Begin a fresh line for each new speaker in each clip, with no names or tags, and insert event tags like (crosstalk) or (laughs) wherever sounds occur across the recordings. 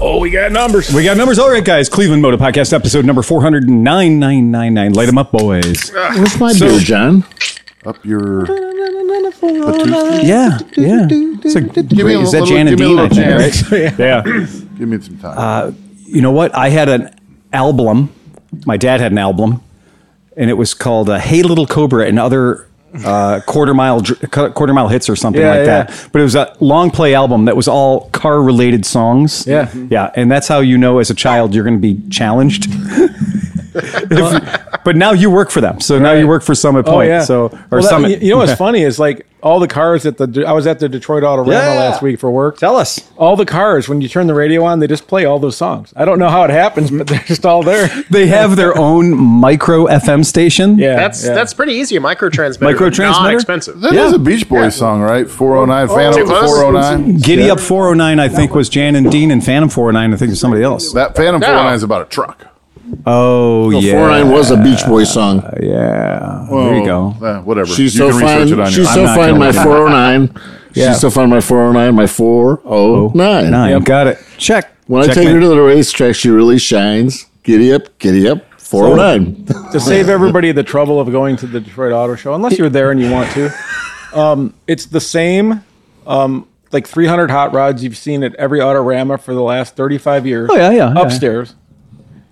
Oh, we got numbers.
We got numbers. All right, guys. Cleveland Motor Podcast, episode number 409.999. Light them up, boys.
Where's my
So-
beer, John?
Up your.
Yeah. Yeah.
(laughs)
It's like,
me a
is that
little-
Jan and
give me a
Dean, I
little
think, right? (laughs)
(clears throat)
chance.
yeah.
Give me some time.
Uh, You know what? I had an album. My dad had an album, and it was called uh, "Hey Little Cobra" and other uh, quarter mile dr- cu- quarter mile hits or something
Yeah,
like
yeah.
that. But it was a long play album that was all car related songs.
Yeah. Mhm.
yeah, and that's how you know as a child you're going to be challenged. (laughs) If- but now you work for them, so now you work for Summit Point. So or
Oh, Well, that-
Summit.
you- you know
(laughs)
what's funny is like all the cars at the. I was at the Detroit Auto Rama
Yeah.
last week for work.
Tell us.
all the cars when you turn the radio on, they just play all those songs. I don't know how it happens, but they're just all
(laughs)
there.
They have their own micro FM station.
Yeah,
That's
yeah.
that's pretty easy. A microtransmitter.
Microtransmitter?
Not expensive.
that is a Beach Boys song, right? 409, Phantom oh
Too
of the
close.
409.
Giddy Up 409, I think, was Jan and Dean, and Phantom 409, I think, was somebody else.
That Phantom
No.
409 is about a truck.
Oh,
The
yeah.
409 was a Beach Boy song.
Yeah. there you go.
Uh, whatever.
She's so
You can research
fine.
it on your
She's
own.
so
I'm not
fine.
gonna
My
look it up.
409.
Yeah.
She's so fine. My 409. My 409.
Nine.
Yep.
Got it. Check.
When I
Check
take
me.
her to the racetrack, she really shines. Giddy up, giddy up. 409.
to save everybody the trouble of going to the Detroit Auto Show, unless you're there and you want
(laughs)
to. Um, it's the same, um, like 300 hot rods you've seen at every Autorama for the last 35 years.
Oh, yeah, yeah, yeah.
Upstairs,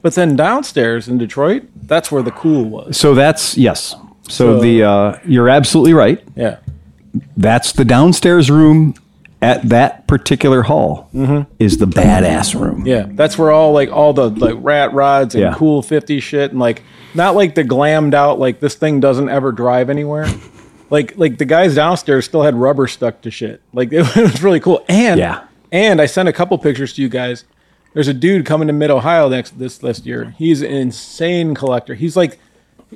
but then downstairs in Detroit, that's where the cool was.
So that's yes. So,
So-
the uh, you're absolutely right.
Yeah,
That's the downstairs room at that particular hall is the badass room.
yeah, that's where all like all the like rat rods and
Yeah.
cool 50 shit and like not like the glammed out like this thing doesn't ever
(laughs)
drive anywhere. Like like the guys downstairs still had rubber stuck to shit. Like (laughs) it was really cool. And
Yeah.
and I sent a couple pictures to you guys. There's a dude coming to Mid Ohio next this last year. He's an insane collector. He's like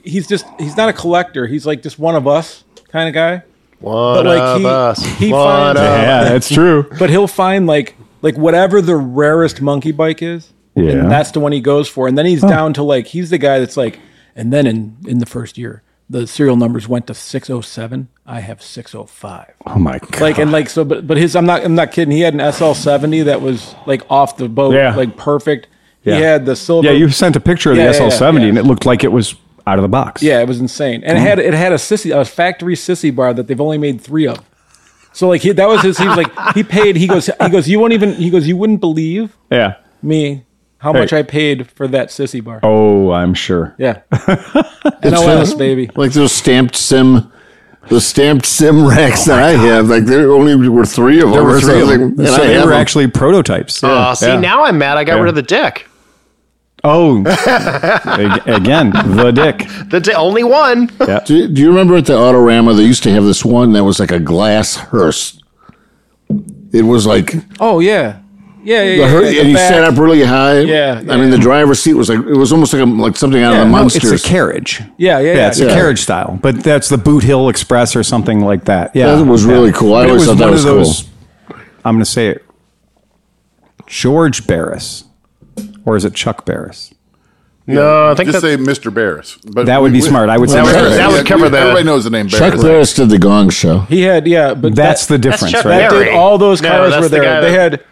he's just he's not a collector. He's like just one of us kind of guy.
One
like,
of
he-
us.
he
One
finds-
of us.
Yeah, that's true.
But he'll find like like whatever the rarest monkey bike is.
Yeah.
And that's the one he goes for. And then he's down to like he's the guy that's like and then in in the first year the serial numbers went to 607. I have 605.
Oh my god.
Like and like so but but his I'm not I'm not kidding. He had an SL70 that was like off the boat
Yeah.
like perfect.
Yeah.
He had the silver
yeah, you sent a picture of
Yeah, yeah,
the SL70
yeah, yeah.
and it looked like it was out of the box.
Yeah, it was insane. And it had it had a sissy a factory sissy bar that they've only made three of. So like he, that was his he was like he paid he goes he goes you won't even he goes you wouldn't believe
Yeah.
me how
Hey.
much I paid for that sissy bar.
Oh, I'm sure. (laughs)
Yeah. NOS baby.
Like those stamped sim. The stamped sim (laughs) racks that I have, like there only were three of them.
There were
or
three of
something,
them.
and
So
I
they
have
were
them.
actually prototypes.
Aw, Uh, see,
Yeah.
now I'm mad. I got
Yeah.
rid of the dick.
Oh, Ag- again, the dick.
The di- only (laughs) one.
Do, do you remember at the Autorama they used to have this one that was like a glass hearse? It was like
Oh yeah. Yeah, yeah, yeah.
the hearse,
yeah, the
and you
back.
sat up really high.
Yeah,
I mean
yeah.
the driver's seat was like it was almost like a, like something out
Yeah,
of the
no,
It's
monsters.
a carriage.
Yeah, yeah, yeah.
it's a
yeah.
carriage style, but that's the Boot Hill Express or something like that. Yeah,
That was really cool. I
But it
always thought that
one
was
of
cool.
I'm going to say it. George Barris, or is it Chuck Barris?
No, Uh, I think
Just
that's
say Mr. Barris. But
That would be smart. I would say Mr.
that Would,
Barris.
that would cover that. Everybody
that.
knows the name Barris.
Chuck Barris did the Gong Show.
He had yeah, but
That's
that,
the difference,
Chuck
right?
Barris.
Dude, all those
No,
cars
that's
were
the
there.
guy
they
that-
had,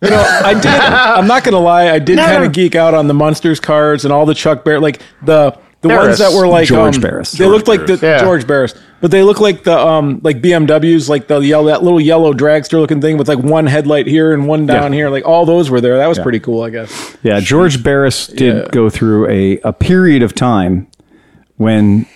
you know,
(laughs)
I did. I'm not gonna lie, I did
No.
kind of geek out on the Munsters cars and all the Chuck Bear, like the the ones
Barris.
that were like
George
um,
Barris.
They looked like the
Barris. Yeah.
George Barris, but they look like the um like BMWs, like the yellow that little yellow dragster looking thing with like one headlight here and one down here. Like all those were there. That was pretty cool, I guess.
Yeah, George Barris did go through a, a period of time when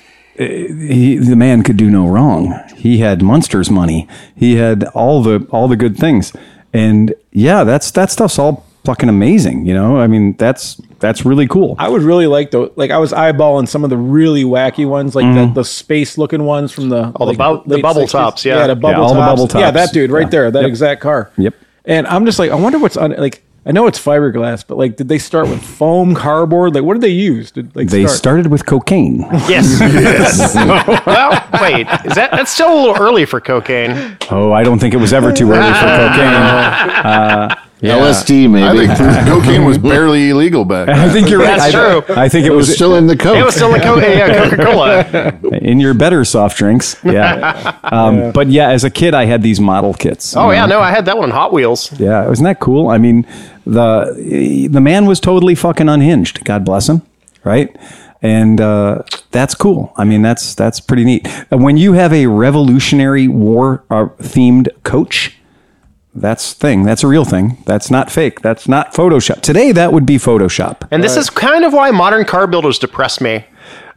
uh, he, the man could do no wrong. He had Munster's money. He had all the all the good things, and yeah, that's that stuff's all fucking amazing. You know, I mean, that's that's really cool.
I would really like to like I was eyeballing some of the really wacky ones, like
Mm-hmm.
the, the space looking ones from the all
Oh, the bu- the bubble tops, yeah.
yeah, the
Yeah,
bubble,
all the
tops.
bubble
yeah,
tops.
that dude right
Yeah.
there, that
Yep.
exact car.
Yep.
And I'm just like, I wonder what's on like. I know it's fiberglass, but like, did they start with foam cardboard? Like, what did they use? Did like
they
start-
started with cocaine.
yes. (laughs) yes. well, wait. Is that that's still a little early for cocaine?
(laughs) oh, I don't think it was ever too early for cocaine.
LSD
I
maybe. (laughs)
think cocaine was barely illegal back
I
then.
think you're right.
That's
I,
true.
I think it
it
was
was still in the coat.
It was still in co- yeah, Coca Cola.
in your better soft drinks. Yeah. Um, But yeah, as a kid, I had these model kits.
Oh yeah, no, I had that one on Hot Wheels.
Yeah, wasn't that cool? I mean, the the man was totally fucking unhinged. God bless him, right? And uh, that's cool. I mean, that's that's pretty neat. And When you have a Revolutionary War uh, themed coach, that's thing. That's a real thing. That's not fake. That's not Photoshop. Today, that would be Photoshop.
And this is kind of why modern car builders depress me.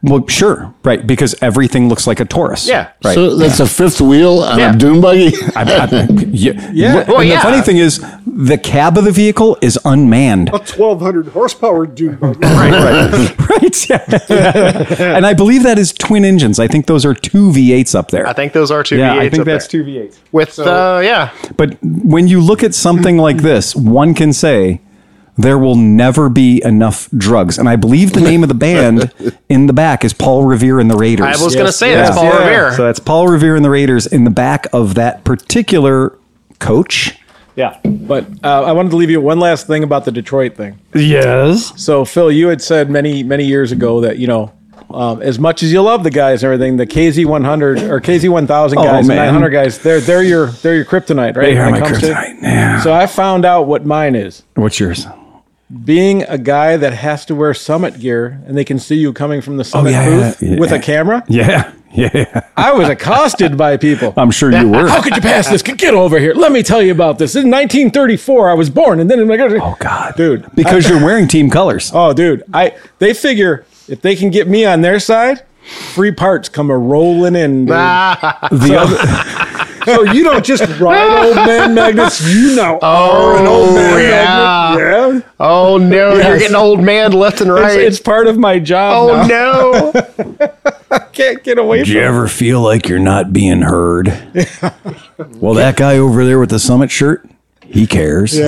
Well, sure, right? Because everything looks like a Taurus.
Yeah.
right.
So that's a fifth wheel on
Yeah.
a dune buggy.
(laughs)
I, I,
(laughs)
yeah. yeah.
Well,
and
yeah.
The funny thing is, the cab of the vehicle is unmanned.
A 1200 horsepower
(laughs)
dune buggy.
right. Yeah.
(laughs)
and I believe that is twin engines. I think those are two V8s up there.
I think those are two
yeah,
V8s.
I think
up
that's
there.
two V8s.
With, uh, yeah.
But when you look at something like this, one can say there will never be enough drugs. And I believe the name of the
(laughs)
band in the back is Paul Revere and the Raiders.
I was going to say that's Paul
yeah.
Revere.
So that's Paul Revere and the Raiders in the back of that particular coach.
Yeah. But uh, I wanted to leave you one last thing about the Detroit thing.
Yes.
So Phil, you had said many many years ago that you know. Um, as much as you love the guys and everything, the KZ 100 or KZ 1000
Oh,
guys,
man.
900 guys, they're they're your they're your kryptonite, right?
They are
When it
my
comes to-
kryptonite. Yeah.
So I found out what mine is.
What's yours?
being a guy that has to wear summit gear and they can see you coming from the summit
Oh, yeah,
booth
yeah, yeah.
with a camera.
Yeah. (laughs) Yeah.
I was accosted by people.
I'm sure you were.
How could you pass this? Get over here. Let me tell you about this. In 1934, I was born, and then I'm like,
(laughs) Oh God,
dude,
Because you're wearing team colors.
(laughs) oh, dude, I. They figure if they can get me on their side, free parts come a rolling in. Dude.
The other,
So you don't just ride old man magnets, you now are an old man
yeah.
magnet. Yeah.
Oh, no. You're getting old man left and
It's,
right.
it's part of my job.
oh,
now.
no.
I can't get away
Do
from.
you ever feel like you're not being
(laughs)
heard? well, that guy over there with the summit shirt, he cares.
the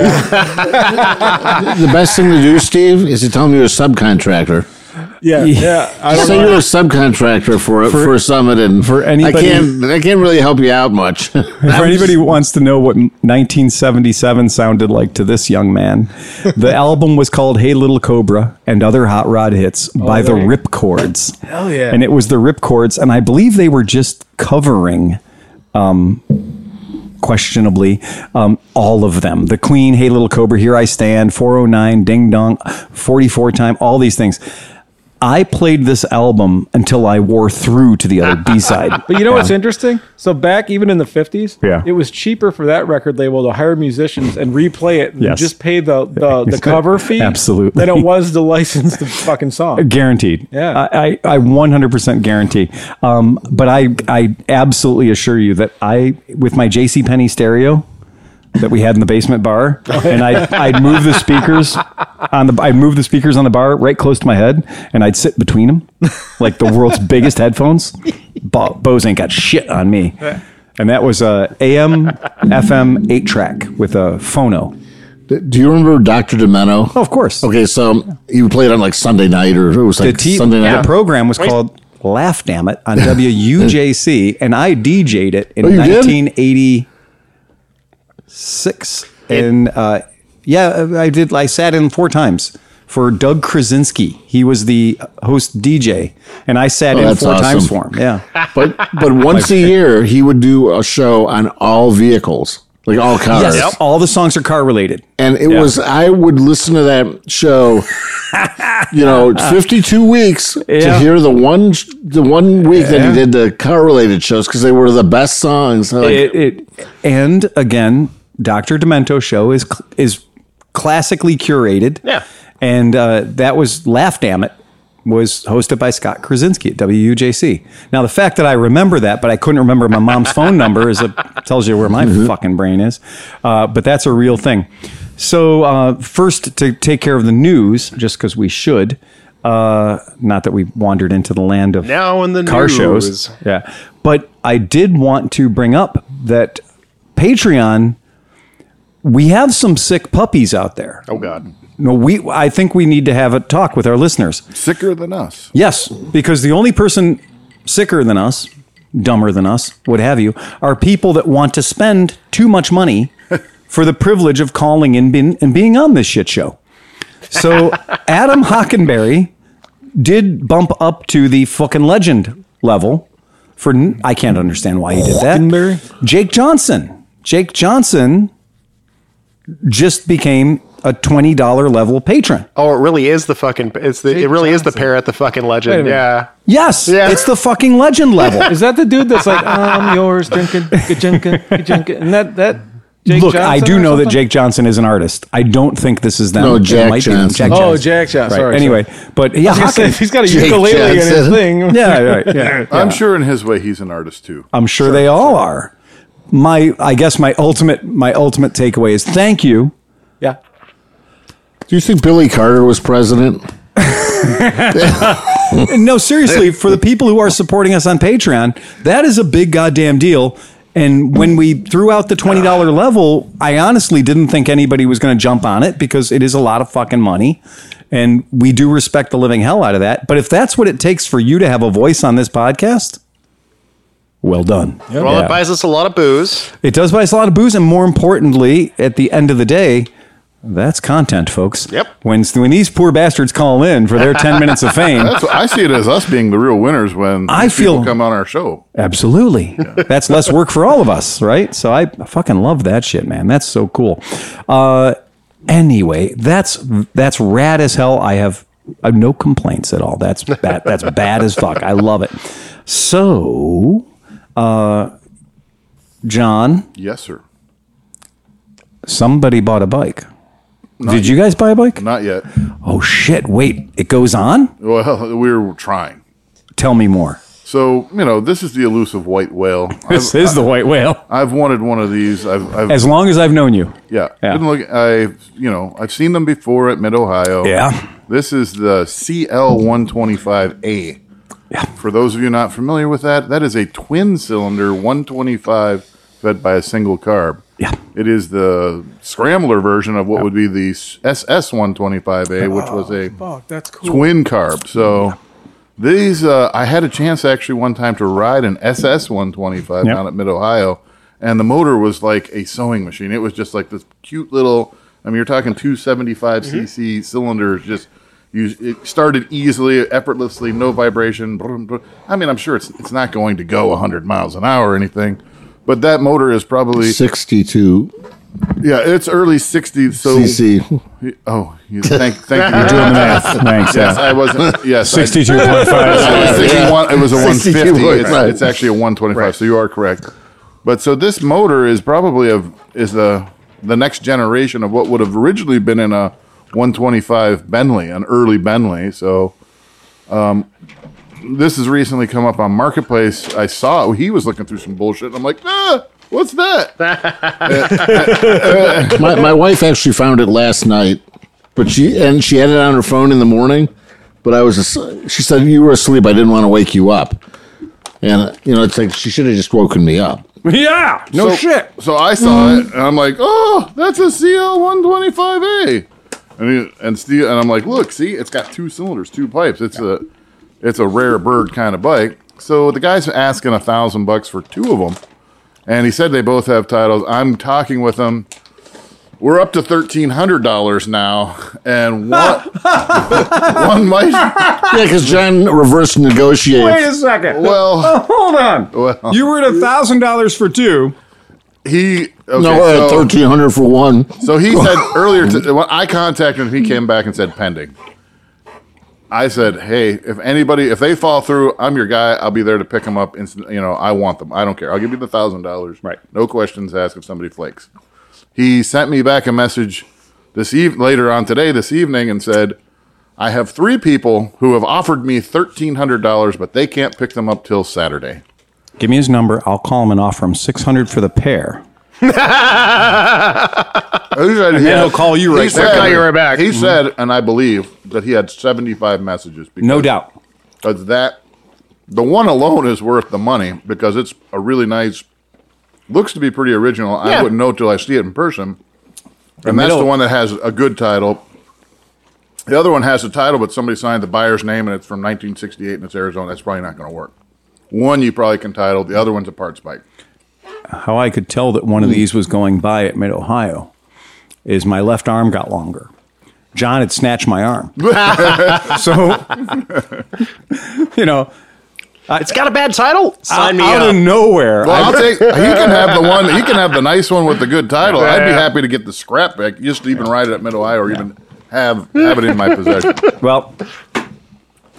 best thing to do, Steve, is to tell him you're a subcontractor.
Yeah, yeah. I don't
Say
know.
you're a subcontractor for a, for, a summit and
for anybody-
I can't I can't really help you out much. (laughs)
For anybody who wants to know what 1977 sounded like to this young man,
(laughs)
the album was called "Hey Little Cobra" and other hot rod hits by the Ripcords. Hell
Oh, yeah.
And it was the Ripcords, and I believe they were just covering. Um, questionably um, all of them the queen hey little cobra here i stand 409 ding dong 44 time all these things i played this album until i wore through to the other b-side
(laughs) But you know what's interesting? So back even in the fifties,
Yeah.
it was cheaper for that record label to hire musicians and replay it and
Yes.
just pay the the, the cover
(laughs)
fee
Absolutely.
than it was to license the fucking song.
Guaranteed.
Yeah.
I, I, I 100% guarantee. Um, but I, I absolutely assure you that I, with my J.C. Penney stereo that we had in the basement (laughs) bar, and I'd, I'd move the speakers on the, I'd move the speakers on the bar right close to my head, and I'd sit between them, like the (laughs) world's biggest headphones. Bo- Bose ain't got shit on me. And that was a AM, FM, eight track with a phono.
do you remember Dr. Demento?
Oh, Of course.
Okay, so um, you played on like Sunday night or it was
the
like
t-
Sunday night.
the (laughs) program was called Laugh Damn It on WUJC, and I DJ'd it in
Oh, you did?
1986. and uh, yeah, I did. I sat in four times for Doug Krasinski. He was the host DJ, and I sat
Oh,
in
that's
four times
awesome.
for him. Yeah,
But but once a year he would do a show on all vehicles. Like all cars.
yes, all the songs are car related.
And it was I would listen to that show
(laughs)
you know 52 weeks to
Yeah.
hear the one the one week that he did the car related shows cuz they were the best songs. Like,
it, it and again, Doctor Demento show is cl- is classically curated.
Yeah.
and uh, that was Laugh Damn It was hosted by Scott Krasinski at WUJC. Now the fact that I remember that, but I couldn't remember my mom's phone (laughs) number, is a, tells you where my
Mm-hmm.
fucking brain is. Uh, but that's a real thing. So uh, first, to take care of the news, just because we should. Uh, not that we wandered into the land of
Now in the
car
news.
shows. Yeah. But I did want to bring up that Patreon, we have some sick puppies out there.
Oh God,
No, we I think we need to have a talk with our listeners.
sicker than us.
Yes, because the only person sicker than us, dumber than us, what have you, are people that want to spend too much money for the privilege of calling in being, and being on this shit show. So Adam Hockenberry did bump up to the fucking legend level for n- I can't understand why he did that. Jake Johnson. Jake Johnson just became a twenty dollar level patron.
Oh, it really is the fucking. It's the. it really is the pair at the fucking legend.
minute.
Yeah.
Yes,
Yeah.
it's the fucking legend level.
Is that the dude that's like, I'm yours, drinking, junkin, junkin, and that that. Jake
Look, I
Johnson
do
or
know that
something?
Jake Johnson is an artist. I don't think this is them.
No, Jack
It might be them.
Johnson.
Jack
Oh,
Johnson.
Jack Johnson.
Right.
Sorry,
Anyway, but yeah,
I was gonna say,
Hawkins-
if he's got a
Jake
ukulele in his
Johnson.
thing.
(laughs) yeah, right, yeah.
I'm sure in his way he's an artist too.
I'm sure they all are. My, I guess my ultimate, my ultimate takeaway is thank you.
yeah.
Do you think Billy Carter was president?
And no, seriously, for the people who are supporting us on Patreon, that is a big goddamn deal. And when we threw out the twenty dollar level, I honestly didn't think anybody was going to jump on it because it is a lot of fucking money, and we do respect the living hell out of that. But if that's what it takes for you to have a voice on this podcast, well done.
Well,
Yeah.
it buys us a lot of booze.
It does buy us a lot of booze, and more importantly, at the end of the day, that's content, folks.
Yep.
When when these poor bastards call in for their ten minutes
(laughs)
of fame,
That's what I see it as us being the real winners when
I
these people
feel-
come on our show.
Absolutely. (laughs) That's less work for all of us, right? So I fucking love that shit, man. That's so cool. Uh, anyway, that's that's rad as hell. I have I have no complaints at all. That's bad. That's bad as fuck. I love it. So, uh, John,
Yes, sir.
somebody bought a bike. Did you guys buy a bike?
Not yet.
Oh shit! Wait, it goes on.
Well, (laughs) we're trying.
Tell me (laughs) more.
So you know, this is the elusive
(laughs)
white whale. I've,
is the white whale.
I've wanted one of these. I've, I've
As long as I've known you,
yeah.
Yeah.
Been look, I've you know, I've seen them before at Mid Ohio.
Yeah.
This is the CL125A. For those of you not familiar with that, that is a twin cylinder 125 fed by a single carb.
Yeah.
It is the scrambler version of what would be the SS125A, which was a
Oh, Fuck, that's cool.
twin carb. So these, uh, I had a chance actually one time to ride an SS 125 down at Mid Ohio, and the motor was like a sewing machine. It was just like this cute little. I mean, you're talking 275 cc cylinders. Just you, it started easily, effortlessly, no vibration. Brum, brum. I mean, I'm sure it's it's not going to go 100 miles an hour or anything. But that motor is probably
62
yeah, it's early 60s. So
cc.
oh, you, thank (laughs) thank you. You're doing
(laughs)
the math.
thanks.
Yes, I wasn't. Yes, I-
Sixty-two point five.
I was thinking one, it was a
62
150. It's,
right.
it's actually a 125. So you are correct. But so this motor is probably a is the the next generation of what would have originally been in a 125 Bentley, an early Bentley. So um, this has recently come up on Marketplace. I saw it. he was looking through some bullshit. And I'm like, ah, what's that?
My, my wife actually found it last night, but she and she had it on her phone in the morning. But I was, as- she said, you were asleep. I didn't want to wake you up. And you know, it's like she should have just woken me up.
Yeah. No
so,
shit.
So I saw it, and I'm like, oh, that's a CL 125A. And he, and Steve and I'm like, look, see, it's got two cylinders, two pipes. It's a it's a rare bird kind of bike. So the guy's asking a thousand bucks for two of them, and he said they both have titles. I'm talking with him. We're up to thirteen hundred dollars now, and one (laughs) one might.
Yeah, because John reverse
Wait
negotiated.
a second.
Well,
Hold on. you were at a thousand dollars for two.
he okay,
No, we're at
so-
thirteen hundred for one.
So he
(laughs)
said earlier, to, when I contacted him, he came back and said pending. I said, hey, if anybody, if they fall through, I'm your guy. I'll be there to pick them up. Instant, you know, I want them. I don't care. I'll give you the thousand dollars.
Right.
No questions asked if somebody flakes. He sent me back a message this eve later on today, this evening, and said, I have three people who have offered me thirteen hundred dollars, but they can't pick them up
(laughs)
till Saturday.
Give me his number. I'll call him and offer him six hundred for the pair.
And
then he'll call you right
back. Call you right back. Mm-hmm.
He said, and I believe that he had 75 messages. Because,
No doubt.
Because that, the one alone is worth the money because it's a really nice, looks to be pretty original. I
Yeah.
wouldn't know till I see it in person. And that's the
middle-
one that has a good title. The other one has a title, but somebody signed the buyer's name and it's from 1968 and it's Arizona. That's probably not going to work. One you probably can title. The other one's a parts bike.
How I could tell that one of these was going by at Mid Ohio is my left arm got longer. John had snatched my arm. so, you know,
it's got a bad title. Sign me
out
up.
of nowhere.
Well, (laughs) I'll take. You can have the one. You can have the nice one with the good title. I'd be happy to get the scrap back. Just even write it at Middle Ohio, or even have have it in my possession.
Well,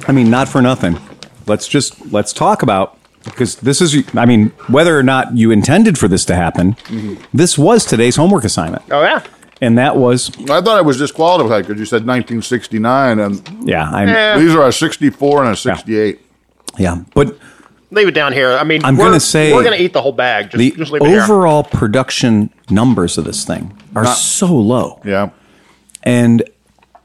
I mean, not for nothing. Let's just let's talk about because this is. I mean, whether or not you intended for this to happen, this was today's homework assignment,
oh yeah.
and that was
I thought I was disqualified because you said 1969, and
yeah, I'm
Eh.
these are a 64 and a 68.
yeah, but
Leave it down here. I mean,
I'm
we're-
gonna say
we're gonna eat the whole bag. Just,
the
just leave it here.
overall production numbers of this thing are so low,
Yeah.
and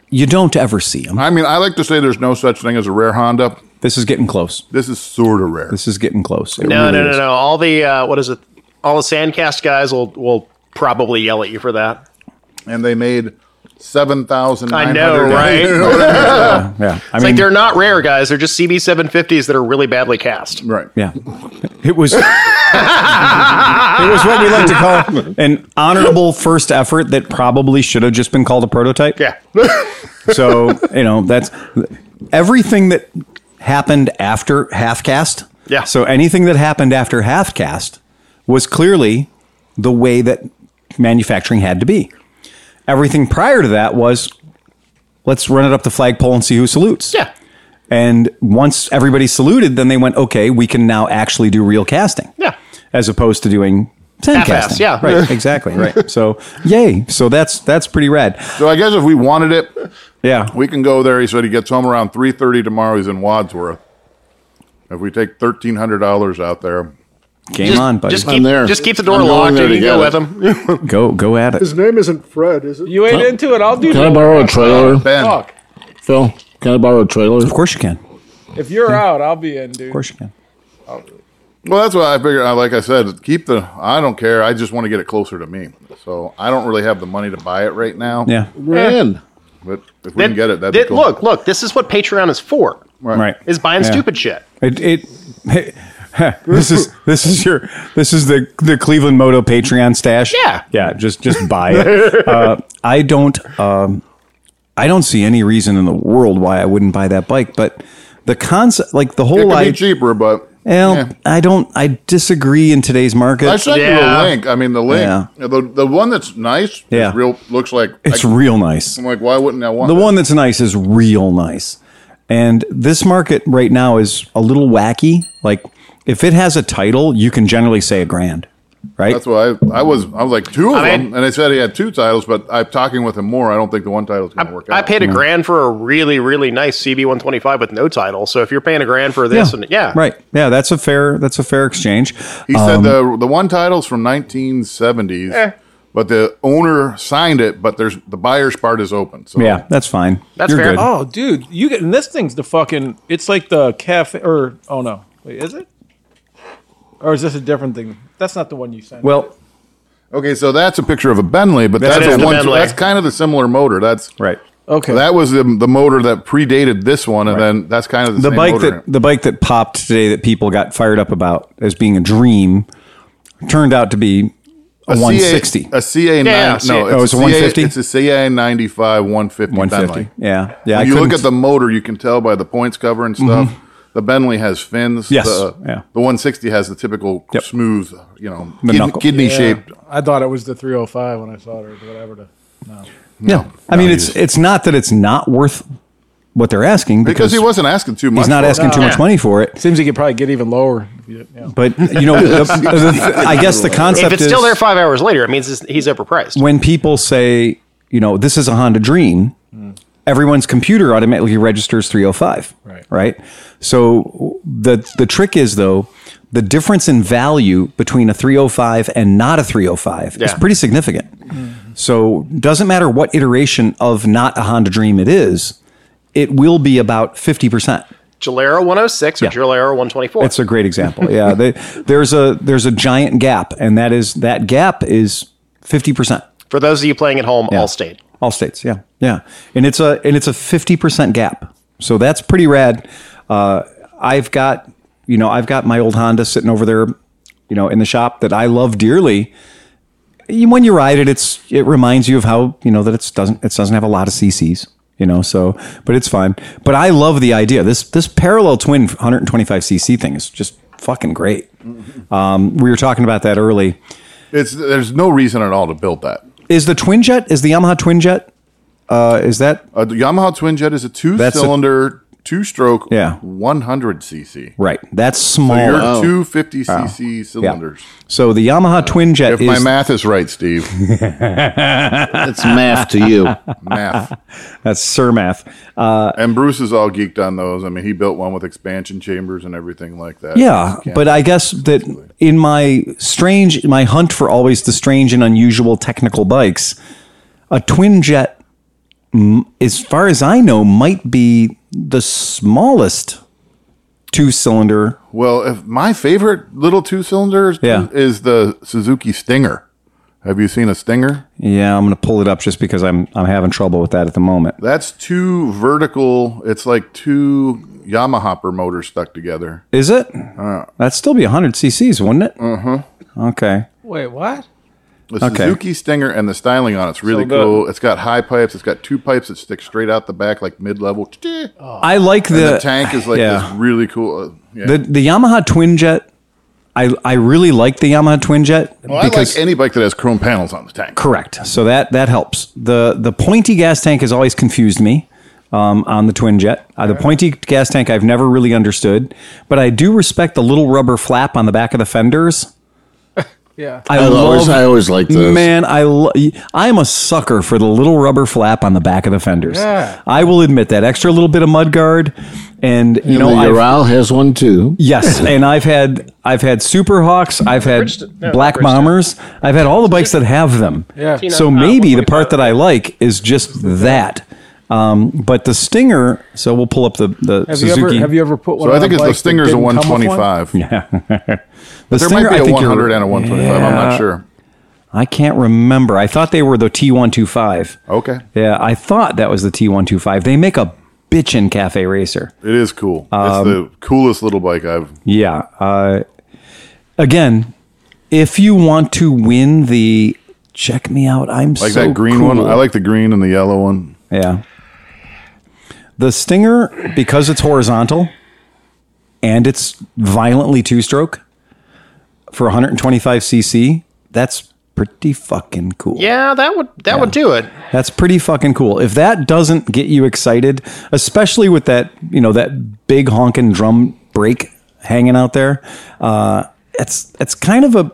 you don't ever see them.
I mean, I like to say there's no such thing as a rare Honda.
This is getting close.
This is sort of rare.
This is getting close. It
No,
really
no, no,
is.
no. All the uh, what is it? All the Sandcast guys will will probably yell at you for that.
and they made 7,000.
I know,
(laughs)
right?
Yeah, I
Like
mean,
they're not rare guys. They're just CB seven fifties that are really badly cast.
right.
Yeah. It was (laughs) it was what we like to call an honorable first effort that probably should have just been called a prototype.
(laughs) Yeah.
So, you know, that's everything that happened after half cast.
Yeah.
So anything that happened after half cast was clearly the way that manufacturing had to be. Everything prior to that was let's run it up the flagpole and see who salutes.
Yeah.
And once everybody saluted, then they went, okay, we can now actually do real casting.
Yeah.
As opposed to doing ten
Half-assed,
casting.
yeah.
Right. Exactly.
(laughs)
Right. So yay. So that's that's pretty rad.
So I guess if we wanted it,
Yeah.
we can go there. He said he gets home around 3.30 tomorrow. He's in Wadsworth. If we take $1,300 out there.
Game
Just,
on, buddy.
just
I'm
keep
there.
just keep the door
I'm going
locked
there
and you
to
go
get
with
it.
(laughs) them.
go go at it.
His name isn't Fred, is it?
You ain't into it. I'll do.
Can I
that.
borrow a trailer,
Ben,
Fuck.
Phil? Can I borrow a trailer?
Of course you can. Of
If you're out, I'll be in, dude.
course you can.
Well, that's why I figured. I- Like I said, keep the. I don't care. I just want to get it closer to me. So I don't really have the money to buy it right now.
Yeah.
We're
Eh.
in.
But if we can get it, that'd
that-
be cool.
Look, look. This is what Patreon is for.
Right.
Is buying
Yeah.
stupid shit.
It, it (laughs) this is this is your this is the the Cleveland Moto Patreon stash.
Yeah.
yeah. Just just buy
(laughs)
it. uh, I don't um, I don't see any reason in the world why I wouldn't buy that bike, but the concept, like the
it could
whole
be
idea.
cheaper, but
Well,
Yeah.
I don't. I disagree in today's market.
I sent
Yeah.
you a link. I mean, the link,
Yeah.
the the one that's nice. is
Yeah.
real looks like
it's
I,
real nice.
am like, why wouldn't I want
The
that?
one that's nice is real nice. And this market right now is a little wacky. Like if it has a title, you can generally say a grand, right?
That's why I, I was. I was like two of
I
them,
mean-
and they said he had two titles. But I'm talking with him more. I don't think the one title's going to work
I
out.
paid a grand for a really, really nice CB one twenty five with no title. So if you're paying a grand for this, and yeah,
right. Yeah, that's a fair that's a fair exchange. Um,
He said the the one title's from 1970s,
Eh.
but the owner signed it. But there's the buyer's part is open. So
Yeah, that's fine.
That's fair.
Good.
Oh, dude, you get and this thing's the fucking. It's like the cafe, or oh no, wait, is it? Or is this a different thing? That's not the one you sent.
Well,
Okay, so that's a picture of a Bentley, but that's,
That is
a
the
one.
Bentley.
That's kind of the similar motor. That's
right.
okay,
That was the the motor that predated this one, and then that's kind of the,
The
same
bike
motor.
that the bike that popped today that people got fired up about as being a dream turned out to be a, 160.
CA, a CA nine.
Yeah, yeah,
no,
CA.
Oh, it's a 150?
It's a CA ninety five one fifty.
150. Yeah. Yeah, I
When you look
couldn't- Mm-hmm.
at the motor, you can tell by the points cover and stuff. The Bentley has fins.
Yes,
The,
yeah.
the 160 has the typical
Yep.
smooth, you know,
The
kid-
knuckle.
kidney shaped.
I thought it was the 305 when I saw it, or whatever. To,
Yeah. I mean, it's it's not that it's not worth what they're asking because,
Because he wasn't asking too much.
he's not
for it.
asking too
No.
much money for it.
seems you could probably get even lower. If you, yeah.
But you know, the, the- I guess the concept
If it's
is
still there five hours later, it means it's- he's overpriced.
when people say, you know, this is a Honda Dream, everyone's computer automatically registers 305.
Right.
Right. So the the trick is though, the difference in value between a 305 and not a 305 is
Yeah.
pretty significant. So doesn't matter what iteration of not a Honda Dream it is, it will be about 50%.
Jalero 106 or Jalero 124.
That's a great example. Yeah, they, there's a there's a giant gap, and that is that gap is fifty percent.
For those of you playing at home, all state.
All states, yeah, yeah, and it's a and it's a fifty percent gap. So that's pretty rad. Uh, I've got you know I've got my old Honda sitting over there, you know, in the shop that I love dearly. You- When you ride it, it's it reminds you of how you know that it doesn't it doesn't have a lot of CCs. you know. So, but it's fine. But I love the idea. This this parallel twin 125cc thing is just fucking great. Um, we were talking about that early.
It's there's no reason at all to build that.
Is the twin jet? Is the Yamaha twin jet? Uh, is that
Uh, the Yamaha Twin Jet is a
That's a-
two-cylinder, two-stroke,
Yeah.
100 cc.
right? That's
So
small.
you're 250 cc cylinders.
So the Yamaha twin jet
If
is
my math is
(laughs)
right, Steve,
That's math to
(laughs)
you.
math.
that's Surmath.
And Bruce is all geeked on those. I mean, he built one with expansion chambers and everything like that.
Yeah,
Can't-
but I guess that in my strange, my hunt for always the strange and unusual technical bikes, a twin jet, m- as far as I know, might be the smallest two cylinder.
well, if my favorite little two-cylinder is,
Yeah.
is the Suzuki Stinger. Have you seen a Stinger?
Yeah, I'm gonna pull it up just because I'm I'm having trouble with that at the moment.
That's two vertical. It's like two Yamaha motors stuck together.
Is it?
Uh.
That'd still be 100 cc's, wouldn't it?
Uh-huh.
Mm-hmm. Okay.
Wait, what?
The
Okay.
Suzuki Stinger and the styling on it's really
So good.
cool. It's got high pipes. It's got two pipes that stick straight out the back, like mid-level.
I like the,
And the tank is like
yeah.
this really cool. uh, Yeah.
the the Yamaha twin jet. I I really like the Yamaha twin jet
well, Oh, I like any bike that has chrome panels on the tank.
Correct. So that that helps. the The pointy gas tank has always confused me um, on the twin jet. Uh, the pointy gas tank I've never really understood, but I do respect the little rubber flap on the back of the fenders.
Yeah.
I,
I always, I
love.
always like those.
Man, I lo- I'm a sucker for the little rubber flap on the back of the fenders.
Yeah.
I will admit that extra little bit of mud guard, and you
you
know,
know,
I've-
Ural has one too.
(laughs)
Yes, and I've had I've had Superhawks, I've had
Bridgestone- no,
Black
Bridgestone.
Bombers, I've had all the bikes that have them.
Yeah. Tina,
So
uh,
maybe the
125.
part that I like is just that. Um, but the Stinger. So we'll pull up the the
Have
Suzuki.
you ever have you ever put one?
So I
on
think
a
it's
bike
the
that
Stinger's a
didn't come with one?
125.
the
There
Stinger,
might
I
be a
think you're-
100 and a 125. I'm not
Yeah.
sure.
I can't remember. I thought they were the T125.
Okay.
Yeah, I thought that was the T125. They make a bitchin' cafe racer.
It is cool.
Um,
it's the coolest little bike I've.
Yeah. Uh, again, if you want to win the check me out, I'm
Like
so
that green
cool.
one. I like the green and the yellow one.
Yeah. The Stinger because it's horizontal and it's violently two stroke for 125 cc. That's pretty fucking cool.
Yeah, that would that would do it.
That's pretty fucking cool. If that doesn't get you excited, especially with that, you know, that big honking drum break hanging out there, uh, it's it's kind of a.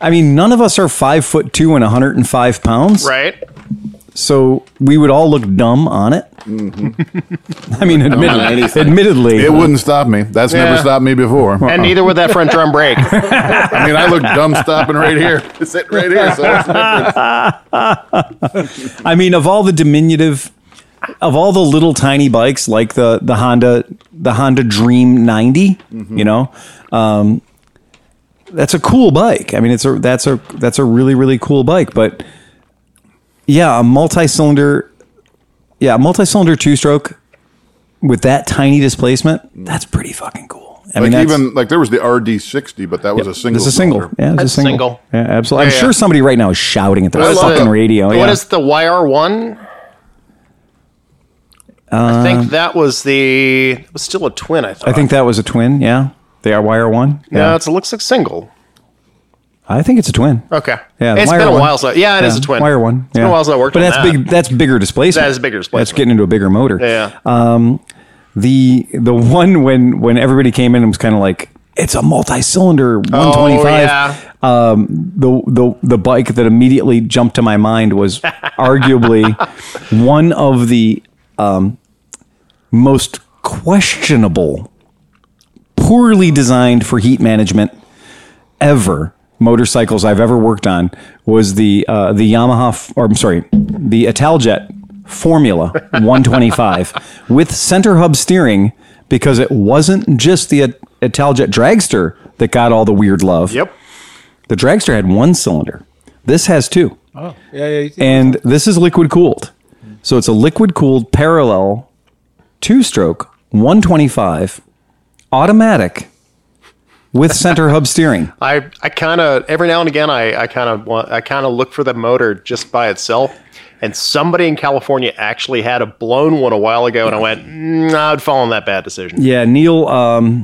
I mean, none of us are five foot two and 105 pounds,
Right.
so we would all look dumb on it. (laughs) I mean, admitted, admittedly,
It wouldn't stop me. That's never
Yeah.
stopped
(laughs)
me before.
Oh.
And neither would that front drum break.
I mean, I look dumb stopping
(laughs)
right here. It's sitting right here. So it's
I mean, of all the diminutive, of all the little tiny bikes like the the Honda the Honda Dream 90, you know, um, that's a cool bike. I mean, it's a that's a that's a really really cool bike. But yeah, a multi cylinder, yeah, multi cylinder two stroke with that tiny displacement, that's pretty fucking cool. I
like
mean, that's-
even like there was the RD60, but that was a single.
It's a single.
cylinder.
Yeah, it's a
That's
single.
single.
Yeah, absolutely. I'm
Yeah,
sure
yeah.
somebody right now is shouting at their
I love
fucking
it.
radio.
What
yeah.
is the YR one? I think that was the it was still a twin. I thought.
Uh, I think that was a twin. Yeah, they are wire one.
no, it's, it looks like single.
I think it's a twin.
Okay.
Yeah,
it's
wire
been a
one.
while. So yeah, it is a twin.
Wire one.
It's been a
yeah.
while since I worked
But
on
that's
that.
big. That's bigger displacement.
That is bigger
That's
displacement.
getting into a bigger motor. Uh,
Yeah.
The the one when when everybody came in and was kind of like it's a multi-cylinder 125.
Oh, yeah.
Um, the the the bike that immediately jumped to my mind was arguably one of the um, most questionable, poorly designed for heat management ever motorcycles I've ever worked on was the uh, the Yamaha f- or I'm sorry, the Italjet Formula 125 with center hub steering because it wasn't just the It- Italjet dragster that got all the weird love.
yep.
The dragster had one cylinder. This has two.
Yeah, yeah. you see-
And this is liquid cooled. So it's a liquid cooled parallel two stroke 125 automatic with center hub steering.
I, I kind of every now and again I, I kind of want I kind of look for the motor just by itself And somebody in California actually had a blown one a while ago, and I went, mm, I'd fallen that bad decision.
Yeah, Neil. Um,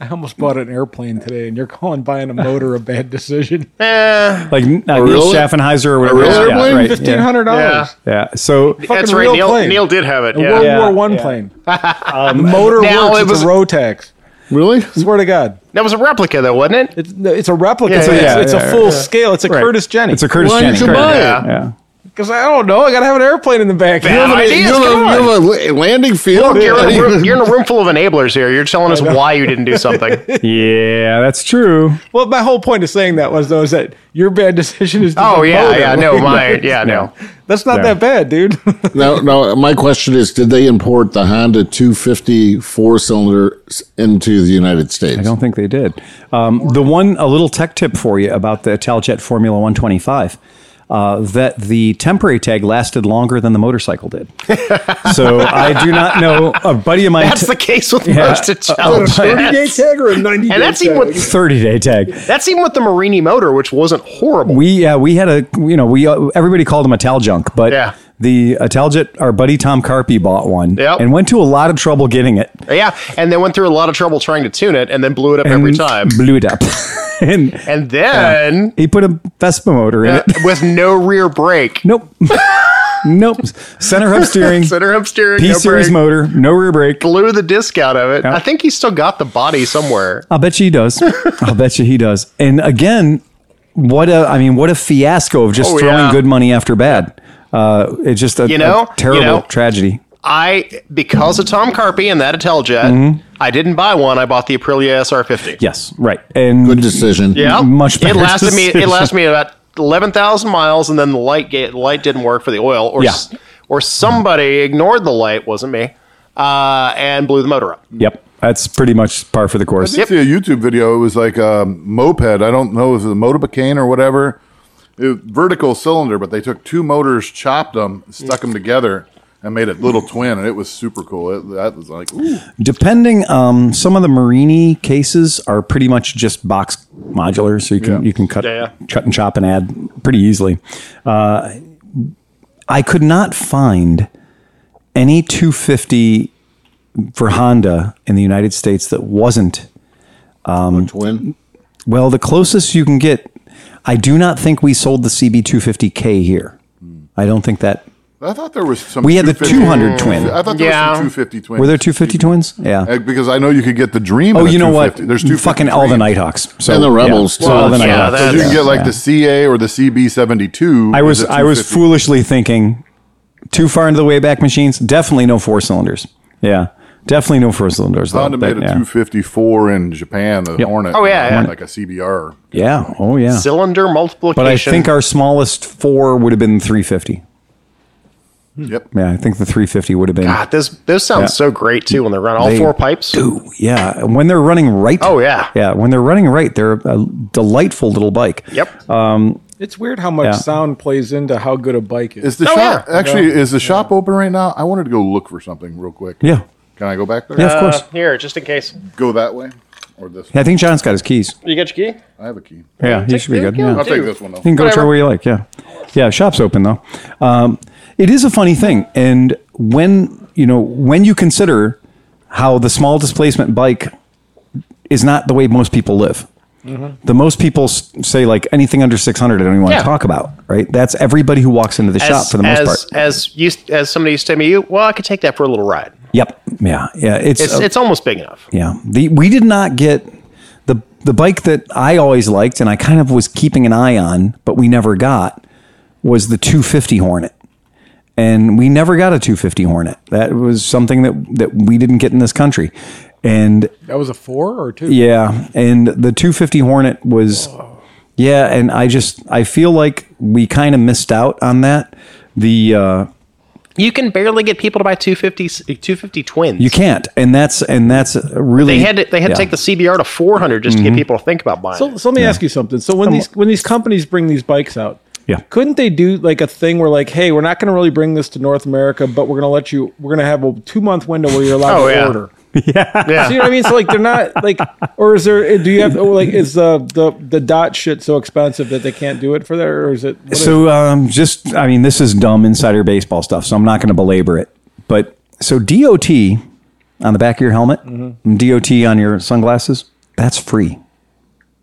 I almost bought an airplane today, and you're calling buying a motor a bad decision.
Eh,
like uh, Neil
real-
Schaffenheiser or whatever.
(laughs)
real
yeah,
airplane?
right,
Fifteen
yeah,
hundred
Yeah.
dollars.
yeah. So
that's
Fucking
right.
Oh, real
Neil,
plane.
Neil did have it.
A
Yeah.
World
Yeah,
War One
yeah. (laughs) Um,
plane. (laughs) the motor
now
works.
it
It's
was-
a Rotax.
Really?
Swear to God,
That was a replica, though, wasn't it?
it's it's a replica. it's
yeah,
a,
yeah,
it's
yeah,
a full scale. It's a
right.
Curtis Jenny.
It's a Curtis
Why
Jenny.
did you buy it?
Yeah.
Because I don't know. I gotta have an airplane in the back.
You have an-
You
Ideas,
have, a,
come
you have a landing field.
You're in, a
Yeah.
room, you're in a room full of enablers here. You're telling us why you didn't do something.
Yeah, that's true.
(laughs) Well, my whole point of saying that was though is that your bad decision is. to
Oh
get
yeah,
voted. (laughs)
yeah, no, mine, yeah, no.
That's not
Yeah.
that bad, dude. (laughs)
Now, now, my question is: Did they import the Honda 250 four-cylinder into the United States?
I don't think they did. Um, the one, a little tech tip for you about the Taljet Formula 125 uh, that the temporary tag lasted longer than the motorcycle did.
(laughs)
so I do not know. A buddy of mine.
That's
t-
the case with most
Oh, but-
Thirty day
intelligence.
tag
(laughs)
or a ninety day
And that's even
tag?
with
30 day tag.
that's even with the Marini motor, which wasn't horrible.
We yeah we had a you know we uh, everybody called him a tal junk, but
Yeah.
the a Taljet our buddy Tom Carpy bought one
Yep.
and went to a lot of trouble getting it.
yeah, and they went through a lot of trouble trying to tune it, and then blew it up every
and
time.
blew it up, (laughs) and
And then
he put a Vespa motor in
uh,
it.
with no rear brake,
Nope, (laughs) nope. Center hub steering.
center hub steering,
P
no
series
brake,
motor, no rear brake.
blew the disc out of it. I think he still got the body somewhere.
I'll bet you he
(laughs)
does. I'll bet you he does. And again, what a I mean, what a fiasco of just
Oh,
throwing
yeah.
good money after bad. Uh, it's just a,
You know?
a terrible
You know?
tragedy.
I because of Tom Carpy and that Intellijet,
Mm-hmm.
I didn't buy one. I bought the Aprilia SR50.
Yes, right. And
Good decision.
Yeah,
Much better
It lasted
(laughs)
me. It
decision.
lasted me about eleven thousand miles, and then the light gate light didn't work for the oil, or
Yeah.
s- or somebody ignored the light, wasn't me, uh, and blew the motor up.
yep, that's pretty much par for the course.
I did see a YouTube video. It was like a moped. I don't know if it was a motorbicane or whatever. It, vertical cylinder, but they took two motors, chopped them, stuck them together, and made a little twin, and it was super cool. It, that was like, ooh.
Depending, um, some of the Marini cases are pretty much just box modular, so you can you can cut
Yeah.
cut and chop and add pretty easily. Uh, I could not find any 250 for Honda in the United States that wasn't. um,
Twin.
Well, the closest you can get. I do not think we sold the CB250K here.
Hmm.
I don't think that
I thought there was some.
we had the 200
250
twin.
I thought there
Yeah.
was some 250 twin.
Were there 250 twins? Yeah.
Uh, Because I know you could get the Dream.
Oh,
and a
you know what?
250. There's two
fucking all the Nighthawks so,
And the Rebels,
Yeah.
too.
So all the
Yeah,
Nighthawks.
that's-
You can
Yeah,
get like the CA or the CB seventy two.
I was I was foolishly thinking too far into the Wayback Machines. Definitely no four cylinders. Yeah, definitely no four cylinders. Though,
Honda made
But,
a
yeah.
two fifty four in Japan. The Hornet.
Oh, yeah, yeah.
like a CBR.
yeah. Oh yeah.
Cylinder multiplication.
But I think our smallest four would have been 350.
Hmm. Yep.
Yeah, I think the 350 would have been.
God, this those sound so great too when they run all
They
four pipes.
Ooh, yeah, And when they're running right.
Oh, yeah.
Yeah, when they're running right, they're a delightful little bike.
Yep.
Uh,
it's weird how much
Yeah.
sound plays into how good a bike is.
Is the
Oh,
shop actually is the shop open right now? I wanted to go look for something real quick.
Yeah.
Can I go back there?
Yeah, of course.
Uh, here, just in case.
Go that way or this?
I think John's got his keys.
You got your key?
I have a key.
Yeah, he should be good. Yeah.
I'll take this one though.
You can go
Whatever.
to where you like. Yeah, yeah. Shop's open though. Um, it is a funny thing, and when you know when you consider how the small displacement bike is not the way most people live. The most people s- say like anything under 600, I don't even want
Mm-hmm. Yeah.
to talk about. Right? That's everybody who walks into the shop for the most
as,
part.
As you, as somebody used to tell me, you well, I could take that for a little ride.
Yep. Yeah. Yeah. It's,
It's
uh,
it's almost big enough.
yeah. The we did not get the the bike that I always liked and I kind of was keeping an eye on, but we never got was the 250 Hornet. And we never got a 250 Hornet. That was something that that we didn't get in this country. And
That was a four or two.
yeah, and the 250 Hornet was yeah, and I just I feel like we kind of missed out on that. The uh
You can barely get people to buy 250, 250 twins.
you can't, and that's and that's really
They had to, they had
yeah. Mm-hmm.
to take the CBR to 400 just to get people to think about buying.
So, so let me ask you something. So when these when these companies bring these bikes out,
Yeah.
couldn't they do like a thing where like, hey, we're not going to really bring this to North America, but we're going to let you. We're going to have a two month window where you're allowed
Oh,
to
yeah.
order. See what I mean? So like they're not like, or is there? Do you have or like is the the the dot shit so expensive that they can't do it for that, or is it? what is-
So um, just, I mean, this is dumb insider baseball stuff, so I'm not going to belabor it. But so DOT on the back of your helmet,
Mm-hmm.
DOT on your sunglasses, that's free.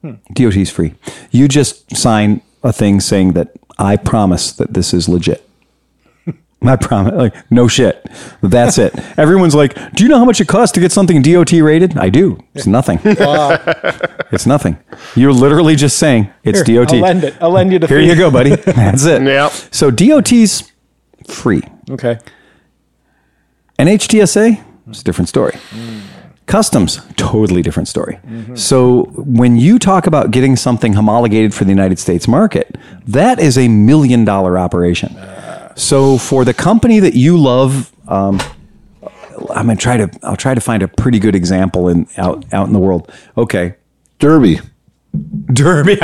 Hmm.
DOT is free. You just sign a thing saying that I promise that this is
(laughs)
legit. I promise, like no shit. That's it. Everyone's like, "Do you know how much it costs to get something DOT rated?" I do. It's nothing. (laughs) it's nothing. You're literally just saying it's
Here,
DOT.
I'll lend it. I'll lend you the.
Here you go,
(laughs)
buddy. That's it.
Yep.
So DOT's free.
Okay.
NHTSA, it's a different story. Customs, totally different story.
Mm-hmm.
So when you talk about getting something homologated for the United States market, that is a million dollar operation. So for the company that you love, um, I'm gonna try to. I'll try to find a pretty good example in out out in the world.
(laughs)
Okay,
Derby.
Derby. Derby's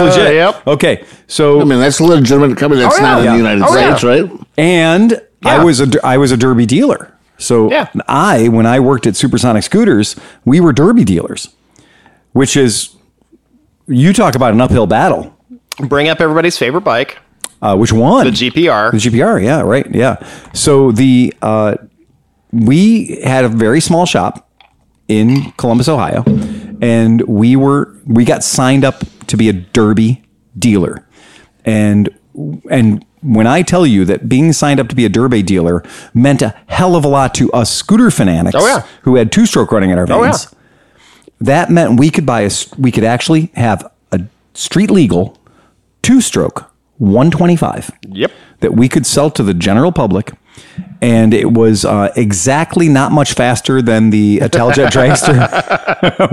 legit.
Uh, yep.
Okay, so
I mean, that's a legitimate company. That's
Oh,
not in
yeah.
the United
Oh, yeah.
States, right?
and I
Yeah.
was a der- I was a derby dealer. So
Yeah.
I when I worked at Supersonic Scooters, we were derby dealers, which is you talk about an uphill battle.
Bring up everybody's favorite bike,
Uh, which one?
the GPR.
The GPR, yeah, right, yeah. So the uh, we had a very small shop in Columbus, Ohio, and we were we got signed up to be a Derby dealer, and and when I tell you that being signed up to be a Derby dealer meant a hell of a lot to us scooter fanatics,
Oh, yeah. Oh,
who had two stroke running in our veins
yeah.
that meant we could buy a s- we could actually have a street legal two stroke 125
Yep.
that we could sell to the general public and it was uh, exactly not much faster than the
(laughs)
Italjet (laughs) Dragster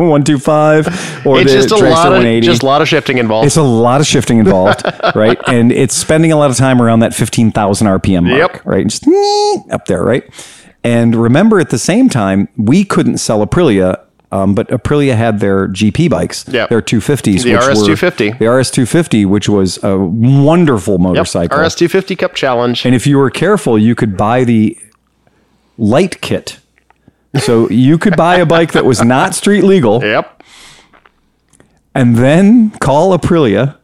125 or
It's
the
just a
Dragster
lot of
180.
just a lot of shifting involved.
It's a lot of shifting
(laughs)
involved, right? And it's spending a lot of time around that 15,000 RPM mark,
Yep.
right? Just up there, right? And remember, at the same time, we couldn't sell Aprilia, um, but Aprilia had their GP bikes,
Yep.
their 250s.
The
which were-
RS250.
The RS250, which was a wonderful
yep.
motorcycle.
RS250 Cup Challenge.
And if you were careful, you could buy the light kit. So you could buy a bike that was not street legal
Yep.
and then call Aprilia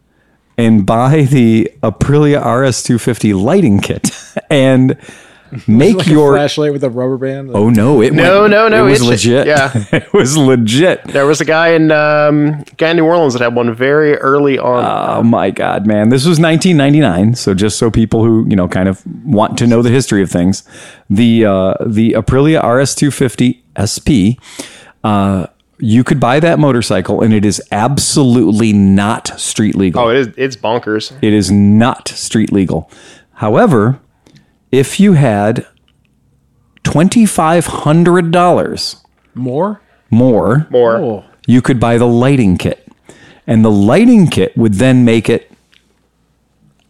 and buy the Aprilia RS250 lighting kit (laughs) and make
Like
your
a flashlight with a rubber band.
oh no it
No,
went-
no, no,
it was
it's-
legit
yeah.
(laughs) it was legit
There was a guy in um, guy in New Orleans that had one very early on.
oh my god man this was 1999 so just so people who you know kind of want to know the history of things the uh, the Aprilia RS250 SP uh, you could buy that motorcycle and it is absolutely not street legal
oh, it is it's bonkers.
It is not street legal. However, if you had $2,500
More. Oh.
more,
More.
you could buy the lighting kit. And the lighting kit would then make it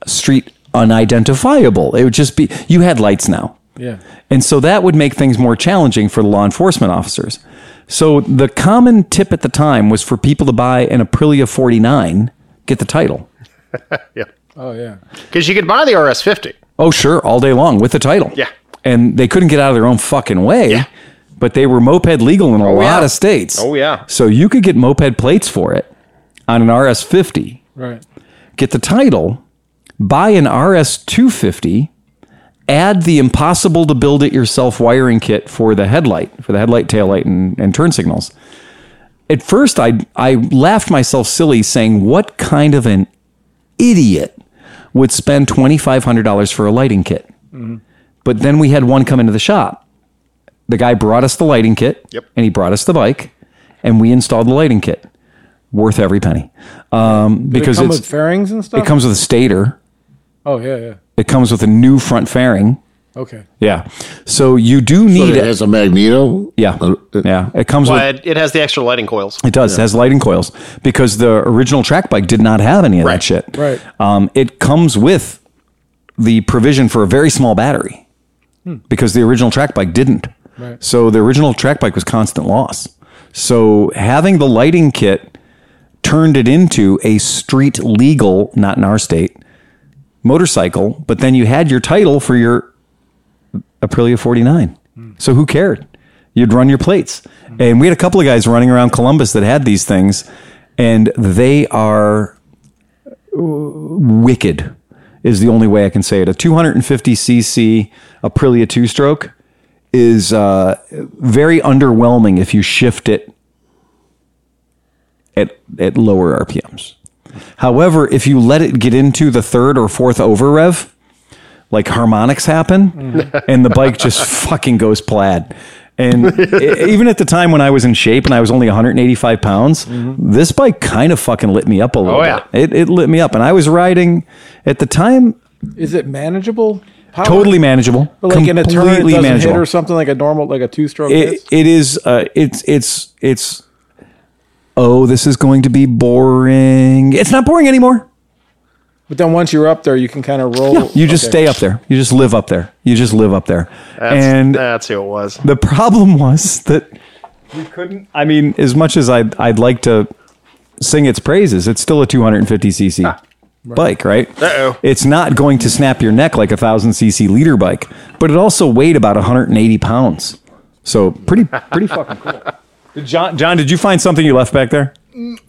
street unidentifiable. It would just be, you had lights now.
Yeah.
And so that would make things more challenging for the law enforcement officers. So the common tip at the time was for people to buy an Aprilia 49, get the title.
Oh yeah.
Because you could buy the RS50.
Oh, sure, all day long with the title.
Yeah.
And they couldn't get out of their own fucking way.
Yeah.
But they were moped legal in a lot
yeah.
of states.
Oh, yeah.
So you could get moped plates for it on an RS 50,
Right.
get the title, buy an RS 250, add the impossible to build it yourself wiring kit for the headlight, for the headlight, taillight, and, and turn signals. At first, I, I laughed myself silly saying, What kind of an idiot would spend $2,500 for a lighting kit?
Mm-hmm.
But then we had one come into the shop. The guy brought us the lighting kit
Yep.
and he brought us the bike and we installed the lighting kit. Worth every penny. Um, because
Come
it's,
with fairings and stuff.
it comes with a stator.
oh yeah, yeah.
It comes with a new front fairing.
Okay.
Yeah. So you do need
But
it.
it has a magneto.
yeah.
Uh, uh,
yeah. It comes
Well,
with
it, it has the extra lighting coils.
it does. It has lighting coils because the original track bike did not have any of that
Right.
shit.
Right.
Um, it comes with the provision for a very small battery because the original track bike didn't.
Right.
So the original track bike was constant loss. So having the lighting kit turned it into a street legal, not in our state, motorcycle, but then you had your title for your Aprilia 49. So who cared? You'd run your plates. And we had a couple of guys running around Columbus that had these things, and they are wicked, is the only way I can say it. A 250cc Aprilia two stroke is uh, very underwhelming if you shift it at, at lower RPMs. However, if you let it get into the third or fourth over rev, like harmonics happen,
Mm.
and the bike just (laughs) fucking goes plaid.
(laughs)
And e- even at the time when I was in shape and I was only 185 pounds,
Mm-hmm.
this bike kind of fucking lit me up a little
Oh, yeah.
bit. It, it lit me up. And I was riding at the time,
Is it manageable? Power?
totally manageable.
But like in a turn, it
completely
doesn't
manageable
hit or something like a normal, like a two-stroke.
it, it is uh, it's it's it's oh this is going to be boring it's not boring anymore
but then once you're up there, you can kind of roll.
you just
Oh, Okay.
stay up there you just live up there you just live up there
That's,
and
that's who it was.
the problem was that we couldn't i mean as much as i'd, I'd like to sing its praises it's still a 250cc bike right
Ah. Uh-oh.
it's not going to snap your neck like a 1000cc leader bike but it also weighed about 180 pounds so pretty pretty fucking cool (laughs) Did John, John, did you find something you left back there?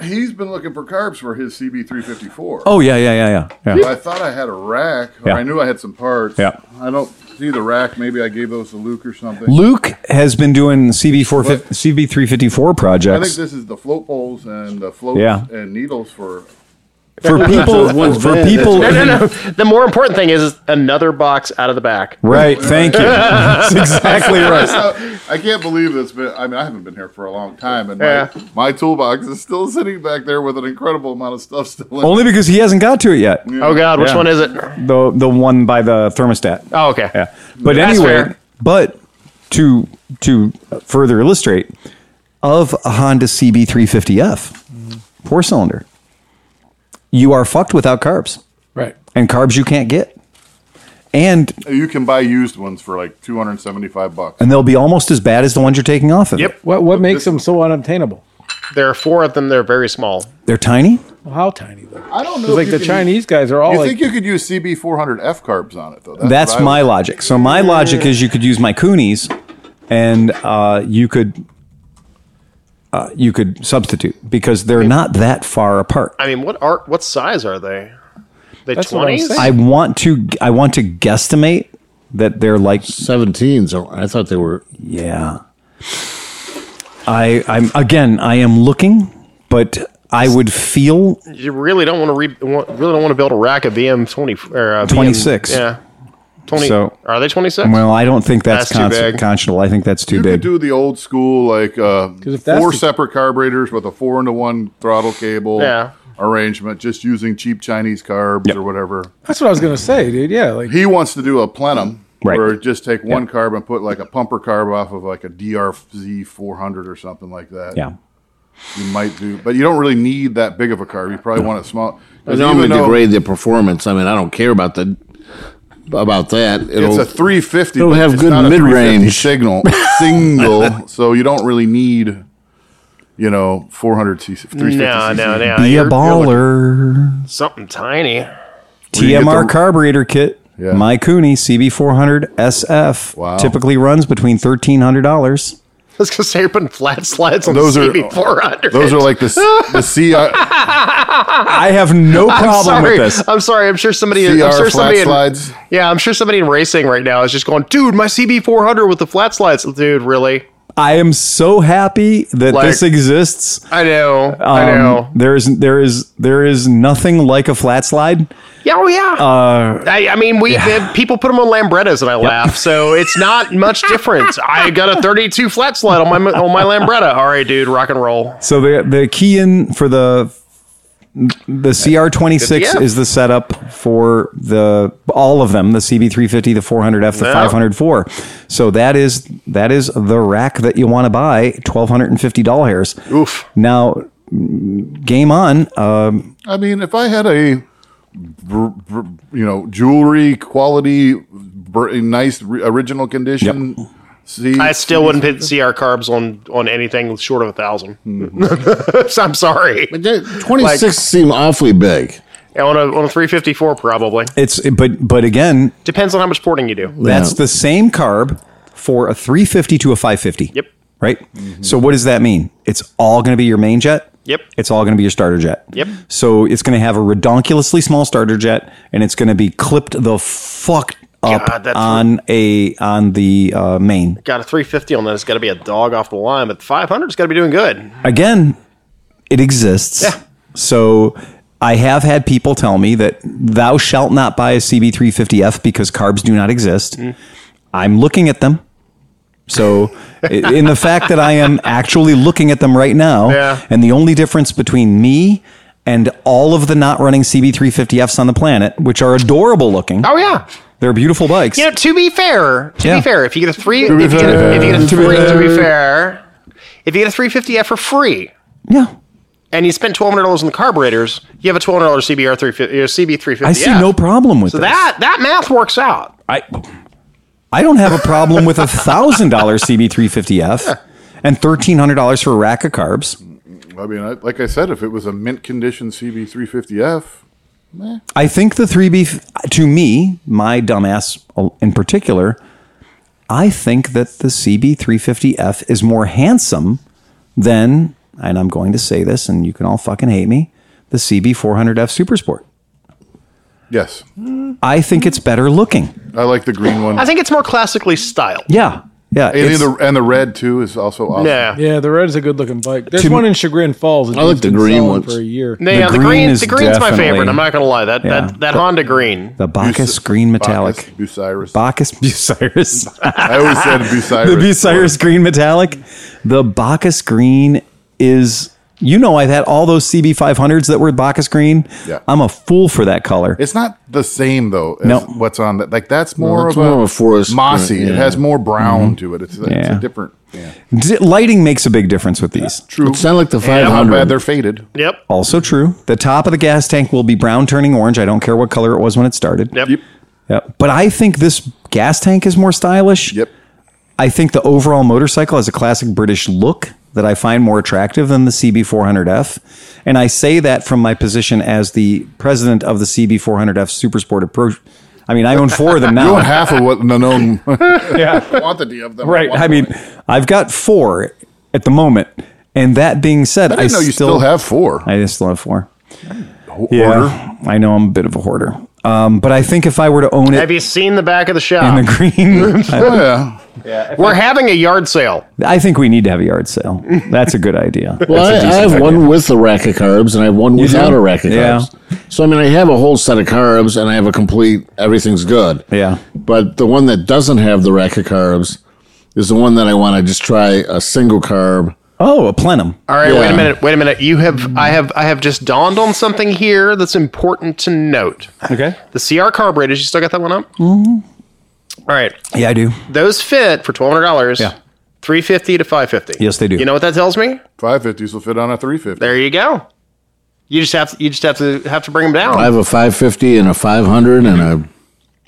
He's been looking for carbs for his CB354.
Oh yeah, yeah, yeah, yeah, yeah.
I thought I had a rack. or
Yeah.
I knew I had some parts.
Yeah.
I don't see the rack. Maybe I gave those to Luke or something.
Luke has been doing CB four
What?
CB three fifty four
I think
projects
this is the float poles and the floats
Yeah.
and needles for. (laughs)
for people. for people,
(laughs) No, no,
(laughs)
no. The more important thing is another box out of the back.
right?
(laughs)
Thank you. That's exactly right.
I can't believe it's been. I mean, I haven't been here for a long time, and
Yeah.
my, my toolbox is still sitting back there with an incredible amount of stuff still. In.
Only because he hasn't got to it yet.
Oh God, which
Mm. Yeah.
one is it?
The the one by the thermostat.
Oh, okay.
Yeah. But
That's
anyway,
fair.
but to to further illustrate, of a Honda
Mm-hmm.
CB350F, four cylinder, you are fucked without carbs
right.
and carbs you can't get, and
you can buy used ones for like two hundred seventy-five bucks.
and they'll be almost as bad as the ones you're taking off of. it.
Yep.
What what makes them so unobtainable?
There are four of them. They're very small.
They're tiny.
Well, how tiny though?
I don't
It's
know. if
like
you
the
can-
Chinese guys are all
You
like
think you could use CB400F carbs on it though?
That's
what I
my
would-
logic. So my logic is you could use my Coonies, and uh, you could uh, you could substitute because they're not that far apart.
I mean, what are what size are they? They
That's what I'm
twenties.
saying.
I want to I want to guesstimate that they're like
17s. are- I thought they were.
yeah. I I'm again I am looking, but I would feel
You really don't want to re- want, really don't want to build a rack of VM twenty or uh,
26.
Yeah. Twenty.
So-
are they twenty six?
well. I don't think that's,
That's too
con-
big.
conscionable. I think that's too
You
big.
could do the old school, like uh,
if that's
four
the-
separate carburetors with a four into one throttle cable
Yeah.
arrangement, just using cheap Chinese carbs or whatever.
that's what I was gonna say, dude. Yeah, like
He wants to do a plenum,
Right.
where just take one carb and put like a pumper carb off of like a DRZ 400 or something like that.
yeah.
You might do, but you don't really need that big of a carb. You probably want it small. 'Cause
I know I'm
even
going to
though
degrade the performance. I mean, I don't care about the about that.
It's
It'll,
a 350.
It'll
but
have
it's
good
not a 350
mid-range. (laughs)
signal single, so you don't really need, you know, 400 cc, 350
No,
cc.
no, no.
Be
You're-
a
you're
baller.
looking- something (laughs) tiny.
you get
TMR
the-
carburetor kit.
Yeah.
My Cooney CB400 SF
Wow.
typically runs between thirteen hundred dollars.
Let's go say you're putting flat slides on
Those
those
are-
CB four hundred.
Those are like the
(laughs)
s- the C uh,
I have (laughs) no
(laughs) I'm
problem
sorry.
with this.
I'm sorry. I'm sure somebody. I'm
CR
sure
flat
somebody. in-
slides.
yeah, I'm sure somebody in racing right now is just going, dude, my CB four hundred with the flat slides, dude. Really?
I am so happy that
Like-
this exists.
I know. I
Um,
know.
There is there is there is nothing like a flat slide.
Yeah, oh yeah. I, I mean, we people put them on Lambrettas, and I laugh. So it's not much difference. I got a 32 flat slide on my on my Lambretta. All right, dude, rock and roll.
So the the key in for the
Uh,
the CR26
Yeah.
is the setup for the all of them, the CB350, the 400F, the
Yeah.
504. So that is that is the rack that you want to buy, $1250 hairs.
Oof.
Now mm, game on. Um,
I mean, if I had a br- br- you know jewelry quality, br- nice re- original condition. See,
I still wouldn't put CR carbs on on anything short of a 1000 (laughs) so I'm sorry.
Yeah, 26 seem awfully big.
On a on a 354, probably
it's but but again,
depends on how much porting you do.
that's the same carb for a 350 to a 550.
Yep.
Right? So what does that mean? It's all going to be your main jet.
Yep.
It's all going to be your starter jet.
Yep.
So it's going to have a redonkulously small starter jet and it's going to be clipped the fuck up
God, that's-
on a on the uh, main.
Got a 350 on that. It's got to be a dog off the line, but the 500's got to be doing good.
again, it exists.
Yeah.
So I have had people tell me that thou shalt not buy a CB350F because carbs do not exist.
Mm.
I'm looking at them. So, i- in the fact that I am actually looking at them right now,
Yeah.
and the only difference between me and all of the not running CB350Fs on the planet, which are adorable looking,
Oh yeah.
they're beautiful bikes.
You know, to be fair, to
Yeah.
be fair, if you get a three,
be
if, you get a,
fair,
if you get a
to be
three, to be
fair.
fair, if you get a 350F for free,
Yeah.
and you spend twelve hundred dollars on the carburetors, you have a twelve hundred dollars CBR three fifty or CB three fifty.
I see no problem with
So
this.
that that math works out.
I I don't have a problem with a thousand dollar CB350F and thirteen hundred dollars for a rack of carbs.
I mean, I, like I said, if it was a mint condition CB350F,
I think the three B to me, my dumbass in particular, I think that the CB350F is more handsome than, and I'm going to say this, and you can all fucking hate me, the CB400F Supersport.
yes,
I think it's better looking.
I like the green one.
I think it's more classically styled.
Yeah, yeah.
and,
it's-
the, and the red too is also awesome.
Yeah.
Yeah, the red is a good looking bike. There's
To me-
one in Chagrin Falls. that
I like
has
the
been
green
selling
ones.
for a year.
Yeah, the,
green
green,
is
the green's my
definitely-
favorite. I'm not gonna lie. That
Yeah.
that, that Honda green.
the Bacchus green metallic.
Bacchus, Bucyrus.
Bacchus
(laughs)
Bucyrus.
I always
(laughs)
said
the
Bucyrus.
Bucyrus green metallic. The Bacchus green is. You know, I've had all those CB500s that were Bacchus green.
Yeah.
I'm a fool for that color.
It's not the same though. As
No.
what's on that? Like that's more,
it's
of,
more
a
of a forest,
mossy.
right,
It
yeah.
has more brown to it. It's, it's
Mm-hmm. Yeah.
a different. Yeah.
D- lighting makes a big difference with these.
True.
It's not like the
And how
500.
bad they're faded.
Yep.
Also true. The top of the gas tank will be brown turning orange. I don't care what color it was when it started.
Yep.
Yep.
Yep. But I think this gas tank is more stylish.
Yep.
I think the overall motorcycle has a classic British look that I find more attractive than the CB400F. And I say that from my position as the president of the CB400F Supersport Approach. I mean, I own four
(laughs)
of them
You want
now.
half of what the (laughs) known quantity of them.
right. I mean, I've got four at the moment. And that being said, I,
I didn't know you still, have four.
I just still have four.
Order.
I know I'm a bit of a hoarder. Um, but I think if I were to own it
Have you seen the back of the shop?
in the green,
(laughs)
Oh, yeah.
We're having a yard sale.
I think we need to have a yard sale. That's a good idea.
Well, I,
That's a
I
decent
have
idea.
one with a rack of carbs, and I have one without
do?
a rack of
Yeah.
carbs. So I mean, I have a whole set of carbs, and I have a complete everything's good.
Yeah.
But the one that doesn't have the rack of carbs is the one that I want to just try a single carb.
Oh, a plenum.
All right, wait
Yeah.
a minute. Wait a minute. You have I have I have just dawned on something here that's important to note.
Okay. Mm-hmm.
The CR carburetors, you still got that one up? All right.
Yeah, I do.
Those fit for twelve hundred dollars.
Yeah.
Three fifty to five fifty.
Yes, they do.
You know what that tells me?
550s will fit on a 350.
There you go. You just have to, you just have to have to bring them down.
I have a 550 and a 500 and a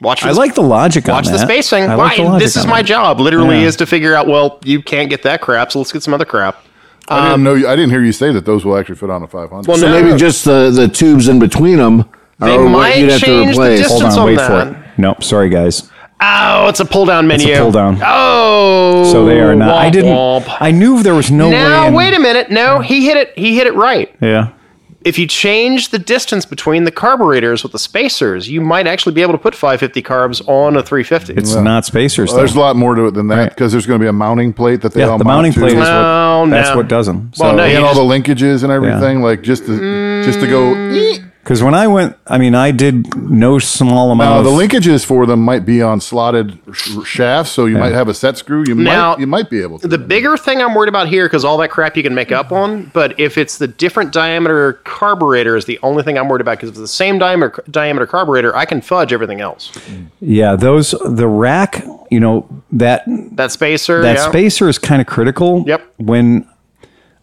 watch.
I
this-
like the logic
watch
on
the
that.
spacing.
I
Why?
like the logic
this is
on
my
that.
job. Literally, is to figure out. Well, you can't get that crap, so let's get some other crap.
I didn't know. You, I didn't hear you say that those will actually fit on a 500.
Um, Well,
so
no,
maybe just the the tubes in between them.
They might change the
Hold
distance
on,
on
wait
that.
for it. Nope, sorry guys.
Oh, it's a pull down menu.
pull down.
Oh,
So they are not. I
womp
didn't.
womp.
I knew there was no way.
now
in-
wait a minute. No, he hit it. He hit it right.
Yeah.
If you change the distance between the carburetors with the spacers, you might actually be able to put 550 carbs on a 350.
It's not spacers.
Well, there's a
though.
lot more to it than that because there's going to be a mounting plate that they
Yeah,
all
the
mount
mounting
to. uh,
plate is what.
No,
That's
no.
what doesn't.
Well, no,
So,
you-
and all the linkages and everything, like just to just to go.
Mm.
"Ee."
because when I went, I mean, I did no small
Now
amount
uh, the
of
linkages for them might be on slotted sh- shafts, so you might have a set screw. You
Now,
might you might be able to.
The bigger thing I'm worried about here, because all that crap you can make up on, but if it's the different diameter carburetor is the only thing I'm worried about, because if it's the same diameter diameter carburetor, I can fudge everything else.
Yeah, those the rack. You know that
That spacer,
that
yeah.
spacer is kind of critical.
Yep.
When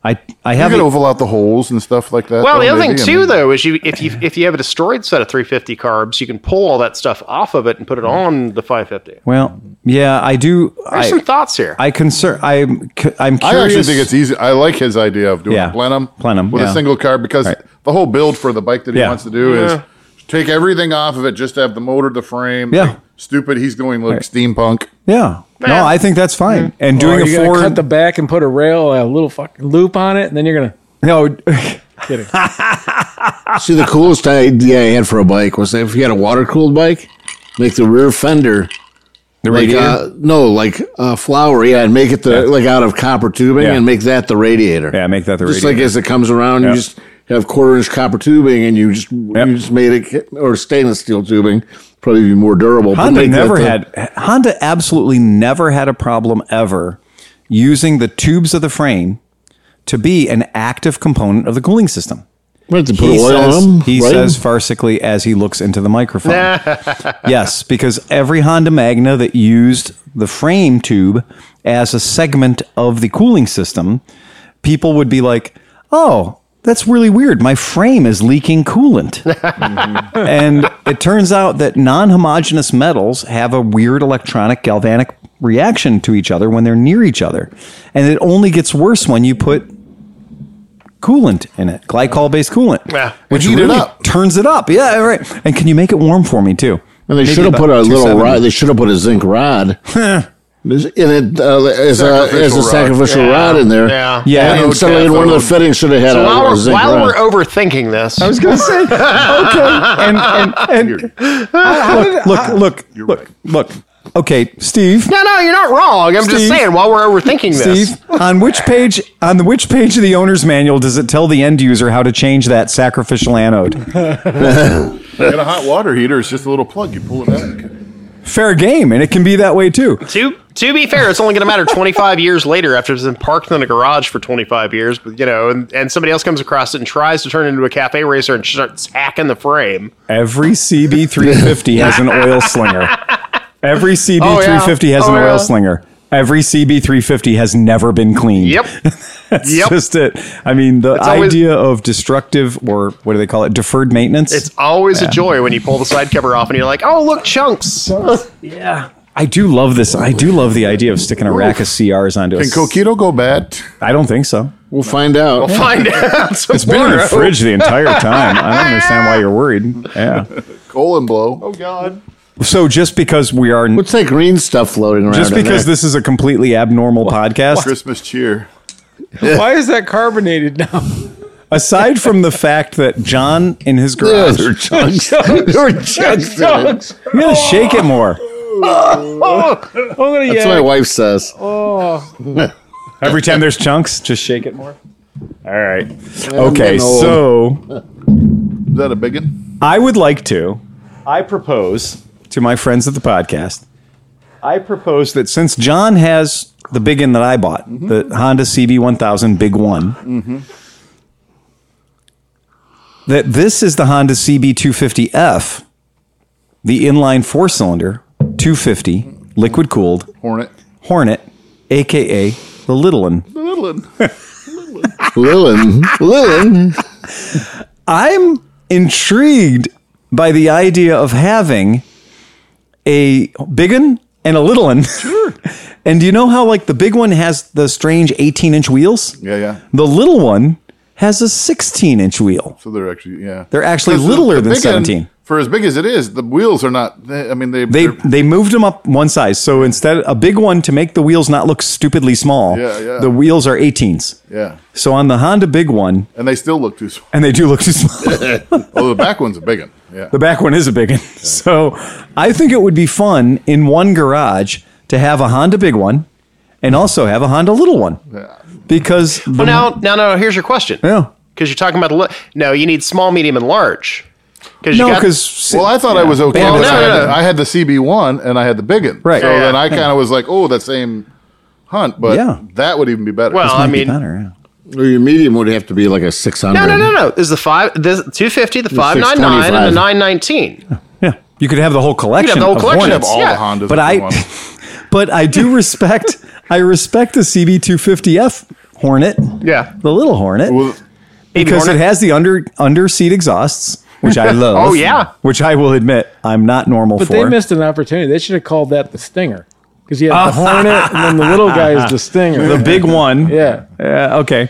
I I
you
have
could
it,
oval out the holes and stuff like that.
Well, the
though,
other thing
Oh, maybe. I
too,
mean,
though, is you if you if you have a destroyed set of 350 carbs, you can pull all that stuff off of it and put it
Mm.
on the 550.
well, yeah, I do.
There's
I
some thoughts here.
I concern. I'm cu- I'm
I
curious.
actually think it's easy. I like his idea of doing
Yeah.
a plenum,
Plenum,
with
yeah.
a single carb because
Right.
the whole build for the bike that he
Yeah.
wants to do is take everything off of it, just have the motor, the frame,
Yeah.
stupid. He's going like (laughs) steampunk.
Yeah. No, I think that's fine. And doing
Or
a
Oh, you're gonna
Ford.
cut the back and put a rail, a little fucking loop on it, and then you're gonna
(laughs) no,
kidding.
See, the coolest idea I had for a bike was if you had a water cooled bike, make the rear fender
the
like
radiator.
uh, no, like uh, flower, yeah, and make it the like out of copper tubing
Yeah.
and make that the radiator.
yeah, make that the
just
radiator.
like as it comes around,
Yeah.
you just have quarter inch copper tubing, and you just
Yep.
you just made it or stainless steel tubing, probably be more durable. but
Honda
make that
never
the-
had Honda absolutely never had a problem ever using the tubes of the frame to be an active component of the cooling system.
Right, to put
He
oil
says,
on them,
he
right?
says farcically as he looks into the microphone. yes, because every Honda Magna that used the frame tube as a segment of the cooling system, people would be like, "Oh, that's really weird. My frame is leaking coolant." and it turns out that non-homogeneous metals have a weird electronic galvanic reaction to each other when they're near each other. And it only gets worse when you put coolant in it, glycol-based coolant,
Yeah.
which
Heat it
really
up.
turns it up. Yeah, right. And can you make it warm for me too?
And they
Maybe
should have
about
put a little
270.
rod. They should have put a zinc rod. There's- In it uh, as a as
Sacrificial
a
rod.
sacrificial
Yeah.
rod in there,
Yeah.
Yeah.
And, and suddenly, in one of the fittings, should have had
So
a,
while
a
we're,
zinc
while
rod.
we're overthinking this,
I was going to (laughs) say, okay, and and, and look, look, look, look, look. Okay, Steve,
no, no, you're not wrong. I'm
Steve.
just saying while we're overthinking this.
Steve, on which page on the which page of the owner's manual does it tell the end user how to change that sacrificial anode?
Got a hot water heater. It's just a little plug. You pull it out.
Fair game, and it can be that way too.
To to be fair, it's only going to matter 25 years later after it's been parked in a garage for 25 years. But you know, and, and somebody else comes across it and tries to turn it into a cafe racer and starts hacking the frame.
Every
(laughs)
CB350 has an oil slinger. Every CB350 has
Oh,
an oil
yeah.
slinger. Every CB350 has never been cleaned.
Yep.
(laughs) That's
Yep.
just it. I mean, the
always-
idea of destructive or what do they call it? Deferred maintenance.
It's always a joy when you pull the side cover off and you're like, oh, look, chunks.
(laughs) I do love this. I do love the idea of sticking a rack of CRs onto a
Can
s-
coquito go bad?
I don't think so.
we'll find out.
Find out.
It's been in the fridge the entire time. I don't understand why you're worried. Yeah.
Coal and blow.
Oh, God.
So just because we are
What's that green stuff floating around?
just
in
because
there?
this is a completely abnormal podcast,
Christmas cheer.
Why is that carbonated now? (laughs)
aside from the fact that John in his garage,
Yeah,
(laughs)
they're chunks. (laughs) They're chunks in it.
Dogs.
you gotta shake it more.
I'm gonna
That's what my
yank.
wife says.
Every time there's chunks, just shake it more. All right. Okay.
getting old.
So
Is that a big one?
I would like to. I propose to my friends at the podcast. I propose that since John has the big one that I bought, the Honda CB1000 Big One, that this is the Honda CB250F, the inline four cylinder 250 liquid cooled
Hornet.
Hornet, aka the little one.
Little one.
Lilin, Lilin.
I'm intrigued by the idea of having a big one and a little one. Sure. (laughs) and do you know how like the big one has the strange 18 inch wheels?
(laughs) Yeah, yeah.
The little one has a 16 inch wheel.
So they're actually yeah.
They're actually
'Cause the-
littler
the
than
big end,
17.
for as big as it is, the wheels are not. They, I mean, they.
They
they're-
they moved them up one size. So instead a big one to make the wheels not look stupidly small.
Yeah, yeah.
The wheels are 18s.
yeah,
So on the Honda big one,
and they still look too small.
and they do look (laughs) too small.
Oh, the back one's a big one. Yeah.
The back one is a big one. So I think it would be fun in one garage to have a Honda big one and also have a Honda little one. Because the,
Well, now, now, no, here's your question.
Yeah.
Because you're talking about the. Li- no, you need small, medium, and large. Because
no,
got-
because
well, I thought I was okay.
Bandwidth.
with-
No,
I, had
no,
the,
no.
I had the CB1 and I had the big one.
Right.
So
Yeah,
then
yeah.
I kind of was like, oh, that same hunt, but
Yeah.
that would even be better.
Well, I mean, no,
better. yeah.
Or your medium would have to be like a 600.
no, no, no. This is the five, this 250, the 599,
625.
and the
(laughs)
919.
Yeah. You could have the whole collection.
the whole
of
collection of
Hornets.
all
yeah.
the Hondas.
But
in
I-
one.
(laughs) But I
(laughs)
do respect I respect the CB250F Hornet.
Yeah.
The little Hornet.
Well,
because
Hornet.
it has the under under seat exhausts, which
(laughs)
I love.
Oh, yeah.
Which I will admit I'm not normal
But
for.
they missed an opportunity. They should have called that the stinger. Because you have the hornet, and then the little guy is the stinger.
the big one.
(laughs) yeah.
Yeah, Uh, okay.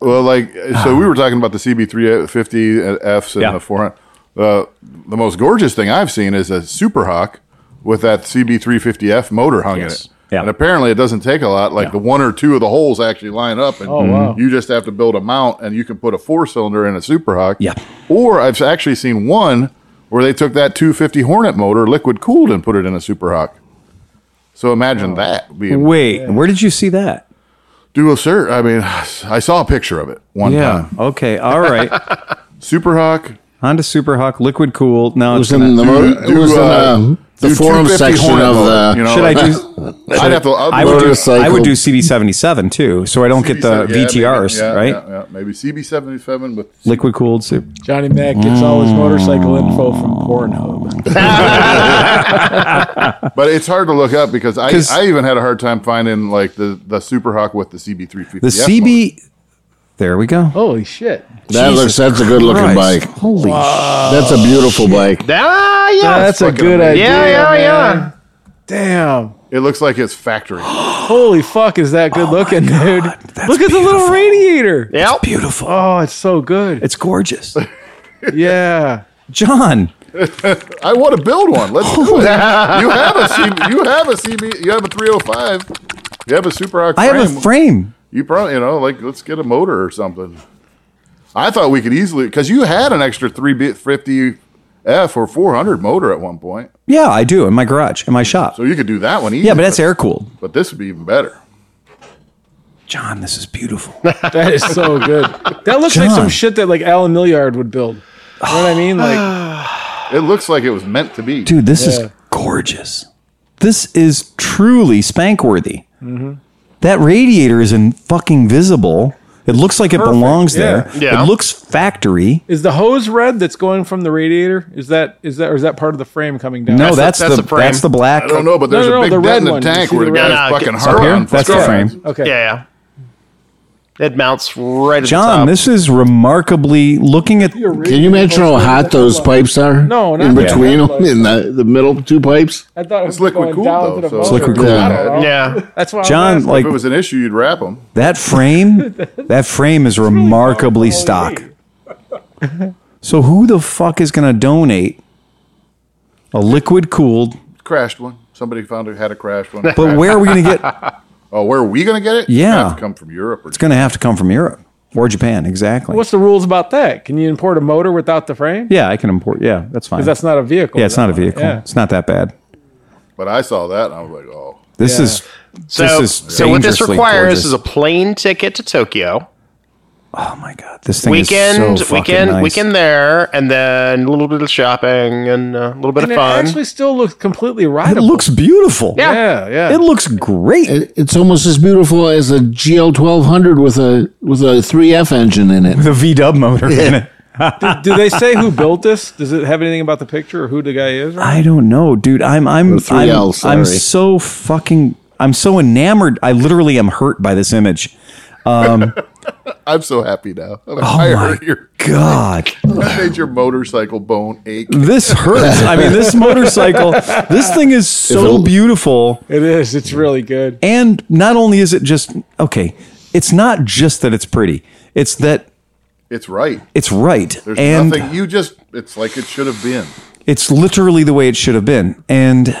Well, like so, we were talking about the CB350 Fs and
Ah. Yeah.
the 400. Uh, the most gorgeous thing I've seen is a Super Hawk with that CB350F motor hung
Yes.
in it.
Yeah.
And apparently it doesn't take a lot. Like the one or two of the holes actually line up, and
Mm-hmm.
you just have to build a mount, and you can put a four cylinder in a Super Hawk.
Yeah.
Or I've actually seen one where they took that 250 Hornet motor, liquid cooled, and put it in a Super Hawk. So imagine that being
Wait, where did you see that?
dual cert. I mean, (sighs) I saw a picture of it one time.
Okay. All right.
Super Hawk,
Honda Superhawk liquid cool. Now
It
it's
was
gonna-
in the, mo- it
do,
was in
uh,
uh, the
do
forum
250
section
Hornet
of
mode,
the.
you know,
should I
like-
do?
I'd have to. I'd
I would, do,
Motorcycle.
I would do CD seventy seven too, so I don't get the
CB7, yeah,
VTRs,
maybe, yeah,
right?
Yeah, yeah, maybe CB77 with
Liquid cooled soup.
Johnny Mac gets all his motorcycle info from Pornhub.
But it's hard to look up because I,
'Cause-
I even had a hard time finding like the, the Super Hawk with the CB350.
The CB. There we go.
Holy shit!
That looks. That's a good looking bike.
Christ. Holy
That's a beautiful bike.
Ah, yeah.
That's, a good idea.
yeah, yeah, yeah.
Damn.
It looks like it's factory.
Holy fuck, is that good looking, dude? Look at the little radiator.
Yep.
beautiful.
Oh, it's so
(laughs)
good.
It's gorgeous.
Yeah.
John,
I want to build one. Let's do
(laughs)
it. You have a CB. You have a CB. You have a 305. You have a Super Hawk.
I have a frame.
You probably you know like let's get a motor or something. I thought we could easily because you had an extra 350 F or 400 motor at one point,
Yeah, I do in my garage, in my shop.
so you could do that one. Easy,
Yeah, but that's air cooled.
But this would be even better.
John, this is beautiful.
That is
(laughs)
so good. That looks like
John.
some shit that like Alan Milliard would build. You know what I mean?
(sighs)
Like
It looks like it was meant to be.
Dude, this
Yeah.
is gorgeous. This is truly spank worthy. That radiator is in fucking visible. It looks like it belongs
yeah.
there.
Yeah.
It looks factory.
is the hose red that's going from the radiator? Is that is that or is that part of the frame coming down?
No, that's,
That's the- that's
the,
the frame.
that's the black.
I don't know, but there's
no, no,
a big
the red
dent in the
one. You
tank
see
where the
the red-
guy's
No, no,
fucking
it's
heart
up
here?
on
That's the
fire.
frame.
Okay.
Yeah, yeah. It mounts right at the
John,
top.
this is remarkably looking at
Can you imagine how hot those pipes are?
No, not
in
that
between
hot, but-
in the, the middle two pipes.
I thought it was going
liquid cooled,
down
though,
to the
so-
motor.
It's
liquid cooled.
I don't know.
yeah.
That's why
John,
I'm
like
If it was an issue, you'd wrap them.
that frame, that
(laughs)
frame is remarkably stock. So who the fuck is going to donate a liquid cooled?
Crashed one. Somebody found it had a crashed one.
But
Crashed-
where are we going to get?
oh, where are we gonna get it?
Yeah.
It's gonna have to come from Europe. Or
It's going to have to come from Europe or Japan, exactly.
what's the rules about that? Can you import a motor without the frame?
yeah, I can import. Yeah, that's fine.
Because that's not a vehicle.
yeah, it's not a vehicle.
Yeah.
It's not that bad.
but I saw that and I was like, oh,
This
Yeah.
is
So,
this is
so what this
dangerously
requires
gorgeous.
is a plane ticket to Tokyo.
oh my god, this thing
weekend,
is so fucking
weekend,
nice.
weekend there, and then a little bit of shopping and uh, a little bit
And
of
it
fun.
actually still looks completely
It
rideable.
looks beautiful.
Yeah.
yeah, yeah.
it looks great.
It, it's almost as beautiful as a GL twelve hundred with a with a three F engine in it.
the V Dub motor in it.
Do they say who built this? Does it have anything about the picture or who the guy is?
I don't know, dude. I'm I'm
three
I'm,
Ls,
I'm
sorry.
so fucking I'm so enamored. I literally am hurt by this image.
I'm so happy now. I'm like, I
Oh my-
hurt your,
God,
I made your motorcycle bone ache.
this hurts. I mean,
(laughs)
this motorcycle, this thing is so
If it-
beautiful.
It is. It's really good.
And not only is it just okay, it's not just that it's pretty. It's that
It's right.
it's right,
There's
and
nothing. You just. It's like it should have been.
it's literally the way it should have been. And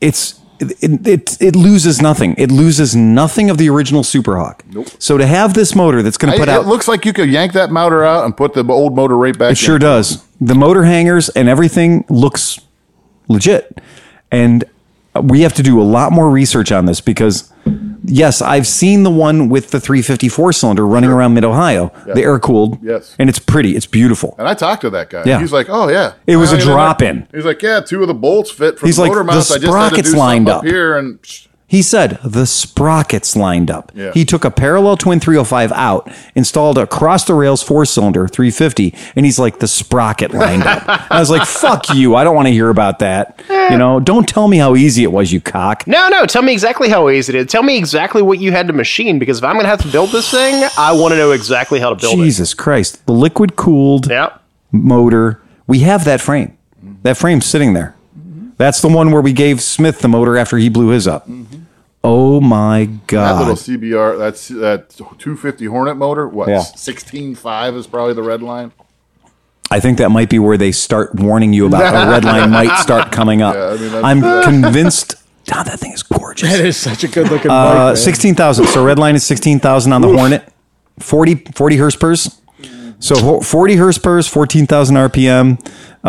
it's it, it it loses nothing. It loses nothing of the original Superhawk. Nope. So to have this motor that's going to
I,
put
it
out
looks like you could yank that motor out and put the old motor right back.
It sure
in.
does. The motor hangers and everything looks legit. And we have to do a lot more research on this because, yes, I've seen the one with the 354 cylinder running around mid Ohio, the air cooled.
Yes.
And it's pretty, it's beautiful.
And I talked to that guy.
Yeah.
He's like, oh yeah.
It was
Oh,
a
yeah, they're
drop
not-
in.
He's like, yeah, two of the bolts fit from
He's
the
like,
motor
"The
mounts. I just had to
sprocket's
do
lined
lined
up."
up here and.
He said the sprockets lined up.
Yeah.
He took a parallel twin 305 out, installed a cross the rails four cylinder 350, and he's like, the sprocket lined
(laughs)
up. And I was like, fuck you. I don't want to hear about that. You know, don't tell me how easy it was, you cock.
no, no, tell me exactly how easy it is. Tell me exactly what you had to machine because if I'm going to have to build this thing, I want to know exactly how to build
Jesus Christ. The liquid cooled
it. Yeah.
motor. We have that frame. That frame's sitting there. That's the one where we gave Smith the motor after he blew his up. Oh my
Mm-hmm. That little
God.
CBR, that's that 250 Hornet motor. What
Yeah.
sixteen five is probably the red line.
I think that might be where they start warning you about a red line might start coming
(laughs)
up.
I mean, that's-
I am
(laughs)
convinced. God, that thing is gorgeous.
(laughs) That is such a good looking bike.
Uh,
man.
sixteen thousand. So red line is sixteen thousand on the Hornet. 40, 40 Hertzpers. So ho- forty Hertzpers, fourteen thousand RPM.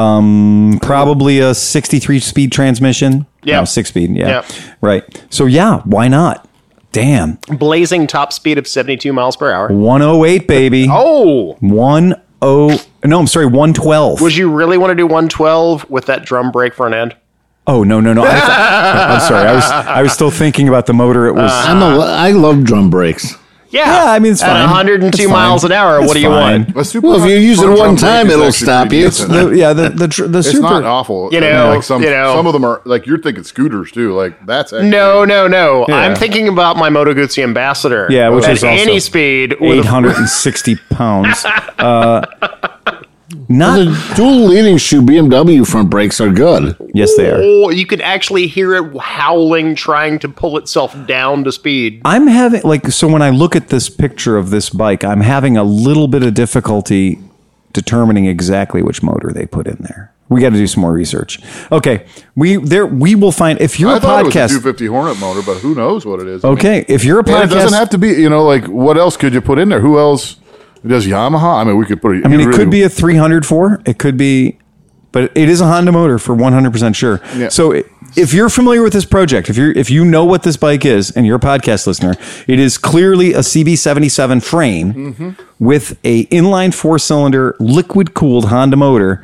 Um, probably a sixty-three speed transmission.
Yeah.
No, six speed. Yeah,
Yeah.
right. So yeah, why not? Damn,
Blazing top speed of 72 miles per hour.
one oh eight, baby.
Oh,
One oh. No, I'm sorry, one twelve.
would you really want to do 112 with that drum break front end?
Oh no, no, no. I, am
(laughs)
sorry. I was I was still thinking about the motor. It was.
I'm a, I love drum brakes.
Yeah,
yeah, I mean it's
Uh, at
fine.
102
It's fine.
miles an hour.
It's
what do you
fine.
want?
A super
Well, if you use it
front
one
drum brake
time,
is
it'll
actually
stop
pretty
you.
decent.
The- yeah, the the, tr- the
it's
super.
not awful.
You
I mean,
know,
like some
you know.
some of them are like you're thinking scooters too. Like that's actually,
No, no, no.
Yeah.
I'm thinking about my Moto Guzzi Ambassador.
Yeah, which
at
is also
any speed with a (laughs)
860 pounds. Uh,
Ah.
not
The dual leading shoe BMW front brakes are good.
yes, they are.
Oh, you could actually hear it howling, trying to pull itself down to speed.
I'm having like so when I look at this picture of this bike, I'm having a little bit of difficulty determining exactly which motor they put in there. We got to do some more research. Okay, we there we will find if you're
I
a
thought it was a
podcast.
250 Hornet motor, but who knows what it is? I mean,
okay, if you're a
and it doesn't
podcast,
have to be. You know, like what else could you put in there? Who else does Yamaha? I mean, we could put.
I mean, it could be a 300 for it could be, but it is a Honda motor for 100 percent sure.
Yeah.
So i- if you're familiar with this project, if you're if you know what this bike is, and you're a podcast listener, it is clearly a CB77 frame
Mm-hmm.
with a inline four cylinder liquid cooled Honda motor.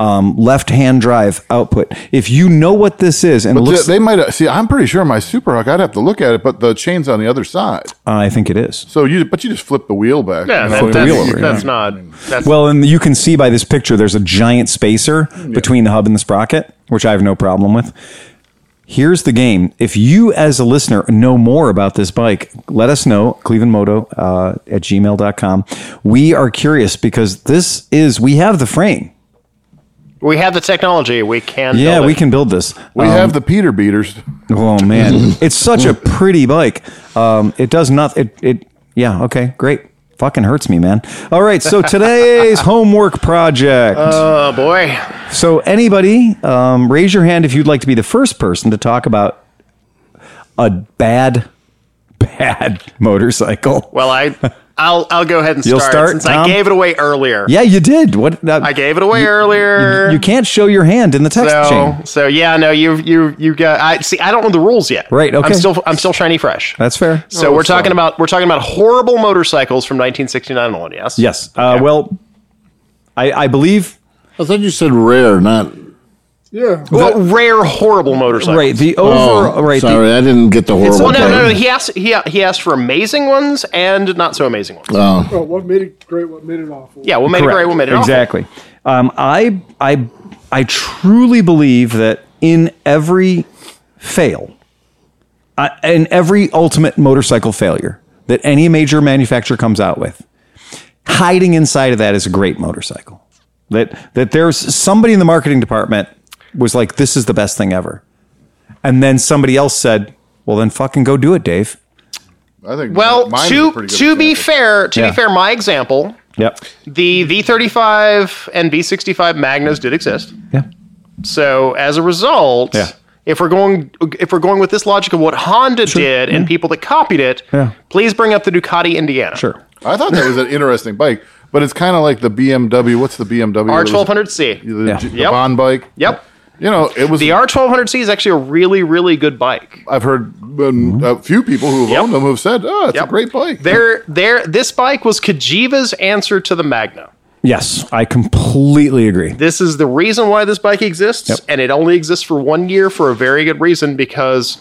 Um, left-hand drive output. If you know what this is, and it
They,
looks,
they might uh, see. I'm pretty sure my Superhawk. I'd have to look at it, but the chain's on the other side.
I think it is.
So you, but you just flip the wheel back.
Yeah,
you
that-
know?
the
that's,
wheel over,
that's
yeah.
not. That's,
Well, and you can see by this picture, there's a giant spacer between the hub and the sprocket, which I have no problem with. Here's the game. If you, as a listener, know more about this bike, let us know, clevelandmoto uh, at gmail.com. We are curious because this is, we have the frame.
we have the technology. We can.
Yeah,
build
we
it.
can build this. Um,
we have the Peter beaters.
Oh, man. it's such a pretty bike. Um, it does nothing. It, it, yeah, okay, great. Fucking hurts me, man. All right, so today's homework project.
Oh boy.
So, anybody, um, raise your hand if you'd like to be the first person to talk about a bad, (laughs) bad motorcycle. (laughs)
Well, I, I'll, I'll go ahead and
You'll
start,
start,
since
Tom?
I gave it away earlier.
yeah, you did. What? uh,
I gave it away
you-
earlier.
You can't show your hand in the text
so,
chain.
so yeah, no, you you you got. I see. I don't know the rules yet.
Right, okay.
I'm still I'm still shiny fresh.
That's fair.
so we're talking about we're talking about horrible motorcycles from 1969 on. Yes.
Yes. Uh, Well, I, I believe.
I thought you said rare, not.
Yeah.
Well, rare horrible motorcycles.
Right. The over.
Oh,
right. the-
sorry, I didn't get the horrible
Well,
part.
no, no, no. He asked he he asked for amazing ones and not so amazing ones.
Oh,
Well, what made it great? What made it awful?
yeah, what made it
Correct.
great? What made it awful?
exactly. Um, I I I truly believe that in every fail, uh, in every ultimate motorcycle failure that any major manufacturer comes out with, hiding inside of that is a great motorcycle. That that there's somebody in the marketing department was like, "This is the best thing ever," and then somebody else said, "Well, then fucking go do it, Dave."
I think.
Well,
mine was a
to to
pretty good
be
example.
fair, to
Yeah.
be fair, my example,
Yep.
the V35 and V65 Magnas did exist.
Yeah.
So as a result,
Yeah.
if we're going if we're going with this logic of what Honda did and people that copied it,
Yeah.
please bring up the Ducati Indiana.
Sure.
I thought that was an interesting bike, but it's kind of like the BMW. What's the BMW? that was-
R1200C.
The,
Yeah.
G- the
Yep.
Bond bike.
Yep.
You know, it was.
The R1200C is actually a really really good bike.
I've heard um, a few people who have
Yep.
owned them who've said, "Oh, it's
Yep.
a great bike."
There, there. This bike was Kajiva's answer to the Magna.
Yes, I completely agree.
This is the reason why this bike exists, and it only exists for one year for a very good reason because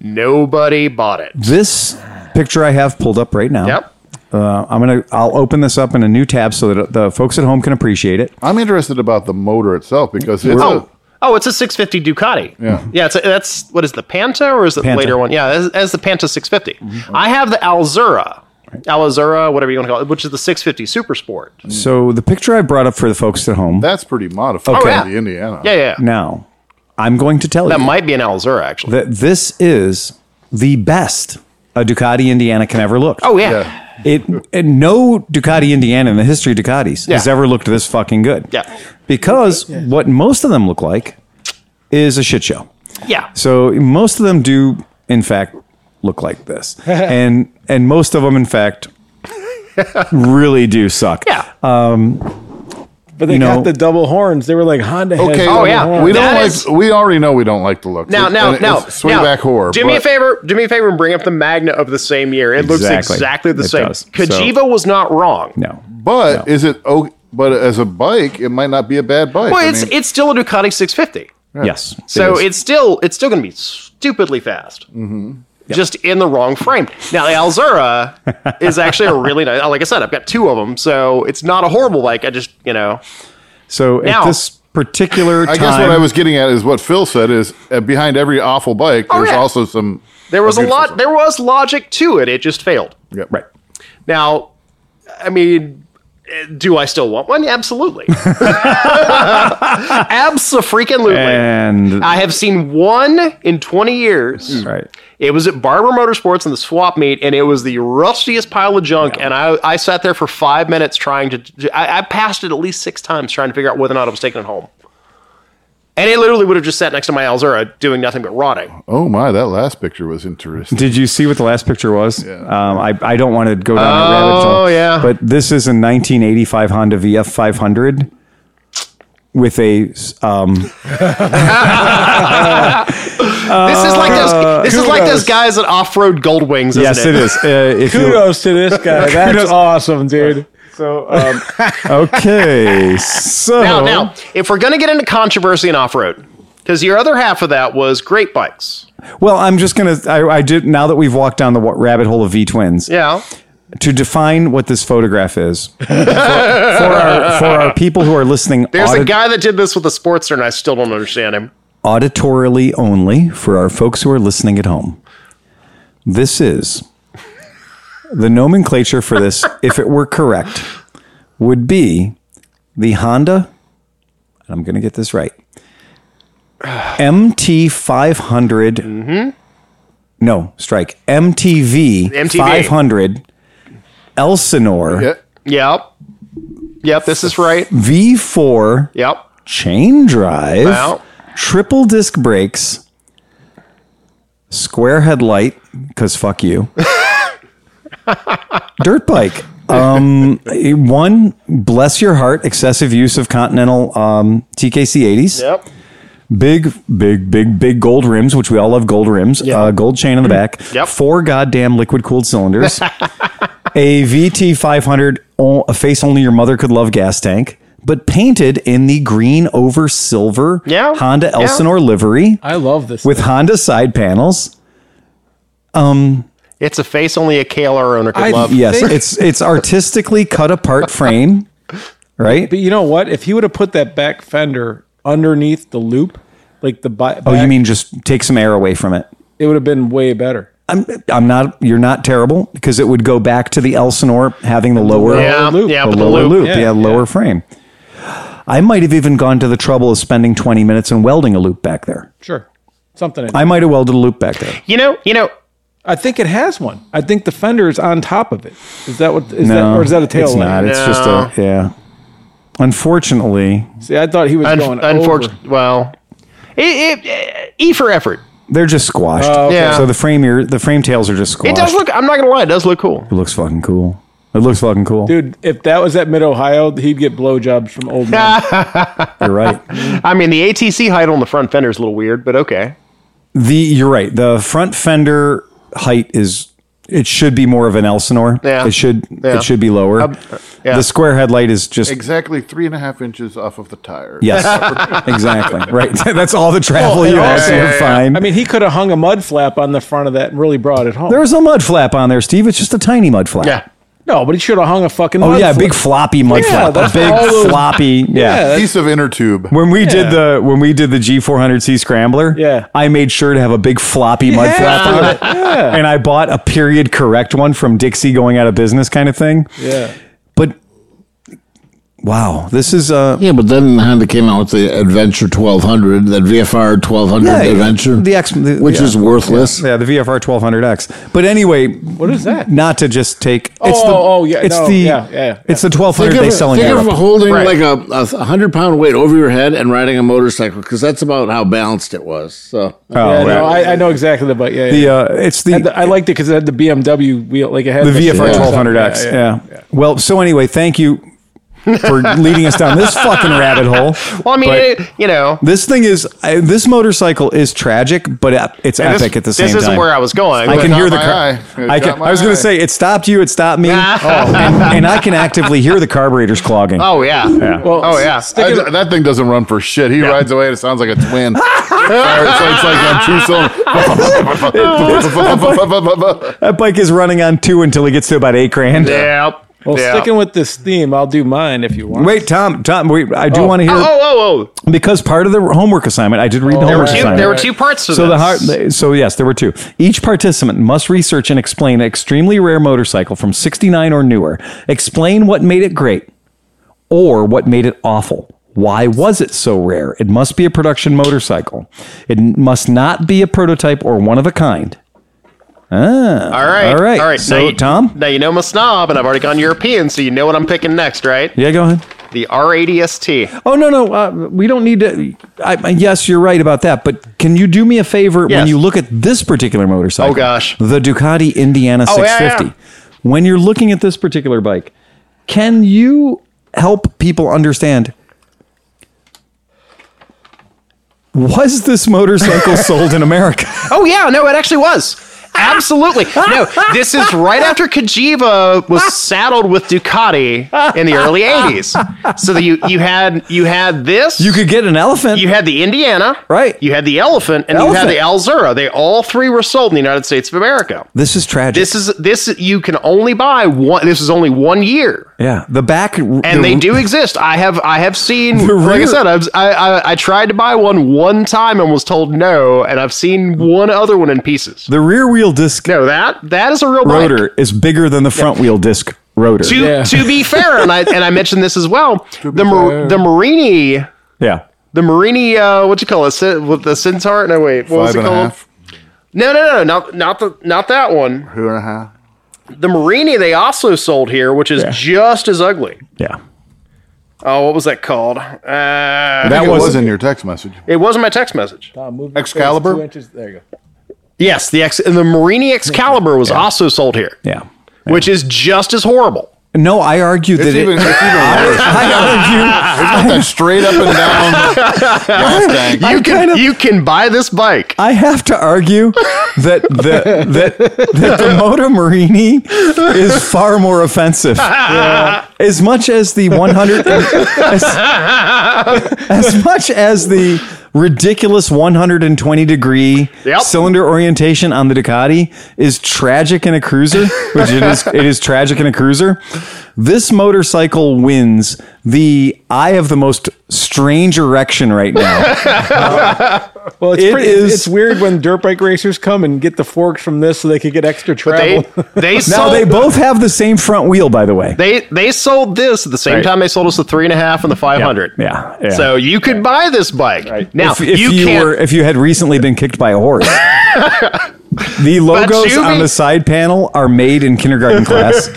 nobody bought it.
This picture I have pulled up right now.
Yep.
Uh, I'm gonna. I'll open this up in a new tab so that the folks at home can appreciate it.
I'm interested about the motor itself because it's
Oh, oh, it's a 650 Ducati.
Yeah.
yeah. It's a, that's what is the Panta or is it the
Panta.
later one? Yeah, that's, that's the Panta 650. I have the Alzura. Alzura, whatever you want to call it, which is the 650 Super Sport.
So the picture I brought up for the folks at home.
that's pretty modified.
Oh, yeah.
The Indiana.
Yeah, yeah. yeah.
now, I'm going to tell
That
you
might be an Alzura, actually.
that this is the best a Ducati Indiana can ever look.
oh, yeah.
Yeah.
It and no Ducati Indiana in the history of Ducatis has
Yeah.
ever looked this fucking good.
Yeah.
Because what most of them look like is a shit show.
Yeah.
So most of them do, in fact, look like
(laughs)
this, and and most of them, in fact, really do suck.
Yeah.
But they
You know-
got the double horns. They were like Honda. has
Okay.
double
Oh, yeah.
horns.
We don't
That
like.
is-
we already know we don't like the look.
Now,
It-
now,
and
now,
it's
now,
swingback whore.
Do me a
but-
favor. Do me a favor and bring up the Magna of the same year. It looks
Exactly.
exactly the
It
same.
does.
Kajiva
So-
was not wrong.
No.
But is it? Oh, but as a bike, it might not be a bad bike.
Well,
I
it's
mean,
it's still a Ducati 650.
Yes.
So
is.
it's still it's still going to be stupidly fast. Mm-hmm. Just in the wrong frame. Now the Alzura is actually a really nice. Like I said, I've got two of them, so it's not a horrible bike. I just you know
so at
now-
this particular time,
I guess what I was getting at is what Phil said is uh, behind every awful bike, there's
Oh, yeah.
also some.
there was a
beautiful
lot.
stuff.
There was logic to it. It just failed.
Yep.
right.
Now, I mean, eh, do I still want one?
(laughs)
Absolutely. Absolutely.
And
I have seen one in 20 years.
right.
It was at Barber Motorsports in the swap meet, and it was the rustiest pile of junk. And I, I sat there for five minutes trying to. to- I, I passed it at least six times trying to figure out whether or not I was taking it home. And it literally would have just sat next to my Alzura doing nothing but rotting.
Oh my, that last picture
(laughs)
was interesting.
Did you see what the last picture was? Um, I, I don't want to go down that rabbit hole.
Oh, yeah.
But this is a 1985 Honda VF500 with a um,
This is like those. This is like
kudos.
those guys at Off Road Gold Wings. Isn't
Uh, yes, it is. Uh, if you-
Kudos to this
(laughs)
guy. That's awesome, dude.
(laughs)
Okay, so
Now, now, if we're going to get into controversy and off road, because your other half of that was great bikes.
well, I'm just gonna. I, I did now that we've walked down the wa- rabbit hole of V twins.
Yeah.
To define what this photograph is (laughs) for, for our for our people who are listening,
There's a
audit-
guy that did this with a Sportster, and I still don't understand him.
auditorily only for our folks who are listening at home. This is the nomenclature for this, (laughs) if it were correct, would be the Honda, and I'm going to get this right, (sighs) MT500. No, strike. MTV,
MTV.
500 Elsinore
Yeah.
Yep. Yep. This is right.
V4
Yep.
chain drive,
Wow.
triple disc brakes, square headlight, because fuck you, (laughs) dirt bike. Um, one, bless your heart, excessive use of Continental um, TKC 80s.
Yep.
Big, big, big, big gold rims, which we all love gold rims. Uh, gold chain on the back.
Mm-hmm. Yep.
Four goddamn liquid cooled
(laughs)
cylinders. a VT500, o- a face only your mother could love gas tank, but painted in the green over silver
Yeah.
Honda
Yeah.
Elsinore livery
I love this.
with Honda side panels.
It's a face only a KLR owner could
I-
love.
Yes,
Think-
it's it's artistically cut apart frame, right?
But you know what? If he would have put that back fender underneath the loop, like the bi-
Oh, you
back,
mean just take some air away from it?
it would have been way better.
I'm I'm not you're not terrible because it would go back to the Elsinore having the lower
Yeah.
loop.
Yeah.
the
But the
lower
loop.
loop,
Yeah,
yeah, lower frame. I might have even gone to the trouble of spending 20 minutes and welding a loop back there.
Sure, something. I,
I might have welded a loop back there.
You know. You know.
I think it has one. I think the fender is on top of it. Is that what? Is that or is that a tail
It's
light?
not. It's
No.
just a yeah. Unfortunately,
See, I thought he was
Un-
going. over.
unfortunately. Well. It, it, eh, E for effort.
they're just squashed.
Oh,
Yeah.
So the frame ear, the frame tails are just squashed.
It does look. I'm not gonna lie. It does look cool.
It looks fucking cool. It looks fucking cool.
dude. If that was at Mid Ohio, he'd get blowjobs from
(laughs)
old man.
You're right.
I mean, the ATC height on the front fender is a little weird, but okay.
The you're right. The front fender height is it should be more of an Elsinore.
Yeah.
It should
Yeah.
it should be lower.
yeah.
The square headlight is just
Exactly three and a half inches off of the tire.
yes,
(laughs)
exactly right. (laughs) That's all the travel
Well,
you
and
have.
also-
so you're fine.
I mean, he could have hung a mud flap on the front of that and really brought it home.
there's a mud flap on there, Steve. It's just a tiny mud flap.
no, but he should have hung a fucking.
Oh
mud
yeah,
flap.
big floppy mud
Yeah,
flap.
that's
A big
all those-
floppy. Yeah.
Yeah.
Piece of inner tube.
When we did the when we did the G400C scrambler,
Yeah.
I made sure to have a big floppy mud
Yeah.
flap on it. And I bought a period correct one from Dixie going out of business kind of thing.
Yeah.
But Wow, this is uh,
Yeah, but then Honda came out with the Adventure 1200, that VFR 1200
yeah,
Adventure,
the X, the-
which
yeah.
is worthless.
Yeah, the VFR 1200X. But anyway, what
is that?
Not to just take. It's
Oh,
the,
oh, yeah,
it's
no,
the
yeah, yeah,
it's the 1200
Think
they
of,
sell in
think of
Europe.
holding
Right.
like a, a 100 pound weight over your head and riding a motorcycle because that's about how balanced it was. So,
Oh,
yeah,
right.
no, I, I know exactly the bike. Yeah,
the
yeah.
uh, it's the
Had the- I liked it because it had the BMW wheel, like it had
the VFR
Yeah.
1200X. Yeah, Well, so anyway, thank you for leading us down this fucking rabbit hole.
Well, I mean,
But
it, you know,
this thing is I, this motorcycle is tragic, but it- it's
this,
epic at the same
this isn't
time.
where I was going.
I
but-
can
caught
hear the
my eye.
car.
It
I,
caught
can,
my
I was going
eye.
to say it stopped you, it stopped me, and, and I can actively hear the carburetors clogging.
Oh yeah. oh yeah.
I- that thing doesn't run for shit. He rides away and it sounds like a twin. Fire- it's, like, it's like on two cylinders.
That bike is running on two until he gets to about eight grand.
Yep.
Well,
yeah.
sticking with this theme, I'll do mine if you want.
Wait, Tom, Tom, wait, I do
Oh.
want to hear
Oh, oh, oh.
because part of the homework assignment, I did read the
there
homework
were two-
assignment.
There were two parts to
so the
this.
hard, so yes, there were two. Each participant must research and explain an extremely rare motorcycle from 69 or newer. Explain what made it great or what made it awful. Why was it so rare? It must be a production motorcycle. It n- must not be a prototype or one of a kind.
all right.
all right.
All right.
So,
now you,
Tom?
Now you know I'm a snob, and I've already gone European, so you know what I'm picking next, right?
Yeah, go ahead.
The R80ST.
Oh no, no, uh, we don't need to. I, I- yes, you're right about that. But can you do me a favor when
Yes.
you look at this particular motorcycle?
Oh, gosh.
the Ducati Indiana
Oh, yeah,
650. When you're looking at this particular bike, can you help people understand? Was this
(laughs)
motorcycle sold in America?
Oh yeah. No, it actually was. (laughs) Absolutely. No, this is right after Kajiva was saddled with Ducati in the early 80s. So that you you had you had this.
You could get an elephant.
You had the Indiana,
Right.
You had the elephant, and
Elephant.
you had the Alzura. They all three were sold in the United States of America.
this is tragic.
This is this you can only buy one. This is only one year,
yeah, the back
and they do exist. I have I have seen.
The
Like I
rear-
said, I've, I, I I tried to buy one one time and was told no, and I've seen one other one in pieces.
the rear wheel disc
No, that that is a real bike.
rotor is bigger than the front wheel disc rotor.
To to be fair, and I and I mentioned this as well. The Mar- the Marini.
yeah.
The Marini, uh, what you call it? Cen- With the Centaur? No, wait. What was
Five
it
and a
called?
half.
No, no, no, not not the not that one.
Two and a half.
The Marini they also sold here, which is just as ugly.
Yeah.
Oh, what was that called? Uh,
That
was-
was, was in your text message.
it wasn't my text message.
Excalibur?
Two inches. There you go.
Yes, the ex- the Marini Excalibur was also sold here,
Yeah.
which is just as horrible.
No, I argue that
It's even,
it, (laughs)
it's even worse.
I
(laughs)
argue.
It's got that straight up and down
(laughs)
gas tank.
You can
kind of-
you can buy this bike.
I have to argue that the that, that the Moto Marini is far more offensive. As much as the 100 as, as much as the ridiculous 120 degree
Yep.
cylinder orientation on the Ducati is tragic in a cruiser, which it is it is tragic in a cruiser. This motorcycle wins the I have the most strange erection right now.
Well, it's
It
pretty,
is-
It's weird when dirt bike racers come and get the forks from this so they could get extra
They
travel.
(laughs)
(laughs)
they
Now
sold
they both have the same front wheel, by the way.
they they sold this at the same
Right.
time they sold us the three and a half and the five hundred.
Yeah, yeah.
So you could buy this bike now.
if, if
you,
you,
can't.
were if you had recently been kicked by a
(laughs)
horse. the logos
you
on
be-
the side panel are made in kindergarten
(laughs)
class.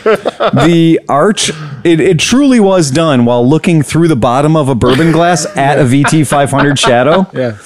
the arch it, it truly was done while looking through the bottom of a bourbon glass at a VT 500
(laughs)
Shadow.
yeah.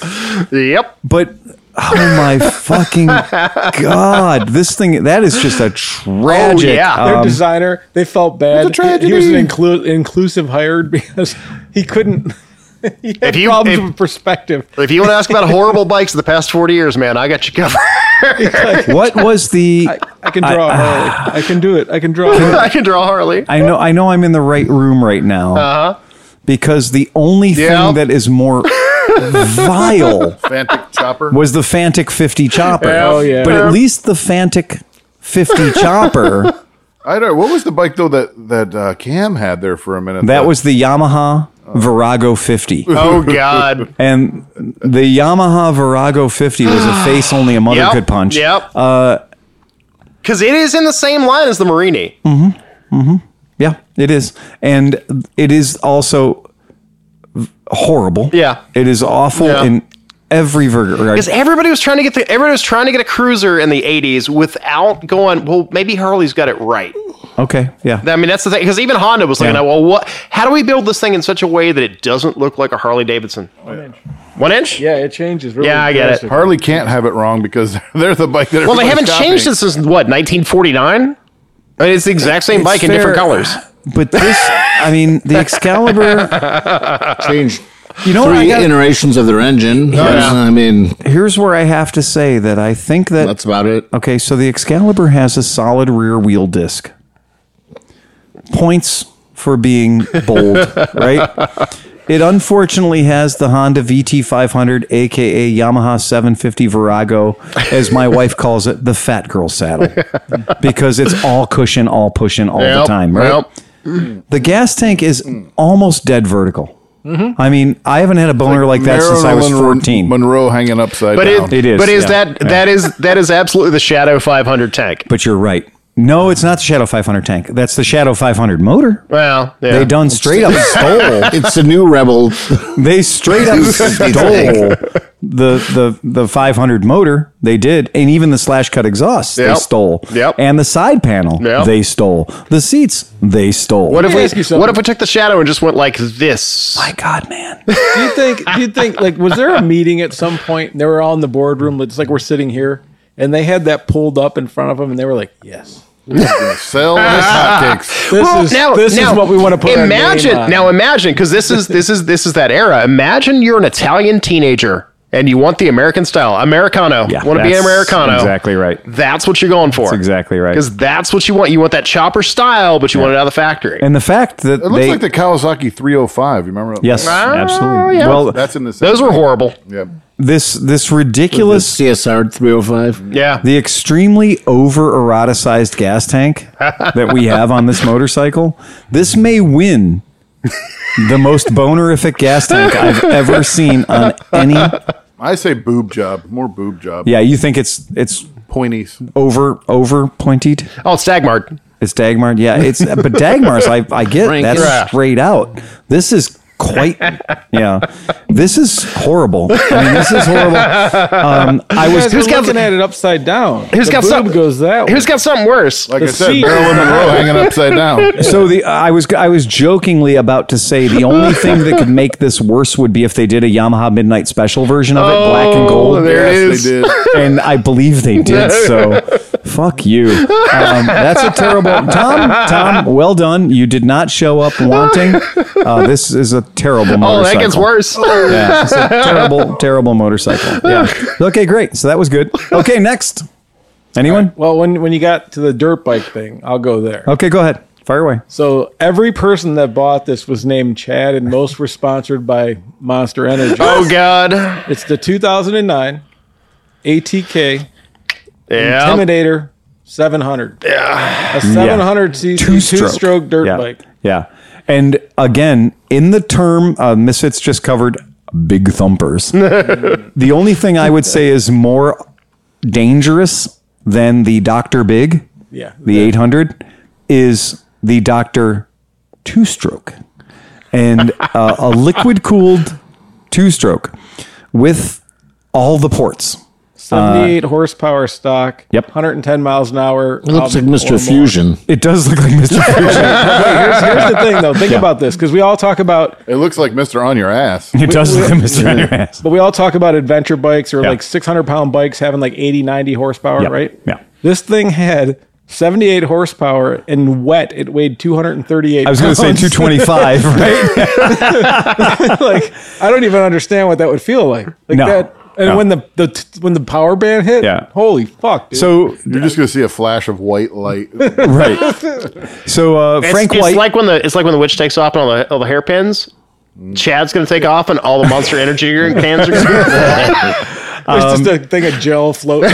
yep.
But oh my
(laughs)
fucking god, this thing that is just a tragic.
Oh, yeah.
Their
um,
designer, they felt bad.
It's a tragedy.
He was an inclu- inclusive hired (laughs) because he couldn't. (laughs) he had
If you-
problems
if-
with perspective.
If you want to ask about horrible bikes of the past forty years, man, I got you covered. (laughs)
what was the
I can draw
(sighs)
a Harley. I can do it. I can draw. a
(laughs)
Harley.
I can
(laughs)
draw Harley.
I know I know I'm in the right room right now. Because the only
Uh-huh. Yeah.
thing that is
(laughs)
more vile
Fantic chopper.
was the Fantic 50 chopper.
Oh, yeah.
But at least the Fantic
(laughs)
50 chopper,
I don't. What was the bike though that that uh, Cam had there for a minute?
that
though?
was the Yamaha Virago 50.
Oh God.
And the Yamaha Virago 50 was
(gasps)
a face only a mother
Yep.
could punch. Uh, Hmm.
Yep. Because it is in the same line as the Marini. Mm-hmm. Mm-hmm.
Yeah, it is. And it is also horrible.
Yeah.
It is awful
Yeah.
in every
Because
regard.
everybody was trying to get the everybody was trying to get a cruiser in the '80s without going. Well, maybe Harley's got it right.
Okay. Yeah.
I mean, that's the thing. Because even Honda was looking
Yeah.
at, well, what? How do we build this thing in such a way that it doesn't look like a Harley Davidson? One inch. One inch?
Yeah, it changes. Really
Yeah, I get it.
drastically.
Harley can't have it wrong because (laughs) they're the bike that.
Well, they haven't
everybody's
changed
copying.
it since what 1949. I mean, it's the exact same bike in
fair.
different colors.
But this, I mean, the Excalibur.
Changed
You know what? Oh, I
three
got,
iterations of their engine. I mean,
here's where I have to say that I think that
that's about
(laughs)
it.
Okay, so the Excalibur has a solid rear wheel disc. Points for being
(laughs)
bold, right? It unfortunately has the Honda VT500, aka Yamaha 750 Virago, as my wife calls it, the fat girl
(laughs)
saddle, because it's all cushion, all pushing all the
Yep,
time, right?
yep.
The gas tank is almost dead vertical.
Mm-hmm.
I mean, I haven't had a boner like, that since I was
Marilyn
14.
Monroe hanging upside
But
down.
it,
It is,
But is
yeah.
that that is that is absolutely the Shadow 500 tank?
but you're right. No, it's not the Shadow 500 tank. That's the Shadow 500 motor.
Well, yeah.
They done straight
(laughs)
up stole.
It's a new Rebel. (laughs)
They straight
(laughs)
up stole the the the 500 motor. They did, and even the slash cut exhaust they
Yep.
stole.
Yep.
And the side panel
Yep.
they stole. The seats they stole.
What
Let me
if
ask you
we
something.
What if we took the Shadow and just went like this?
My God, man!
Do you think? Do you think? Like, was there a meeting at some point? And they were all in the boardroom, just like we're sitting here, and they had that pulled up in front of them, and they were like, "Yes,
Sell his hotcakes.
this
Well,
is this is what we want to put." our name
Imagine
on."
now, imagine because this is this is this is that era. Imagine you're an Italian teenager and you want the American style Americano. want to be an
that's
Americano?
Exactly right.
That's what you're going for.
exactly right.
Because that's what you want. You want that chopper style, but you want it out of the factory.
And the fact that
It looks
they
like the Kawasaki 305. You remember? that?
yes,
Ah,
absolutely.
yeah.
Well,
that's in the. same
Those were
thing.
horrible.
Yep.
this this
The
ridiculous
CSR 305.
Yeah.
The extremely over eroticized gas tank that we have on this motorcycle, this may win the most bonerific gas tank I've ever seen on any.
I say boob job. More boob job.
Yeah, you think it's it's
Pointies.
over over pointed?
oh, it's Dagmar.
It's Dagmar. Yeah, it's but Dagmar's. I I get
Frank,
that's
yeah.
straight out. This is quite. Yeah, this is horrible. I mean, this is horrible. Um, I was
Guys, who's
got
looking
the-
at it upside down?
Who's
the
got
boob
something-
goes that way.
Who's got something worse?
Like
The
I said,
seat.
Marilyn Monroe hanging
(laughs)
upside down.
So the I was I was jokingly about to say the
(laughs)
only thing that could make this worse would be if they did a Yamaha Midnight Special version of it, black and gold.
Oh, there it is.
Yes, They did.
And I believe they
(laughs)
did. So fuck you. Um, that's a terrible Tom. Tom, well done. You did not show up wanting. Uh, this is a terrible.
Oh,
motorcycle.
that gets worse.
Yeah, it's a terrible, terrible motorcycle.
(laughs)
Yeah. Okay, great. So that was good. Okay, next. Anyone?
well, when when you got to the dirt bike thing, I'll go there.
Okay, go ahead. Fire away.
So every person that bought this was named Chad, and most were sponsored by Monster Energy.
Oh God.
(laughs) It's the 2009 ATK
Yeah.
Intimidator 700. Yeah, a 700 cc two-stroke, dirt
yeah.
bike.
Yeah. And again, in the term, uh, Misfits just covered big thumpers.
(laughs)
the only thing I would say is more dangerous than the Dr. Big,
Yeah,
the 800, is the Dr. Two Stroke. And uh, a liquid cooled two stroke with all the ports.
78 horsepower stock.
uh, Yep.
110 miles an hour.
(laughs)
It looks
um,
like
or more.
Mr. Fusion.
It does look like
(laughs)
Mr. Fusion.
Here's, here's the thing, though. Think about this, because we all talk about
It looks like Mr. On Your Ass.
It does look like Mr. On Your Ass.
But we all talk about adventure bikes or
Yeah.
like 600 pound bikes having like 80, 90 horsepower,
Yeah.
right?
Yeah.
This thing had 78 horsepower and wet. It weighed 238.
I was going to
(laughs)
say 225, right?
like, I don't even understand what that would feel like. Like
No.
that. And
No.
when the, the t- when the power band hit,
Yeah.
holy fuck, dude.
So
You're just gonna see a flash of white light. (laughs)
right. So uh,
It's-
Frank
it's,
White.
like when the it's like when the witch takes off and all the all the hairpins. Chad's gonna take off and all the monster energy
(laughs)
drink cans are gonna
it's just
Um,
a thing of
(laughs)
gel floating.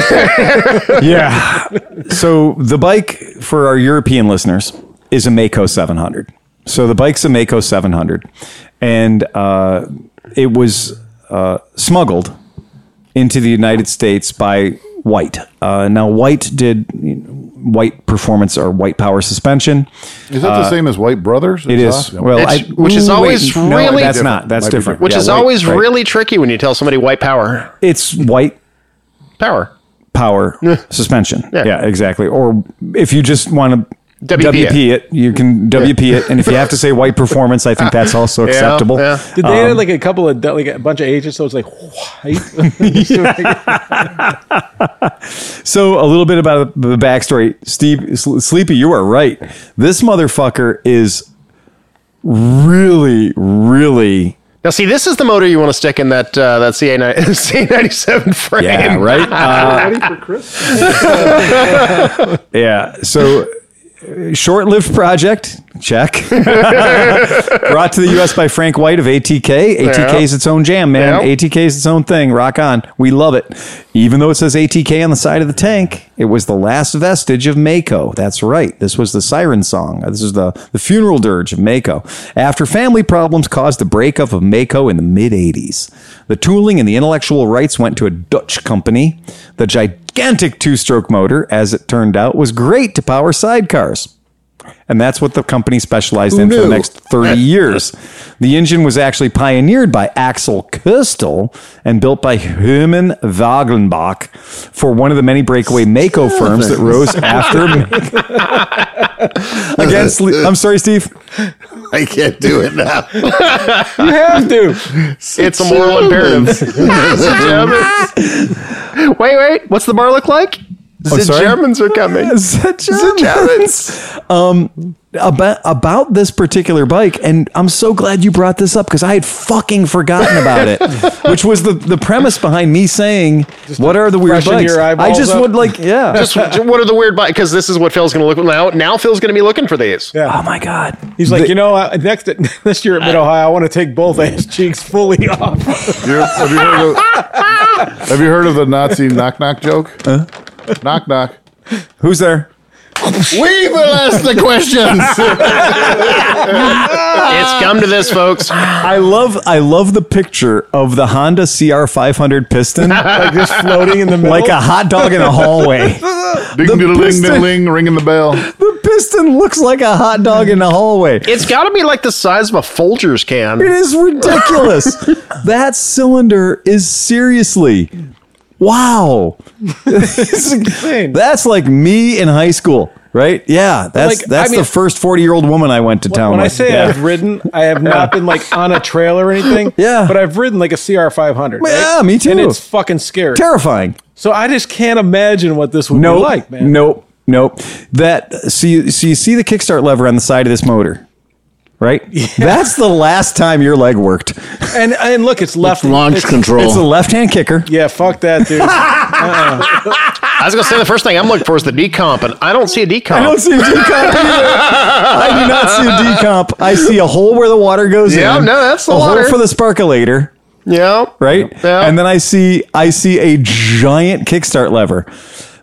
yeah. (laughs) So the bike for our European listeners is a Mako 700. So the bike's a Mako 700, and uh, it was uh, smuggled into the United States by White. Uh, now White did white performance or white power suspension.
Is that the same as White Brothers?
It
Exhaust?
is well,
It's-
I,
which is
ooh,
always
no,
really
that's
different.
not that's
Might be
different.
different.
which
Yeah,
is
white,
always
right.
really tricky when you tell somebody white power.
it's white
Power.
power suspension. Yeah. exactly. Or if you just want to
WP
WP, it. you can WP it. And if you have to say white performance, I think that's also acceptable.
yeah.
Did they add like a couple of du- like a bunch of ages? So it's like
(laughs)
white.
So a little bit about the backstory. Steve Sl- Sleepy, you are right. This motherfucker is really, really
Now, see, this is the motor you want to stick in that uh, that CA (laughs) ninety seven frame.
yeah, right. Uh,
Ready for Christmas?
(laughs) Yeah. So, uh, short-lived project. Check. (laughs) Brought to the U.S. by Frank White of ATK. ATK is its own jam, man.
Yeah.
ATK is its own thing. Rock on. We love it. Even though it says ATK on the side of the tank, it was the last vestige of Mako. That's right. This was the siren song. Uh, This is the, the funeral dirge of Mako. After family problems caused the breakup of Mako in the mid 80s, the tooling and the intellectual rights went to a Dutch company. The gigantic two stroke motor, as it turned out, was great to power sidecars. And that's what the company specialized in for the
knew?
next 30 years. The engine was actually pioneered by Axel Kustel and built by Hermann Wagenbach for one of the many breakaway Mako firms that rose after Mako. Against, Le- I'm sorry, Steve.
I can't do it now.
(laughs)
you have to.
It's a moral imperative. (laughs) wait, wait. What's the bar look like? the
Oh, sorry?
Germans are coming.
Germans. Um, about about this particular bike, and I'm so glad you brought this up because I had fucking forgotten about (laughs) it, which was the the premise behind me saying, "What are the weird
freshen
bikes?"
your
I
eyeballs
just
up.
would like, yeah.
Just what are the weird bikes? Because this is what Phil's going to look now. Now Phil's going to be looking for these.
oh my god,
He's like, you know, uh, next (laughs) this year at Mid Ohio, I want to take both ass cheeks fully (laughs) off.
You're- have, you heard of, have you heard of the Nazi knock knock joke? Knock knock.
who's there?
we will ask the questions.
It's come to this,
(laughs)
folks.
I love I love the picture of the Honda CR500 piston
like just floating
(laughs)
in the middle.
like a hot dog in a hallway. (laughs) The
Ding ding ding
piston.
ding ding, ringing the bell.
the piston looks like a hot dog in a hallway.
It's got to be like the size of a Folgers
It
can.
is
(laughs)
ridiculous. that cylinder is seriously. Wow. (laughs)
insane.
that's like me in high school, right? Yeah, that's
Like, I
that's
mean-
the first 40-year-old woman I went to town
when I
with.
say
Oh yeah.
I've ridden, I have not been like on a trail or anything.
(laughs) Yeah.
But I've ridden like a CR 500.
Yeah, me too.
And it's fucking scary.
terrifying.
so I just can't imagine what this would
Nope.
be like, man.
Nope. Nope. That so you, so you see the kickstart lever on the side of this motor.
(laughs)
Right? That's the last time your leg worked.
And and look, it's left
Launch
it's-
control.
It's a left-hand kicker.
(laughs) Yeah, fuck that, dude.
(laughs)
I was going to say the first thing I'm looking for is the decomp, and I don't see a decomp.
I don't see a decomp either. I do not see a decomp. I see a hole where the water goes
Yeah,
in.
no, that's the
a
water.
hole for the sparkulator,
yeah.
right?
Yeah.
And then I see I see a giant kickstart lever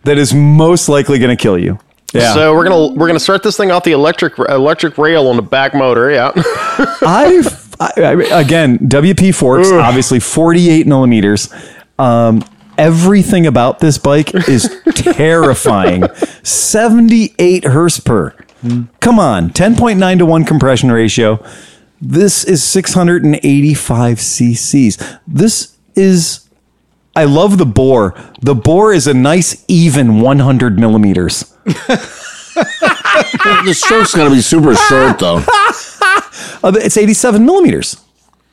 that is most likely going to kill you. Yeah.
So we're gonna we're gonna start this thing off the electric electric rail on the back motor. (laughs) Yeah.
I've I, I, again WP forks, obviously forty-eight millimeters. Um, everything about this bike is terrifying. Seventy-eight hertz per. Come on, ten point nine to one compression ratio. This is six hundred and eighty-five cc's. This is. I love the bore. The bore is a nice even 100 millimeters.
the stroke's got to be super short, though.
Uh, It's 87 millimeters.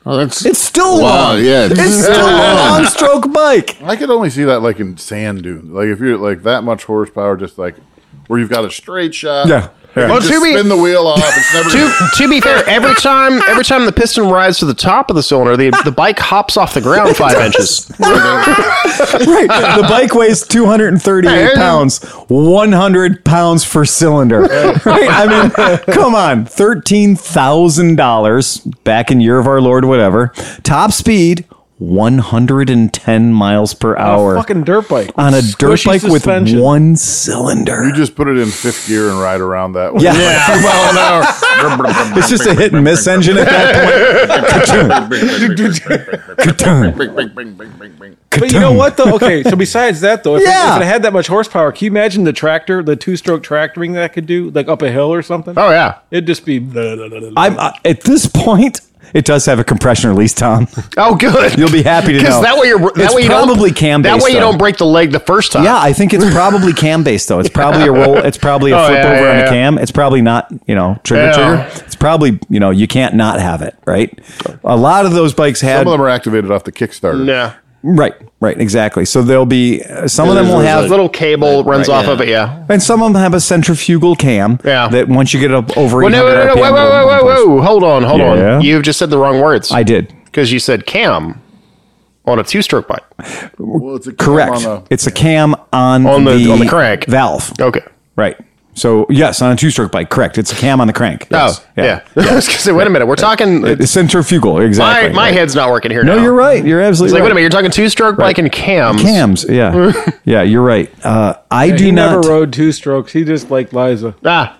Oh, that's
It's still
Wow,
long.
yeah.
It's still a long stroke bike.
I could only see that like in sand dunes. Like if you're like that much horsepower, just like where you've got a straight shot.
Yeah. Yeah.
You
Well,
just
to be-
spin the wheel off.
(laughs)
It's never
to, to be fair, every time every time the piston rides to the top of the cylinder, the, the bike hops off the ground (laughs) five inches.
(laughs)
Oh,
Right. The bike weighs 238 pounds, 100 pounds per cylinder. Right? I mean, (laughs) come on. $13,000 back in year of our Lord, whatever. Top speed, 110 miles per hour
fucking dirt bike.
on a dirt
Squishy
bike
suspension.
with one cylinder.
You just put it in fifth gear and ride around that. Way.
Yeah. (laughs)
Two mile an hour.
it's just a hit and miss engine at that
(laughs)
point. Ka-tung.
But you know what though? Okay, so besides that though, if,
Yeah.
it, if it had that much horsepower, can you imagine the tractor, the two-stroke tractoring that could do, like up a hill or something?
Oh yeah.
It'd just be. blah, blah, blah, blah.
I'm uh, at this point. It does have a compression release, Tom.
Oh, good.
You'll be happy to know.
Because that way you're that
It's
way you
probably
don't,
cam
That
based,
way you
though.
don't break the leg the first time.
Yeah, I think it's probably
(laughs)
cam based though. It's probably a roll. It's probably a
Oh,
flip
yeah,
over
yeah,
on a
yeah.
cam. It's probably not you know trigger
Yeah.
trigger. It's probably you know you can't not have it right. A lot of those bikes had
Some of them are activated off the Kickstarter.
Yeah.
right right exactly. So there'll be uh, some of them will have
little cable runs off
yeah.
of it. Yeah.
and some of them have a centrifugal cam.
Yeah.
That once you get up over
Well, no,
800
no, no,
RPM,
wait, wait,
it'll-
wait, wait, wait. Hold on, hold
Yeah.
on. You've just said the wrong words.
I did
because you said cam on a two-stroke bike.
Well, it's a cam
correct.
on the-
it's a cam on
On the- on the crank.
valve.
Okay.
Right. So yes, on a two stroke bike. Correct. It's a cam on the crank. Yes.
Oh, yeah. (laughs) I was gonna say, wait a minute. We're talking.
It's centrifugal. Exactly.
my my
right.
head's not working here.
No,
now.
you're right. You're absolutely
It's like,
right.
wait a minute. You're talking two-stroke bike and cams.
Cams, yeah,
(laughs)
yeah, you're right. Uh, I do
he never
not.
rode two strokes. He just like Liza.
Ah,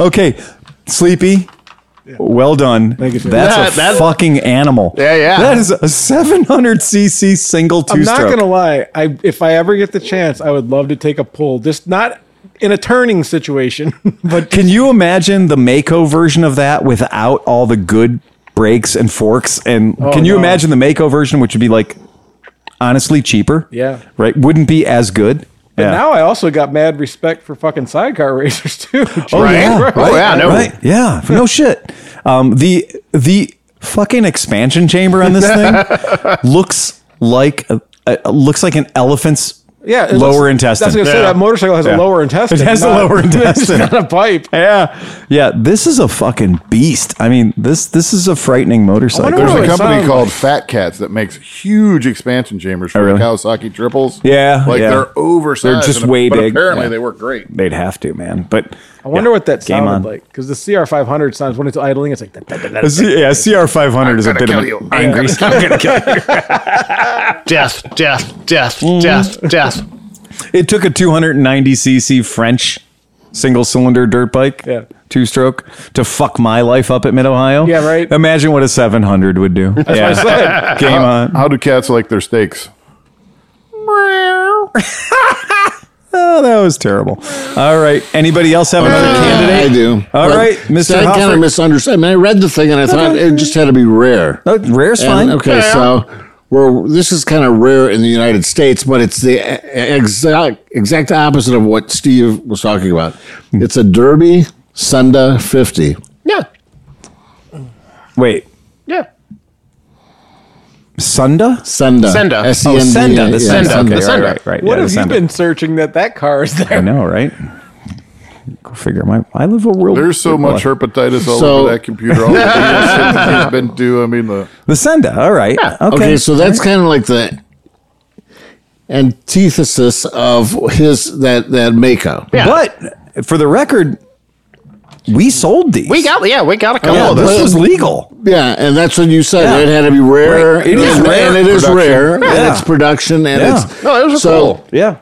okay, sleepy. Well done.
you, sir.
That's
That-
a
that-
fucking animal.
Yeah, yeah.
That is a 700cc single two
I'm not
stroke.
gonna lie. I if I ever get the chance, I would love to take a pull. Just not in a turning situation, (laughs) but
Can you imagine the Mako version of that without all the good brakes and forks? And can you
Oh, no.
imagine the Mako version, which would be like honestly cheaper?
Yeah.
right. Wouldn't be as good. yeah.
now I also got mad respect for fucking sidecar (laughs) racers too.
right. Oh yeah. No.
Right. Yeah. No shit. Um, the the fucking expansion chamber on this thing looks like a, a, looks like an elephant's
Yeah, it
lower
looks-
intestine.
That's what I was gonna say. That motorcycle has
Yeah.
a lower intestine.
It has a lower
(laughs) it's
intestine.
not a pipe.
yeah. Yeah. This is a fucking beast. I mean, this this is a frightening motorcycle.
wonder
There's
Oh,
a
it
company
sounds
called Fat Cats that makes huge expansion chambers for
Oh, really?
the Kawasaki triples.
Yeah,
like
yeah.
they're oversized.
They're just
and-
way
but
big,
Apparently,
yeah.
they work great.
They'd have to, man. But
I wonder what that
Game
sounded
on.
like because the CR500 sounds when it's idling, it's like that, that, that, that.
yeah, CR five hundred is a bit of
kill
an
you. I'm
angry. (laughs)
Death. Death. Death.
Mm.
Death. Death.
It took a 290cc French single cylinder dirt bike,
Yeah.
two stroke, to fuck my life up at Mid Ohio.
Yeah, right.
Imagine what a 700 would do. yeah. (laughs) Game on.
How do cats like their steaks?
Oh, that was terrible. All right. Anybody else have another
I
candidate?
do.
All right, Mr.
See, I kind
Hoffer.
of misunderstood. I mean, I read the thing and I thought it just had to be rare.
No, rare's fine.
uh, And, okay, so we're, this is kind of rare in the United States, but it's the exact exact opposite of what Steve was talking about. It's a Derby Sunda 50.
Yeah.
Wait.
Yeah.
Sunda?
Sunda. E
Senda.
Oh,
S-E-N-D-A.
Senda. The
Yeah,
Senda.
Senda.
Okay,
The
right,
Senda.
right, right.
What
Yeah,
have
the
you
Senda.
been searching that that car is there?
I know, right? Go figure. My, I live a real.
There's so
real
much
life.
herpetitis all
So-
over that computer. All the videos it's been due. I mean, the
The Senda. All right. Okay.
Okay, so that's kind of like the antithesis of his that that Mako.
Yeah.
But for the record, we sold these.
We got. Yeah. We got a couple
Yeah,
of
Oh, this
those.
was legal.
Yeah, and that's what you said.
Yeah.
It had to be rare.
Right. It is
and,
rare
and it is
production.
rare. And
Yeah.
it's production, and
Yeah.
it's
No, those are
so,
Yeah.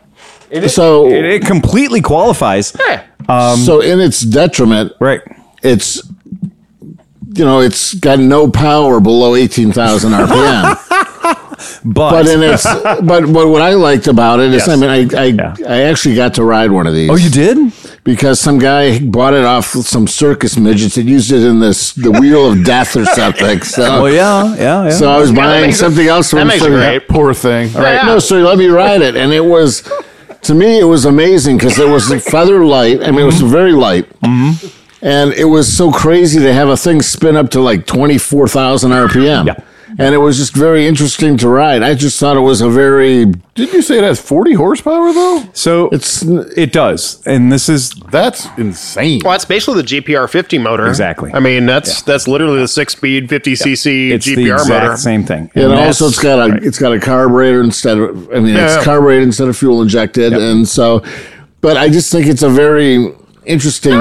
So,
It, it completely qualifies.
Yeah.
so in its detriment,
Right.
it's you know it's got no power below eighteen
(laughs)
thousand RPM.
But,
but in its but, but what I liked about it is I mean I I,
Yeah.
I actually got to ride one of these.
oh, you did?
because some guy bought it off some circus midgets and used it in this the wheel of death
(laughs)
or something. So
Oh, yeah. Yeah. yeah.
So I was
Yeah, that
buying
makes it-
something else
that
from
makes it
some-
great.
poor thing.
Right.
No, sir, let me ride it. And it was, to me, it was amazing because it was feather light. I mean, it was very light. And it was so crazy to have a thing spin up to like 24,000 RPM.
Yeah.
And it was just very interesting to ride. I just thought it was a very,
Didn't you say it has 40 horsepower though?
So
it's,
it does. And this is
That's insane.
Well, that's basically the GPR 50 motor.
Exactly.
I mean, that's that's literally the six-speed 50cc
it's the
GPR
exact
motor.
same thing.
and
that's-
also it's got a, it's got a carburetor instead of, I mean,
Yeah.
it's carbureted instead of fuel injected. And so, but I just think it's a very interesting,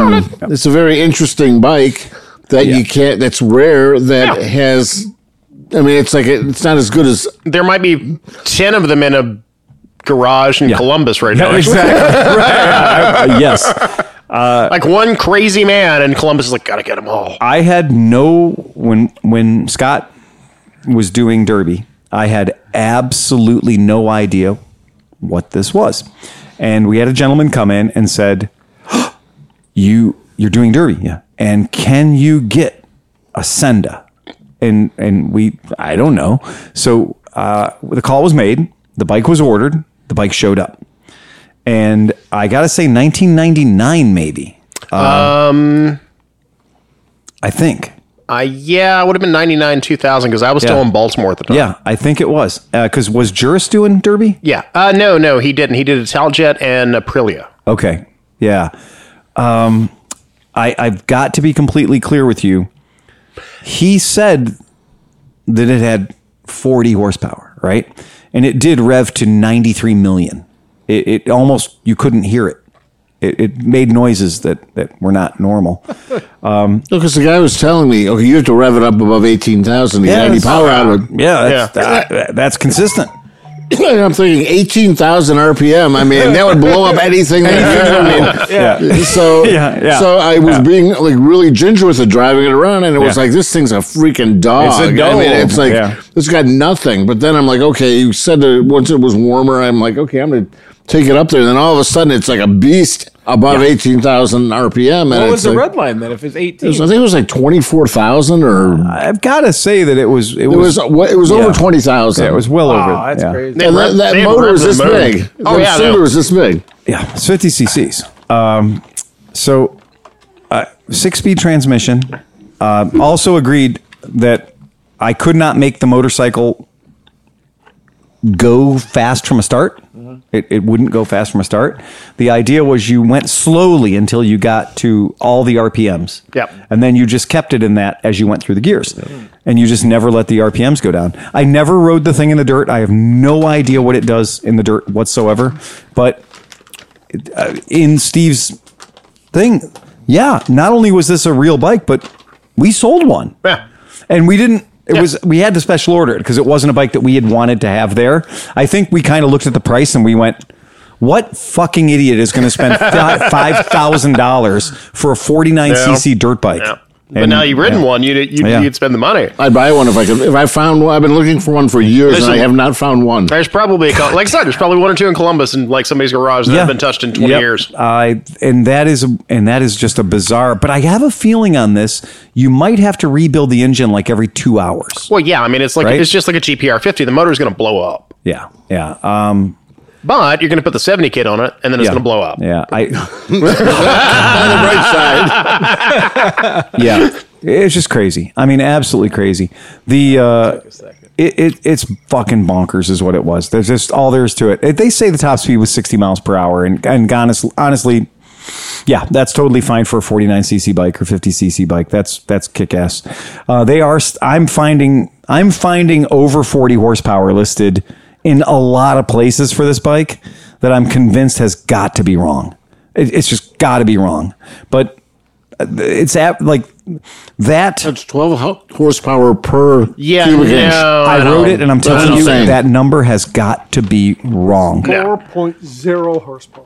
it's a very interesting bike. that you can't. That's rare. That
Yeah.
has. I mean, it's like it's not as good as
There might be ten of them in a garage in Columbus right now.
(laughs) exactly.
(laughs)
Right. Uh, yes.
Like one crazy man in Columbus is like, gotta get them all.
I had no when when Scott was doing Derby, I had absolutely no idea what this was. And we had a gentleman come in and said, (gasps) "You you're doing Derby, yeah. And can you get a senda?" And and we I don't know. So uh, the call was made, the bike was ordered, the bike showed up. And I got to say 1999 maybe. I think.
I Uh, yeah, I would have been ninety nine two thousand because I was still
Yeah.
in Baltimore at the time.
Yeah, I think it was. Because was Juris doing Derby?
Yeah. Uh, no, no, he didn't. He did Italjet and Aprilia.
Okay. Yeah. Um, I, I've got to be completely clear with you. He said that it had 40 horsepower, right? And it did rev to 93 million. It, it almost, you couldn't hear it. It, it made noises that, that were not normal.
because the guy was telling me, okay, you have to rev it up above eighteen thousand to
Yeah,
get any
that's-
power out of
(laughs)
it.
Yeah, that's, that- that's consistent.
And (laughs) I'm thinking eighteen thousand RPM. I mean, that would blow up anything.
(laughs)
I mean, So
Yeah, yeah.
so I was being like really ginger with it, driving it around, and it was
Yeah.
like this thing's a freaking dog.
It's a
I mean,
dog.
it's like
Yeah.
it's got nothing. But then I'm like, okay, you said that once it was warmer, I'm like, okay, I'm gonna take it up there. And then all of a sudden, it's like a beast above eighteen thousand RPM. And
What
it's
was the
like-
red line then? If it's
it
18,
was- I think it was like twenty four thousand or.
I've got to say that it was, it,
It
was,
was what- it was over
Yeah.
twenty thousand.
yeah, it was well over.
Aw, that's
yeah.
crazy.
They
And
rep-
that, that
they
motor
rep
was
the
this
motor.
big.
Oh,
the
yeah,
cylinder
no.
was this big.
Yeah, it's 50 cc's. Um, so, uh, six speed transmission. Uh, also agreed that I could not make the motorcycle go fast from a start. It, it wouldn't go fast from a start. The idea was you went slowly until you got to all the RPMs.
Yep.
And then you just kept it in that as you went through the gears. And you just never let the RPMs go down. I never rode the thing in the dirt. I have no idea what it does in the dirt whatsoever. But uh, in Steve's thing, yeah, not only was this a real bike, but we sold one.
Yeah.
And we didn't it was we had to special order it because it wasn't a bike that we had wanted to have there. I think we kind of looked at the price and we went what fucking idiot is going to
(laughs)
spend fi- $5,000 for a 49cc dirt bike?
Yeah. But now you've ridden one, you'd, you'd,
Yeah.
you'd spend the money.
I'd buy one if I could. If I found one, I've been looking for one for years,
Listen-
and I have not found one.
There's probably a couple, like I said, there's probably one or two in Columbus and like somebody's garage that haven't been touched in 20
Yep.
years.
I and that is and that is just a bizarre. But I have a feeling on this, you might have to rebuild the engine like every two hours.
Well, yeah, I mean, it's like
Right?
it's just like a GPR 50. The motor's going to blow up,
Yeah, yeah, um,
but you're going to put the 70 kit on it, and then it's
yeah.
going to blow up.
Yeah, I,
On the right (laughs) side.
yeah, it's just crazy. I mean, absolutely crazy. The uh, it, it it's fucking bonkers, is what it was. There's just all there is to it. They say the top speed was 60 miles per hour, and and honest, honestly, yeah, that's totally fine for a 49cc bike or 50cc bike. That's that's kick ass. Uh, they are. st- I'm finding I'm finding over 40 horsepower listed in a lot of places for this bike that I'm convinced has got to be wrong. It, it's just got to be wrong. But uh, it's at like that.
It's twelve ho- horsepower per
Yeah,
cubic
no,
inch.
I
I
don't-
wrote it, and I'm
That's
telling you
insane.
that number has got to be wrong.
No.
4.0 horsepower.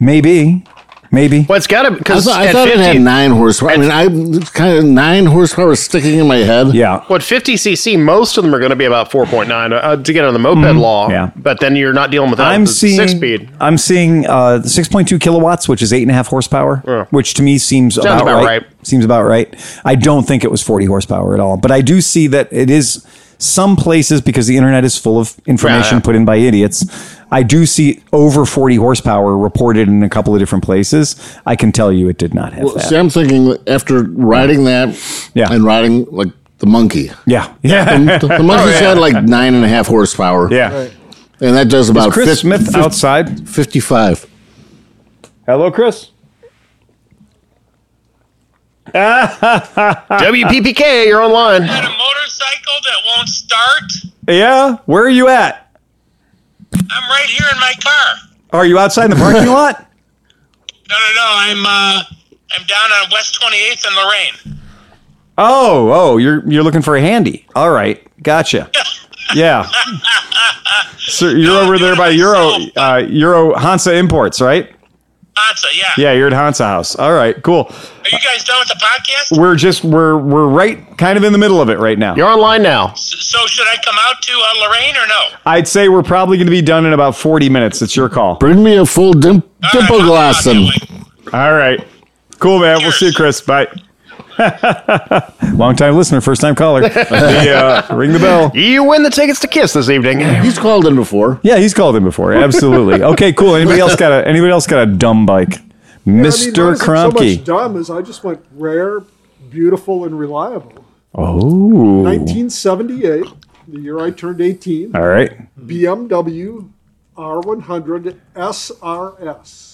Maybe, maybe.
Well, it's got to
I
because
thought, I thought it had nine horsepower. I mean, I it's kind of nine horsepower is sticking in my head.
Yeah,
What 50 cc? Most of them are going to be about 4.9 uh, to get on the moped
Mm-hmm.
law.
yeah.
but then you're not dealing with that.
I'm
It's
seeing
six speed.
I'm seeing uh, 6.2 kilowatts, which is eight and a half horsepower, which to me seems about,
about
right.
right.
Seems about right. I don't think it was 40 horsepower at all, but I do see that it is some places because the internet is full of information
Yeah.
put in by idiots. I do see over 40 horsepower reported in a couple of different places. I can tell you it did not have
Well,
that.
see, I'm thinking that after riding that,
Yeah.
and riding like the monkey.
yeah, yeah.
The, the
Oh,
monkey's got like nine and a half
(laughs)
horsepower.
Yeah.
and that does about
Chris
fif-
Smith
fif-
outside.
fifty-five.
Hello, Chris.
WPPK, you're online.
got a motorcycle that won't start?
Yeah, where are you at?
I'm right here in my car.
Are you outside in the (laughs) parking lot?
No, no, no. I'm uh, I'm down on West 28th and Lorraine.
Oh, oh, you're you're looking for a handy. All right,
(laughs)
gotcha. Yeah. So you're over there by Euro uh, Euro Hansa Imports, right?
Answer, yeah.
Yeah, you're at Hansa House. All right, cool.
Are you guys done with the podcast?
We're just we're we're right kind of in the middle of it right now.
You're online now.
S- So should I come out to uh, Lorraine or no?
I'd say we're probably going to be done in about 40 minutes. It's your call.
Bring me a full dim-
Ah,
dimple
All right, I'll
glass
come out
and
that way.
All right. Cool, man. We'll see you, Chris. Bye. (laughs) Long time listener, first time
(laughs)
caller. The, uh, ring the bell.
You win the tickets to Kiss this evening.
he's called in before.
Yeah, he's called in before. Absolutely. Okay, cool. Anybody else got a anybody else got a dumb bike?
I
Mr.
mean, mine isn't So
Kromke.
much dumb is I just went rare, beautiful, and reliable.
oh.
1978, the year I turned 18,
All right.
BMW R100 SRS.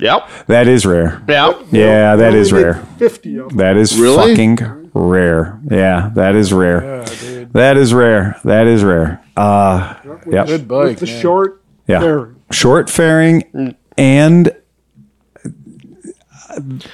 Yep.
That is rare.
Yep.
Yeah, that
They
is
only
rare.
make 50 of them.
That is
Really?
fucking rare. Yeah, that is rare. that is rare. That is rare. Uh, yeah.
Good bike.
With the short
Yeah.
fairing.
Short fairing and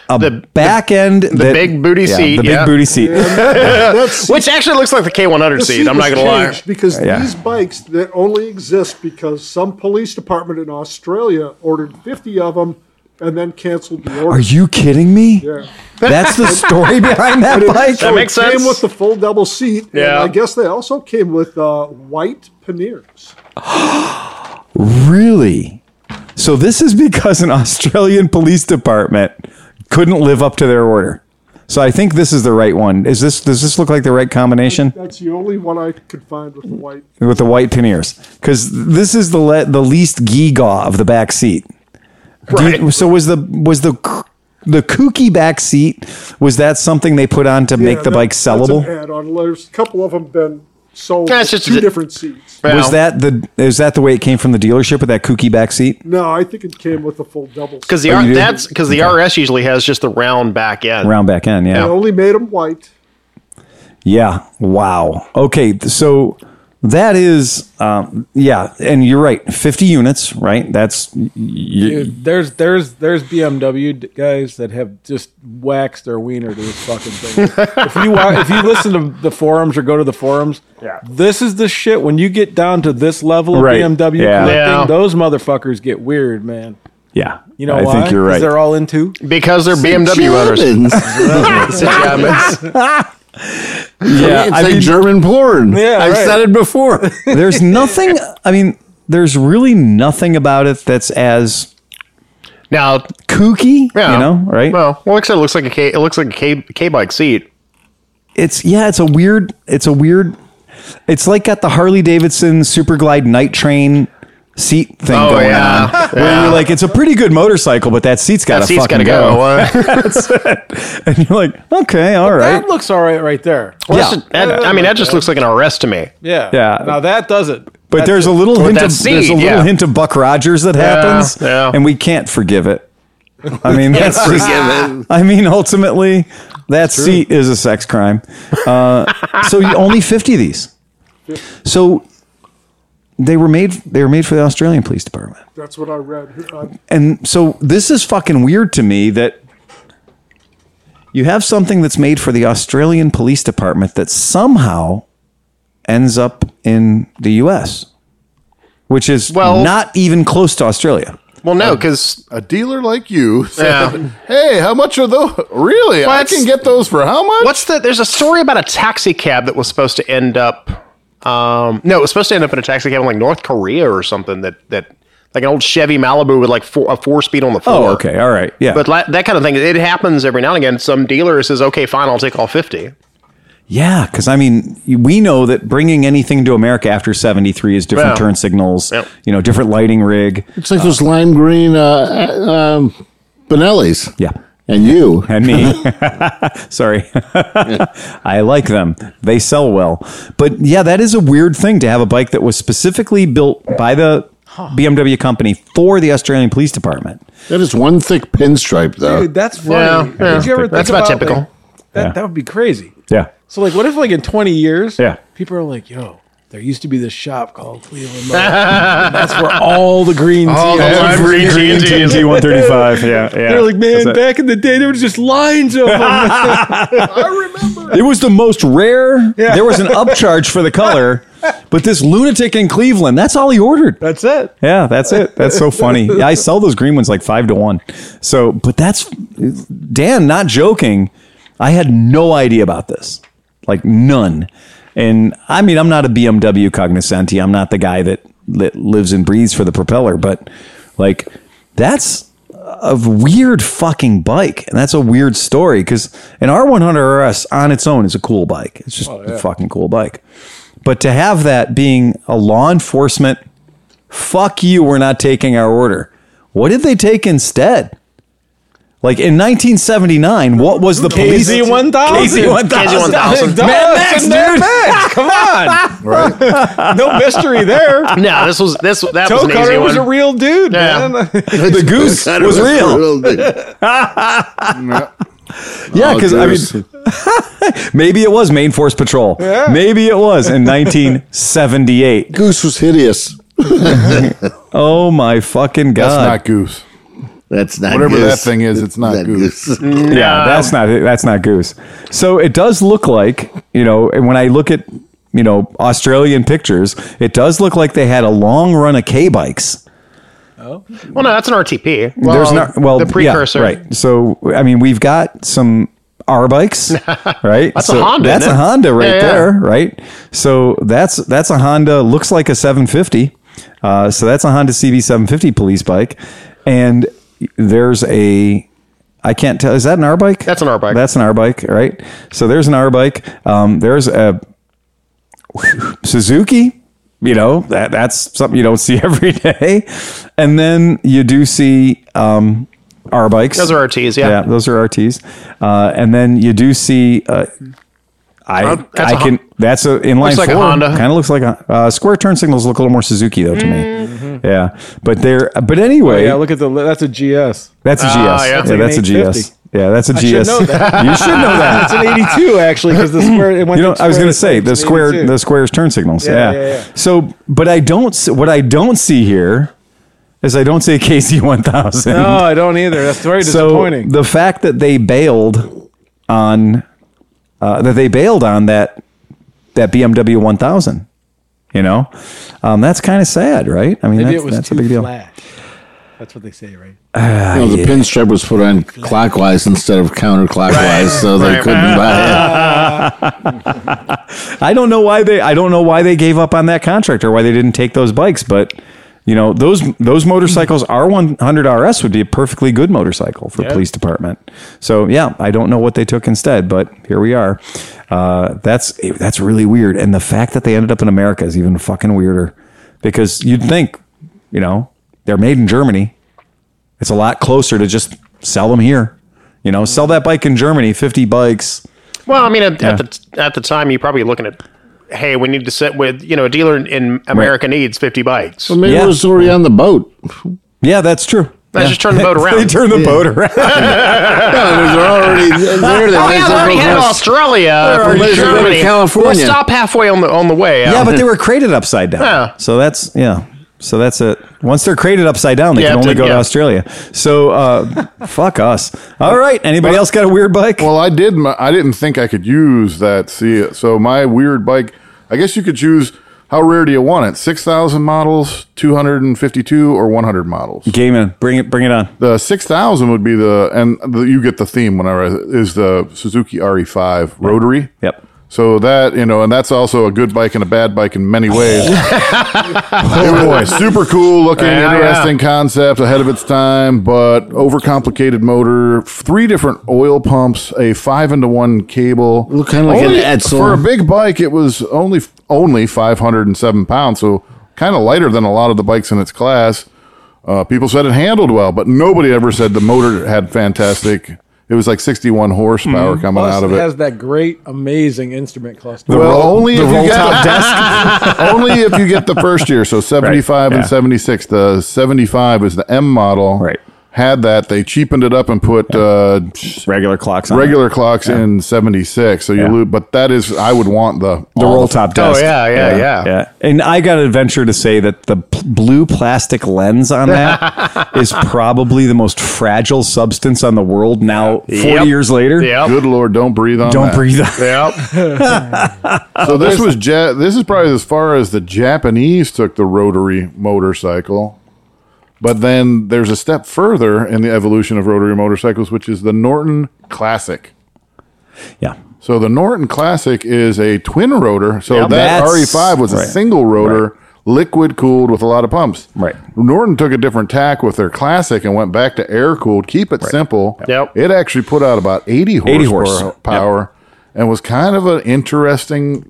a
The-
back end. The
big booty seat,
The big
yeah.
booty seat.
That's
Which actually looks like the K100
the
seat. I'm not
was
gonna lie.
changed Because
Yeah.
these bikes that only exist because some police department in Australia ordered 50 of them and then canceled the order.
Are you kidding me?
Yeah.
That's the story behind
(laughs)
that bike.
That makes
it
sense.
Came with the full double seat. and
Yeah.
I guess they also came with uh, white panniers.
(gasps) Really? So this is because an Australian police department couldn't live up to their order. So I think this is the right one. Is this does this look like the right combination?
That's the only one I could find with the white.
with the white panniers because this is the le- the least gigaw of the back seat. Do you- so was the was the k- the kooky back seat was that something they put on to make
Yeah,
the
that-
bike
that's an
sellable?
add-on. There's a couple of them been sold.
That's
with
just
two
a-
different seats.
Well,
Was that the is that the way it came from the dealership with that kooky back seat?
No, I think it came with the full double. Seat.
because the
Oh, you
R,
did?
that's because the RS usually has just the round back end.
Round back end,
They
yeah,
only made them white.
yeah. Wow. Okay, th- so that is um, yeah, and you're right. Fifty units, right? That's y- y-
Dude, there's there's there's BMW d- guys that have just waxed their wiener to this fucking thing.
(laughs)
if you wa- if you listen to the forums or go to the forums, yeah. this is the shit. When you get down to this level of
Right.
BMW
Yeah.
collecting,
Yeah.
those motherfuckers get weird, man.
yeah.
You know
I
why?
think you're
'Cause
right.
They're all into.
Because they're BMW owners.
Germans.
(laughs)
(laughs) yeah,
it's
I
like
mean-
German porn. Yeah, I've
right.
said
(laughs)
it before.
(laughs)
there's nothing i mean there's really nothing about it that's as
Now,
kooky
yeah,
you know right
Well, well, like I said, it looks like a K. It looks like a K K bike seat.
it's yeah it's a weird it's a weird it's like got the harley davidson super glide night train seat thing
Oh,
going
yeah. (laughs)
on where you're like it's a pretty good motorcycle but that seat's gotta
That seat's
fucking
gotta go.
go,
(laughs) Uh,
(laughs) and you're like okay all right
That looks all right right there.
that's- that- I mean, that just looks like an RS to me.
Yeah.
Yeah.
Now that does it.
but there's a little hint
that
of
seat,
there's a little
yeah.
hint of buck rogers that happens
yeah.
and we can't forgive it i
(laughs)
mean that's just I mean, ultimately, that seat is a sex crime. Uh, so you, only fifty of these. So they were made. They were made for the Australian Police Department,
That's what I read. Uh,
and so this is fucking weird to me that you have something that's made for the Australian Police Department that somehow ends up in the U.S., which is
Well-
not even close to Australia.
Well, no, because
A dealer like you (laughs) said,
Yeah.
hey, how much are those? (laughs) Really? I
What's-
can get those for how much?
what's the? There's a story about a taxi cab that was supposed to end up. Um, no, it was supposed to end up in a taxi cab in like North Korea or something. That that like an old Chevy Malibu with like four, a four speed on the floor.
Oh, okay, all right, yeah,
But la- that kind of thing, it happens every now and again. Some dealer says, "Okay, fine, I'll take all 50.
Yeah, because I mean, we know that bringing anything to America after '73 is different
Yeah.
turn signals,
Yep.
you know, different lighting rig.
It's like those lime green uh, uh, um, Benellis.
Yeah,
And you.
and me. (laughs) Sorry, (laughs) I like them. They sell well, but yeah, that is a weird thing to have a bike that was specifically built by the BMW company for the Australian Police Department.
That is one thick pinstripe, though. (laughs)
Dude, that's funny.
Yeah,
Did you ever
That's
think
about
about,
typical.
like, that, that would be crazy.
Yeah,
So like, what if like in 20 years,
Yeah.
people are like, yo, there used to be this shop called Cleveland Motor. And that's where all the green tea.
All the
is.
lime green
Green
tea.
TNT 135. Yeah, yeah.
They're like,
That's
man,
it.
back in the day, there was just lines
(laughs)
of them.
It was the most rare. There was an upcharge for the color, but this lunatic in Cleveland, that's all he ordered.
That's it.
Yeah, that's it. That's so funny. Yeah, I sell those green ones like five to one. So, but that's Dan, not joking. I had no idea about this, like none. And I mean, I'm not a BMW cognoscenti. I'm not the guy that li- lives and breathes for the propeller, but like that's a weird fucking bike. And that's a weird story because an R100 RS on its own is a cool bike. It's just a fucking cool bike. But to have that being a law enforcement fuck you, we're not taking our order. What did they take instead? Like in 1979, what was the police?
KZ 1000.
KZ 1000.
KZ 1000.
Mad Max,
Mad
dude.
Max, (laughs) Come on. No mystery there.
No, this was this that was
Toe
an easy
Cutter
one.
was a real dude,
Yeah.
man.
The
goose was real. (laughs) Yeah, because
Oh,
I mean, maybe it was Main Force Patrol. Maybe it was in 1978.
goose was hideous.
Oh my fucking
That's
god!
not goose.
That's not
Whatever that
goose.
thing is, it's not
That
goose.
yeah, that's not that's not Goose. So it does look like you know, and when I look at you know Australian pictures, it does look like they had a long run of K bikes.
well, no, that's an RTP.
there's not well
the
yeah,
precursor.
right so i mean we've got some r
(laughs)
bikes right that's
a Honda,
that's
isn't
a
it?
honda right
Yeah, yeah.
there right so that's that's a honda looks like a 750 uh, so that's a honda cb 750 police bike and there's a I can't tell. Is that an R bike?
That's an R bike.
That's an R bike, right? So there's an R bike. Um, there's a Suzuki. You know that that's something you don't (laughs) see every day, and then you do see um, R bikes.
Those are RTs, yeah.
those are RTs, uh, and then you do see. Uh, I
that's
I
a Hon-
can that's a inline
Looks like a
four
Honda.
kind of looks like a uh, square turn signals look a little more Suzuki though to
Mm-hmm.
me yeah but they're but anyway
Oh, Yeah, look at the. That's a
(laughs)
GS.
that's a GS
Ah, yeah.
yeah,
It's like
that's a
an
GS
850.
yeah that's a GS
should know
(laughs)
that.
you should know
(laughs)
that
It's an 82 actually because the square. It went
you know,
from
I was
square
going to
to
say
square,
the
it's an
square,
82.
the square's turn signals. Yeah,
Yeah, yeah, yeah.
So, but I don't. s- What I don't see here is I don't see a (laughs) KC one thousand.
No, I don't either. That's very
so
disappointing.
the fact that they bailed on uh, that they bailed on that that BMW one thousand, you know, um, that's kind of sad, right? I mean,
Maybe
that's,
it was
that's a
too
big deal.
flat. That's what they say, right?
You know, the pinstripe was put on clockwise instead of counterclockwise, so they couldn't buy it.
I don't know why they I don't know why they gave up on that contract or why they didn't take those bikes, but you know those those motorcycles R100 RS would be a perfectly good motorcycle for police department. So yeah, I don't know what they took instead, but here we are. Uh, that's that's really weird, and the fact that they ended up in America is even fucking weirder because you'd think you know they're made in Germany. It's a lot closer to just sell them here. You know, sell that bike in Germany, fifty bikes.
Well, I mean, at, at the at the time, you're probably looking at, hey, we need to set with you know a dealer in, in America needs 50 bikes. Let's
Maybe
Yeah.
it was already on
(laughs)
the boat.
Yeah, that's true. Yeah.
just turn the
(laughs)
boat
They
around.
turn the boat around.
Yeah, they're already (laughs) there. They
Oh, yeah, they already had Australia,
already
from
had
Germany,
California.
We'll stop halfway on the on the way. um,
yeah, but they were crated upside down.
Yeah.
So that's yeah. So that's it. Once they're crated upside down, they
Yeah,
can only
to-
go to
yeah.
Australia. So uh, (laughs) fuck us. All right. Anybody else got a weird bike?
Well, I did. My, I didn't think I could use that. See it. So my weird bike. I guess you could choose. How rare do you want it? Six thousand models, two hundred and fifty-two, or one hundred models.
Game in. Bring it. Bring it on.
The six thousand would be the, and the, you get the theme whenever I- is the Suzuki RE5 rotary.
Yep.
So that you know, and that's also a good bike and a bad bike in
(laughs)
many ways. oh boy, super cool looking,
Yeah,
interesting concept, ahead of its time, but overcomplicated motor, three different oil pumps, a five into one cable.
Look kinda like an
Only-
Edsel.
for a big bike. It was only only five hundred and seven pounds, so kind of lighter than a lot of the bikes in its class. Uh, people said it handled well, but nobody ever said the motor had fantastic. It was like sixty-one horsepower
Mm-hmm.
coming
Plus,
out of
it
it.
has that great, amazing instrument cluster.
Well,
roll-
only
the
if you
roll
get
top
(laughs) only if you get the first year. So seventy five
Right,
and
yeah.
seventy six. The seventy five is the M model.
Right.
had that. They cheapened it up and put uh,
Regular clocks. On it.
regular clocks in '76. So you
Yeah.
lose, but that is I would want the
the roll top desk.
Oh, yeah, yeah, yeah.
And I got to venture to say that the pl- blue plastic lens on
(laughs)
that is probably the most fragile substance on the world now, 40
Yep.
years later.
Yep.
Good Lord, don't breathe on.
Don't
that.
breathe.
Yep.
So this was ja- this is probably as far as the Japanese took the rotary motorcycle. But then there's a step further in the evolution of rotary motorcycles, which is the Norton Classic.
yeah.
So the Norton Classic is a twin rotor. So that
That's-
RE5 was
right.
a single rotor, liquid cooled with a lot of pumps.
Right.
Norton took a different tack with their Classic and went back to air cooled. Keep it simple.
Yep.
It actually put out about 80 horsepower
80 horse. Yep.
power and was kind of an interesting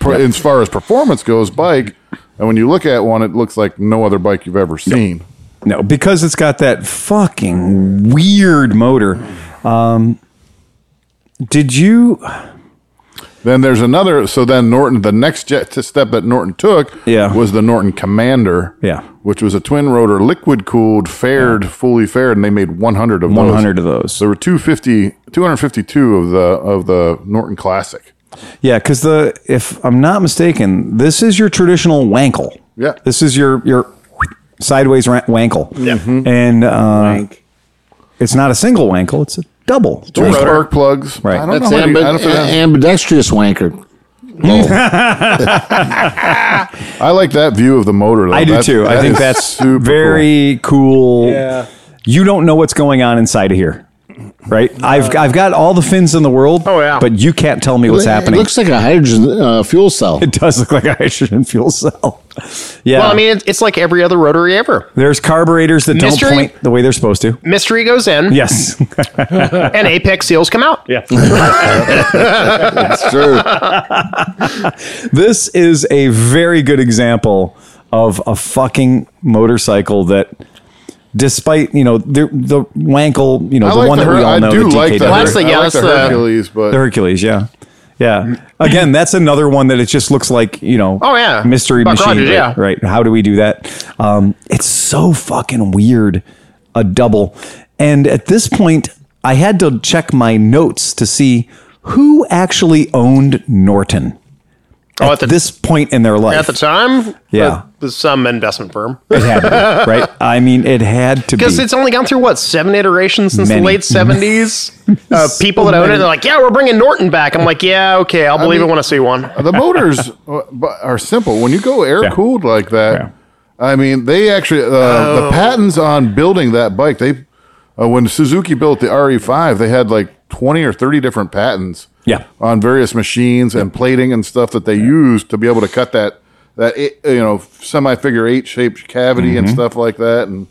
pr- as far as performance goes bike. And when you look at one, it looks like no other bike you've ever seen.
No, because it's got that fucking weird motor. Um, did you?
Then there's another. So then Norton, the next jet to step that Norton took
Yeah.
was the Norton Commander,
Yeah.
which was a twin rotor, liquid cooled, fared, fully fared, and they made 100 of those.
100 of those.
So there were 250, 252 of the of the Norton Classic.
Yeah, because the if I'm not mistaken, this is your traditional wankle.
Yeah.
this is your your sideways ra- wankle. Yeah, and uh, it's not a single wankle; it's a double.
Two
wankle.
spark plugs.
Right.
I don't
That's
know. how to-
ambi-
I, don't know if it-
ambidextrous wanker. Oh.
I like that view of the motor. Though.
I do
That-
too. I
that
think
is
that's
super
very cool.
Yeah.
You don't know what's going on inside of here, right? I've I've got all the fins in the world.
Oh, yeah.
but you can't tell me what's
it,
happening.
It looks like a hydrogen uh, fuel cell.
(laughs) It does look like a hydrogen fuel cell. (laughs) Yeah.
Well, I mean, it's, it's like every other rotary ever.
there's carburetors that
Mystery-
don't point the way they're supposed to.
Mystery goes in,
Yes. (laughs)
and apex seals come out. Yeah.
(laughs)
That's true.
this is a very good example of a fucking motorcycle that despite you know the the wankle you know
I
the
like
one
the
that we
Her-
all know
I do
the
like
TKW.
the,
Well, that's
Her-
the- yeah,
I like
that's
the
the-
Hercules, but
the hercules yeah yeah again that's another one that it just looks like you know
Oh, yeah.
mystery
Buck
machine
Rogers,
right,
yeah.
right how do we do that um it's so fucking weird a double and at this point i had to check my notes to see who actually owned norton
Oh, at
at
the,
this point in their life
at the time,
Yeah.
uh, some investment firm.
It had to be, right? I mean, it had
(laughs)
to be.
Because it's only gone through what seven iterations since
Many.
the late
(laughs)
seventies. Uh, people that own it, they're like, "Yeah, we're bringing Norton back." I'm like, "Yeah, okay, I'll believe
mean-
it when I see one."
(laughs)
the motors uh, bu- are simple. When you go air cooled like that,
Yeah.
I mean, they actually uh, the patents on building that bike. They uh, when Suzuki built the RE5, they had like twenty or thirty different patents.
Yeah.
on various machines and plating and stuff that they used to be able to cut that that eight- you know semi figure eight shaped cavity and
Mm-hmm.
stuff like that. And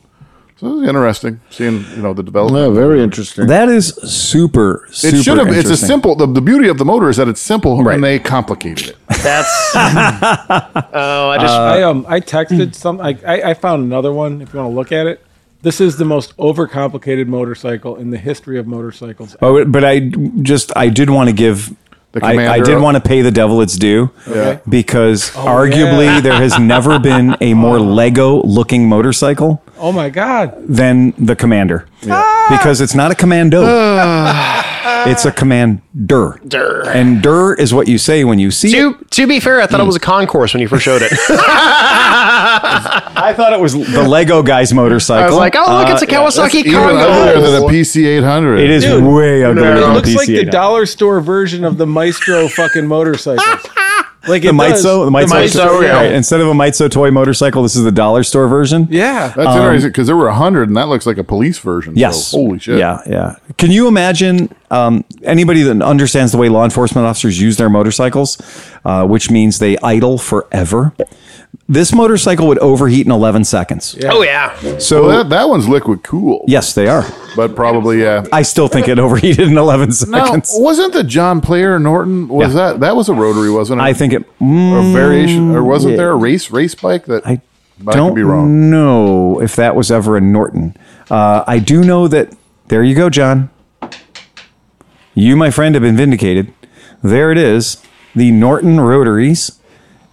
so it was interesting seeing you know the development.
Yeah, Oh, very interesting.
that is super, super.
It should have. It's a
interesting.
simple. The, the beauty of the motor is that it's simple,
Right.
and they complicated it.
(laughs)
That's oh, I
Uh,
just
I um I texted some. I, I I found another one. If you want to look at it, this is the most overcomplicated motorcycle in the history of motorcycles.
But, but I just I did want to give.
The
I, I
commander-
did want to pay the devil its due because arguably
Oh, yeah.
there has never been
(laughs)
a more Lego looking motorcycle
Oh my god!
than the Commander Ah. because it's not a commando, (laughs) it's a commander. And der is what you say when you see it.
to to be fair, I thought it was a concourse when you first
(laughs)
showed it.
I thought it was the Lego guy's motorcycle. Uh,
I was like, "Oh, look, it's a Kawasaki
Even uglier
Oh,
Congo."
than a PC eight hundred.
It is
Dude,
way uglier
It
than
looks
the PC.
like the
now.
dollar store version of
(laughs)
the Maestro fucking motorcycles. Like
the
it does.
Maizo, the Maizo,
Maizo, yeah.
Right, Instead of a Maizo toy motorcycle, this is the dollar store version.
Yeah.
That's interesting because there were hundred, and that looks like a police version. so
Yes.
holy shit.
Yeah, yeah. Can you imagine um, anybody that understands the way law enforcement officers use their motorcycles, uh, which means they idle forever? This motorcycle would overheat in 11 seconds.
oh yeah,
So,
Well, that, that one's liquid cool.
yes, they are.
But probably yeah.
I still think it overheated in 11
Now,
seconds.
wasn't the John Player Norton? Was
Yeah.
that that was a rotary, wasn't it?
I think it.
or
Mm,
variation, or wasn't there a race race bike that?
I
I
don't
could be wrong.
know if that was ever a Norton. Uh, I do know that. There you go, John. You, my friend, have been vindicated. There it is, the Norton rotaries,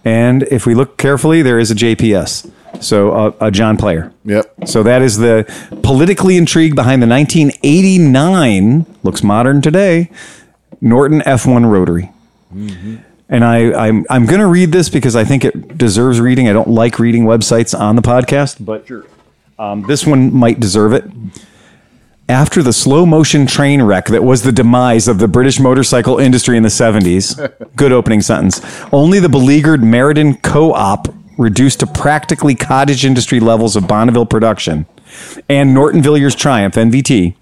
and if we look carefully, there is a JPS. So uh, a John Player.
Yep.
So that is the politically intrigue behind the 1989 looks modern today Norton F1 rotary. And I, I'm I'm going to read this because I think it deserves reading. I don't like reading websites on the podcast, but um, this one might deserve it. After the slow motion train wreck that was the demise of the British motorcycle industry in the 70s, good opening sentence, only the beleaguered Meriden co op reduced to practically cottage industry levels of Bonneville production and Norton Villiers Triumph NVT.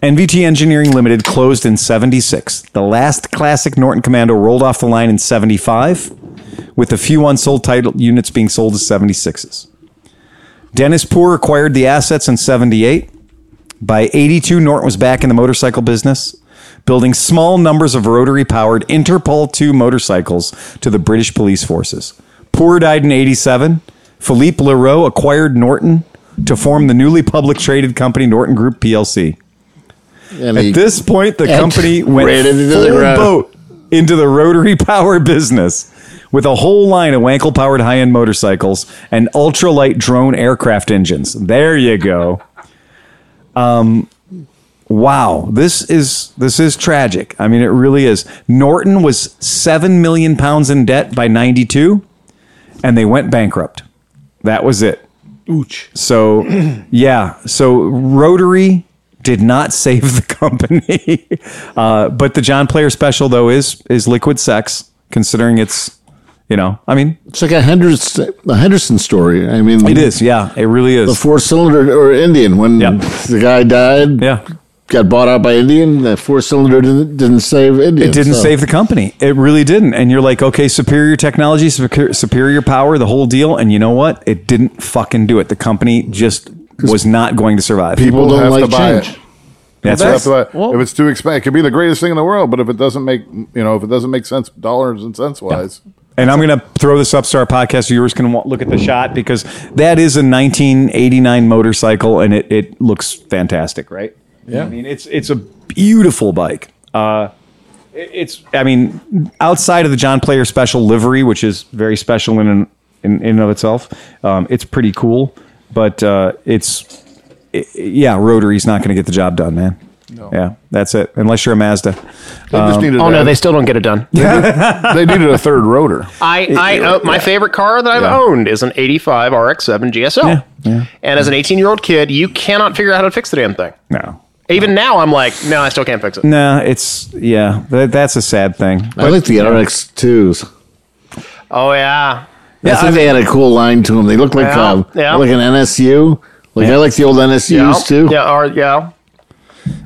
NVT Engineering Limited closed in 76. The last classic Norton Commando rolled off the line in 75, with a few unsold title units being sold as 76s. Dennis Poor acquired the assets in 78. By 82, Norton was back in the motorcycle business, building small numbers of rotary powered Interpol II motorcycles to the British police forces. Poor died in 87. Philippe Leroux acquired Norton to form the newly public traded company Norton Group PLC.
And
At
he-
this point, the
and (laughs)
company went
ran into the
full
ground.
boat into the rotary (laughs) power business with a whole line of Wankel powered high end motorcycles and ultralight drone aircraft engines. There you go. (laughs) Um, wow, this is this is tragic. I mean, it really is. Norton was seven million pounds in debt by ninety two, and they went bankrupt. That was it.
Ooch.
So, (clears throat) yeah. So Rotary did not (laughs) save the company, uh, but the John Player special though is is Liquid Sex, considering it's you know I mean
It's like a Henderson, a Henderson story. I mean,
it is yeah it really
the
is
four cylinder or Indian when
Yep.
the guy died.
yeah
Got bought out by Indian. The four cylinder didn't, didn't save Indian.
it didn't
so-
save the company it really didn't and you're like okay superior technology superior, superior power the whole deal and you know what it didn't fucking do it the company just was not going to survive
People
People
don't
have
like
to buy
change.
it.
that's
That's
right
what- if it's too expensive, it could be the greatest thing in the world, but if it doesn't make you know if it doesn't make sense dollars and cents wise,
And I'm going to throw this up so our podcast viewers can wa- look at the shot because that is a 1989 motorcycle and it, it looks fantastic, right? Yeah. I mean, it's it's a beautiful bike. Uh, it- it's I mean, outside of the John Player special livery, which is very special in an, in, in and of itself, um, it's pretty cool. But uh, it's i yeah, rotary's not going to get the job done, man. No. Yeah, that's it. Unless you're a Mazda.
Um, they just needed.
Oh
a,
no, they still don't get it done.
(laughs) they needed a third rotor.
I,
(laughs)
I uh, my favorite car that I've owned is an '85 RX-7 GSL. And as an 18 year old kid, you cannot figure out how to fix the damn thing.
No.
Even now, I'm like, no, I still can't fix it.
Nah, it's yeah. That, that's a sad thing.
I like the RX twos.
Oh yeah,
I think they had a cool line to them. They looked like
Yeah,
uh,
yeah.
like an NSU. Like I like the old NSUs
yeah,
too.
yeah, or, yeah.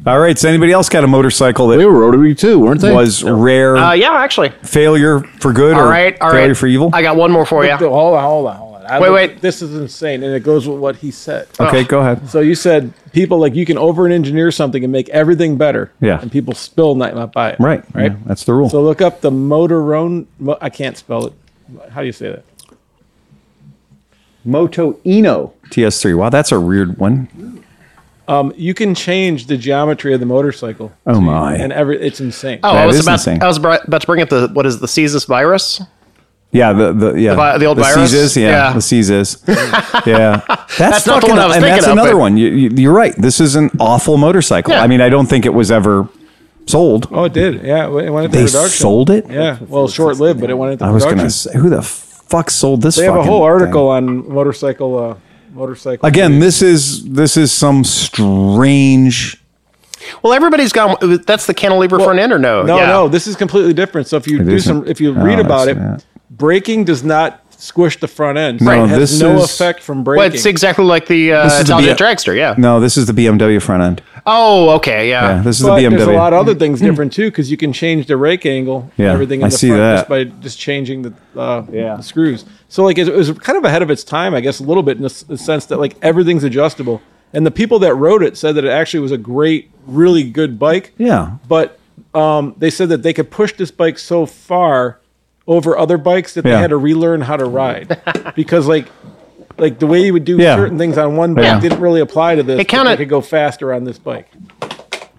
All right. So anybody else got a motorcycle
They
that
were rotary too, weren't they?
was rare
Uh, yeah, actually.
failure Mm. for good
All
or
right, all
failure
right.
for evil?
I got one more for you.
Hold on, hold on, hold on. I
Wait,
looked-
wait.
This is insane, and it goes with what he said.
okay, go ahead.
So you said people like you can over engineer something and make everything better.
Yeah.
And people still might not buy it.
Right,
Right.
yeah, that's the rule.
So look up the Motorone. Mo- I can't spell it. How do you say that?
Moto Eno TS3. Wow, that's a weird one.
Um, you can change the geometry of the motorcycle.
Oh my.
And every it's insane.
Oh,
That
I was
is
about
insane.
I was bri- about to bring up the what is the Caesar's virus?
Yeah, the the yeah
vi- the old virus?
Caesars, yeah,
Yeah.
the
(laughs)
Caesars. yeah, that's,
That's not the
fucking-
one I was
and
thinking
that's
of,
another
but-
one. You, you, you're right. This is an awful motorcycle.
Yeah.
I mean, I don't think it was ever sold.
Oh, it did. Yeah, it went into
they
production.
sold it.
Yeah. Well, short lived, but it went into
I was
production.
gonna say, who the fuck sold this?
they have a
fucking
whole
thing?
article on motorcycle. Uh, motorcycle.
Again, this is this is some strange.
Well, everybody's gone. That's the cantilever front end, or no?
No,
Yeah.
no, this is completely different. So if you do
isn't.
some, if you
Oh,
read about it,
that's not.
braking does not squish the front end. So
No,
it has
this
no
is-
effect from
Well,
braking.
it's exactly like the uh,
This is the
Italian
B-
dragster. Yeah.
No, this is the BMW front end.
Oh, okay. Yeah.
Yeah, this is
but
the BMW.
there's a lot of other things different too, because you can change the rake angle, and
Mm. Yeah,
everything in
I
the
see
front
that.
just by just changing the, uh, the screws. So like it, it was kind of ahead of its time, I guess, a little bit in the, s- the sense that like everything's adjustable. And the people that rode it said that it actually was a great, really good bike.
yeah,
but um, they said that they could push this bike so far over other bikes that
Yeah.
they had to relearn how to
(laughs)
ride because like like the way you would do
Yeah.
certain things on one bike
Yeah.
didn't really apply to this.
It kinda-
but they could go faster on this bike.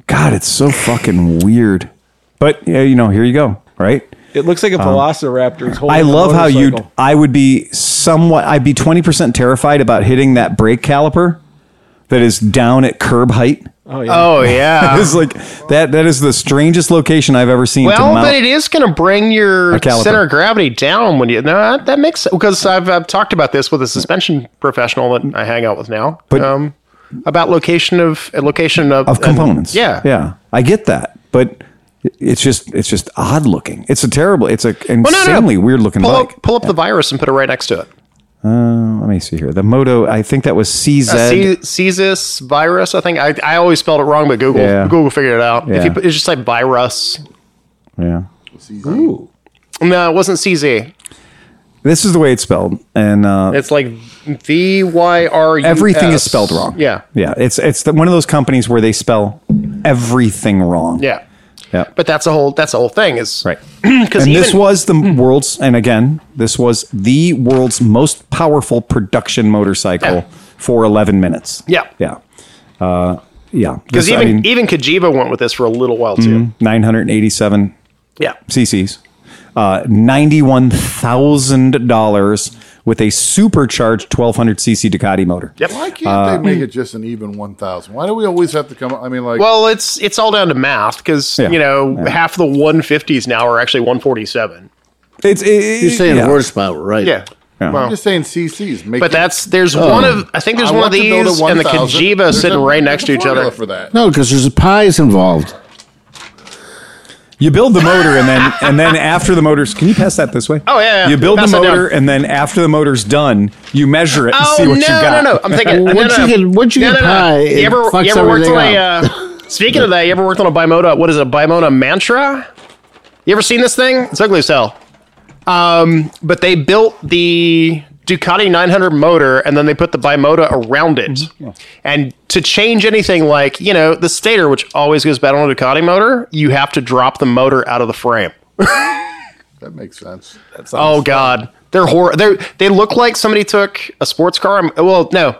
God, it's so fucking weird. But yeah, you know, here you go. Right.
It looks like a Velociraptor. is holding
Um, I
a
love how you.
motorcycle.
I would be s- somewhat, I'd be 20% terrified about hitting that brake caliper that is down at curb height.
Oh yeah.
(laughs)
Oh yeah.
It's like that. That is the strangest location I've ever seen. to
Well,
mount.
but it is going to bring your
A caliper.
center of gravity down when you. No, that- that makes sense because I've, I've talked about this with a suspension professional that I hang out with now.
But-
um, about location of uh, location of,
of components.
yeah,
yeah, I get that, but it- it's just it's just odd looking. It's a terrible. It's a insanely
Well, no, no, no.
weird looking
Pull
bike.
up, pull up the virus and put it right next to it.
Let me see here. The Moto. I think that was CZ.
Uh, C- CSIS virus. I think I, I always spelled it wrong, but Google
Yeah.
Google figured it out. If
Yeah.
you put, it's just like virus.
yeah.
No, it wasn't CZ.
This is the way it's spelled, and uh,
It's like V Y R U.
everything is spelled wrong.
Yeah.
yeah. It's it's the, one of those companies where they spell everything wrong.
Yeah.
yeah.
But that's a whole that's the whole thing is (clears throat)
right.
because
and
even
this was the world's and again this was the world's most powerful production motorcycle
Yeah.
for 11 minutes
Yeah.
yeah uh, yeah
because
This- I
even e-
mean, Mm-hmm.
even Kajiva went with this for a little while too.
987
Yeah.
cc's uh, $91000 with a supercharged 1200cc ducati motor
Yep.
Why can't they make it just an even one thousand? Why do we always have to come? I mean, like,
Well, it's it's all down to math because
Yeah.
you know half the 150s now are actually 147.
it's it, it,
You're saying
yeah. Oh.
horsepower, right?
Yeah.
I'm just saying CCs. Make
But
it-
that's there's one of I think there's
I
one of
want to build a
these and the
1,000.
Kajiva
There's
sitting
a-
right
there's
next
a
to each
formula
other.
For that.
No, because there's pies involved.
You build the motor and then and then after the motor's can you pass that this way?
Oh, yeah, yeah.
You build
Pass
the
that
motor
down.
and then after the motor's done, you measure it and
Oh
see what
no,
you got.
no, no! I'm thinking.
Well,
no,
once
no,
you
no.
get- once you
No,
get
no, no.
pie, it
you ever,
fucks
you ever worked on
everything
a? Uh, speaking of that, you ever worked on a bimota? What is it? A bimota mantra? You ever seen this thing? It's ugly as hell. Um, but they built the Ducati 900 motor, and then they put the bimota around it.
Mm-hmm.
And to change anything, like you know, the stator, which always goes bad on a Ducati motor, you have to drop the motor out of the frame.
That makes sense.
Oh God, they're horror. They they look like somebody took a sports car. and- Well, no.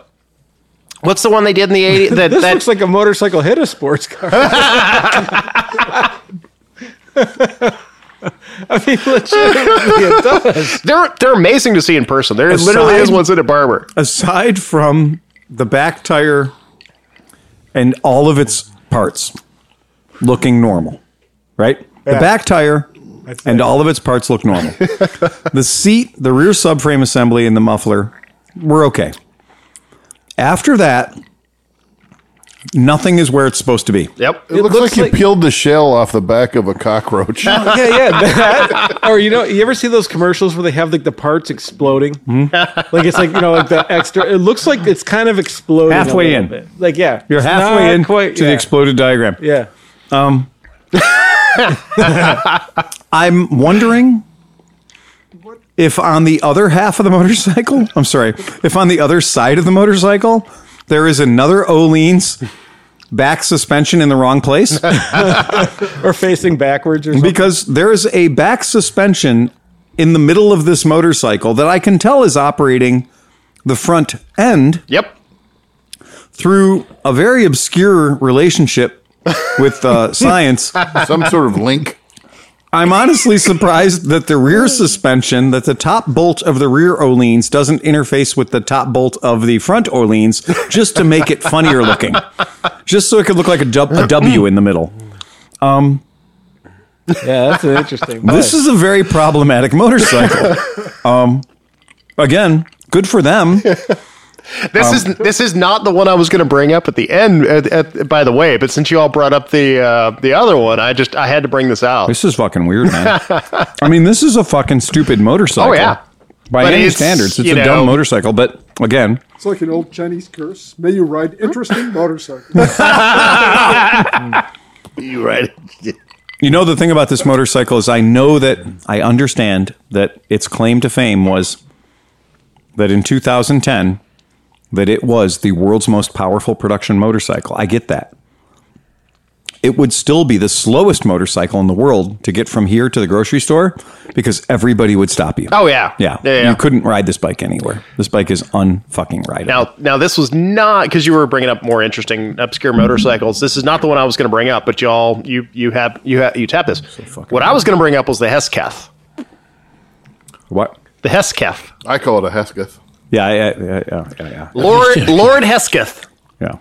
What's the one they did in the 80s? That,
This
that
looks like a motorcycle hit a sports car. (laughs) I mean, legitimately, it does.
they're they're amazing to see in person. There literally is
Aside-
one sitting at Barber.
Aside from the back tire and all of its parts looking normal, right? The back tire and all of its parts look normal. the seat, the rear subframe assembly, and the muffler were okay. After that, nothing is where it's supposed to be.
Yep.
It, looks,
looks
like,
like-
you peeled the shell off the back of a (laughs) cockroach.
Yeah, yeah. That, or you know, you ever see those commercials where they have like the parts exploding?
Hmm?
like it's like you know, like the extra. It looks like it's kind of exploding a
Halfway
little
in.
bit. Like yeah,
You're
it's
halfway
not
in
quite-
to
yeah,
the exploded diagram.
Yeah.
I'm wondering if on the other half of the (laughs) motorcycle, I'm sorry, if on the other side of the motorcycle, there is another Olean's back suspension in the wrong place
or facing backwards or something.
because there is a back suspension in the middle of this motorcycle that I can tell is operating the front end
Yep.
through a very obscure relationship with uh, science.
Some sort of link.
I'm honestly surprised that the rear suspension, that the top bolt of the rear Olean's doesn't interface with the top bolt of the front Olean's just to make it funnier
(laughs)
looking, just so it could look like a dub- a W in the middle.
yeah, that's an interesting.
This
one.
is a very problematic motorcycle.
(laughs)
Um, again, good for them.
This is this is not the one I was going to bring up at the end. At, at, by the way, but since you all brought up the uh, the other one, I just I had to bring this out.
This is fucking weird, man. I mean, this is a fucking stupid motorcycle.
Oh, yeah.
By
But
any
it's,
standards, it's
you
a
know-
dumb motorcycle. But again,
It's like an old Chinese curse. May you ride interesting motorcycles.
you right.
You know the thing about this motorcycle is I know that I understand that its claim to fame was that in 2010 that it was the world's most powerful production motorcycle. I get that. It would still be the slowest motorcycle in the world to get from here to the grocery store because everybody would stop you.
Oh yeah.
yeah.
Yeah.
You couldn't ride this bike anywhere. This bike is unfucking rideable.
Now, now this was not because you were bringing up more interesting obscure motorcycles. This is not the one I was going to bring up, but y'all, you you have you have you tap this. what I was going to bring up was the Hesketh.
what?
The Hesketh.
I call it a Hesketh.
Yeah, I- I- yeah, yeah, yeah, yeah.
Lord Lord Hesketh.
yeah.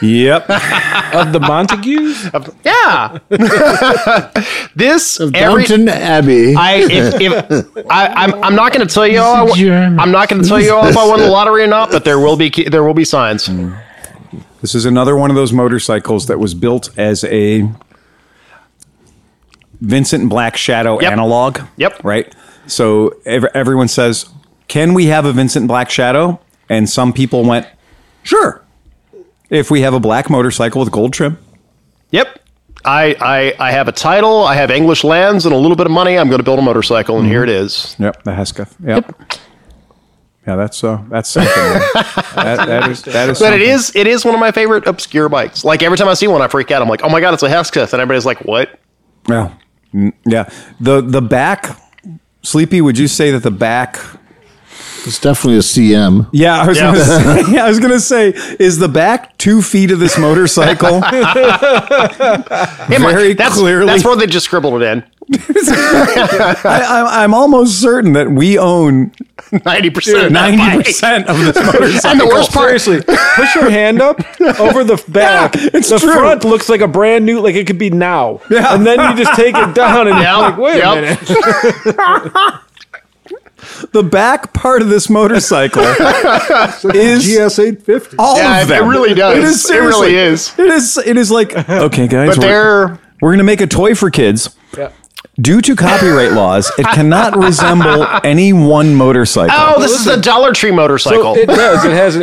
Yep.
Of the Montagues?
Yeah. (laughs) this every,
Downton Abbey.
I if, if I, I'm I'm not going to tell you all. I, am not going to tell you all if I won the lottery or not, but there will be there will be signs.
This is another one of those motorcycles that was built as a Vincent Black Shadow
Yep.
analog.
Yep.
Right? So ev- everyone says, Can we have a Vincent Black Shadow? And some people went, Sure. If we have a black motorcycle with gold trim.
Yep. I, I I have a title. I have English lands and a little bit of money. I'm going to build a motorcycle, and here it is.
Yep. The Hesketh. Yep. Yeah, that's uh, that's something. that, that is that is.
But
something.
it is it is one of my favorite obscure bikes. Like every time I see one, I freak out. I'm like, oh my god, it's a Hesketh, and everybody's like, what?
Yeah. Mm, Yeah. The the back. Sleepy, would you say that the back
it's definitely a CM.
Yeah, I was
Yeah.
gonna say, (laughs) yeah, I was gonna say, is the back two feet of this
(laughs)
motorcycle? (laughs)
Hey, Mike,
Very
that's,
clearly.
That's where they just scribbled it in.
I, I, I'm almost certain that we own
Ninety percent.
ninety percent of this motorcycle.
And the worst part.
Seriously, push your hand up over
(laughs)
the back.
it's
the
true.
front looks like a brand new, like it could be now.
Yeah.
And then you just take it down and
Yeah,
you're like, wait
(laughs) (laughs) yep.
a minute.
The back part of this motorcycle is
GS 850.
all
Yeah,
of
it
them.
really does.
It is
It really
seriously-
is.
It is. It is like okay, guys.
But
we're,
they're
we're gonna make a toy for kids. Due to copyright laws,
(laughs)
it cannot resemble any one motorcycle.
oh, this is a Dollar Tree motorcycle.
So it does. It has an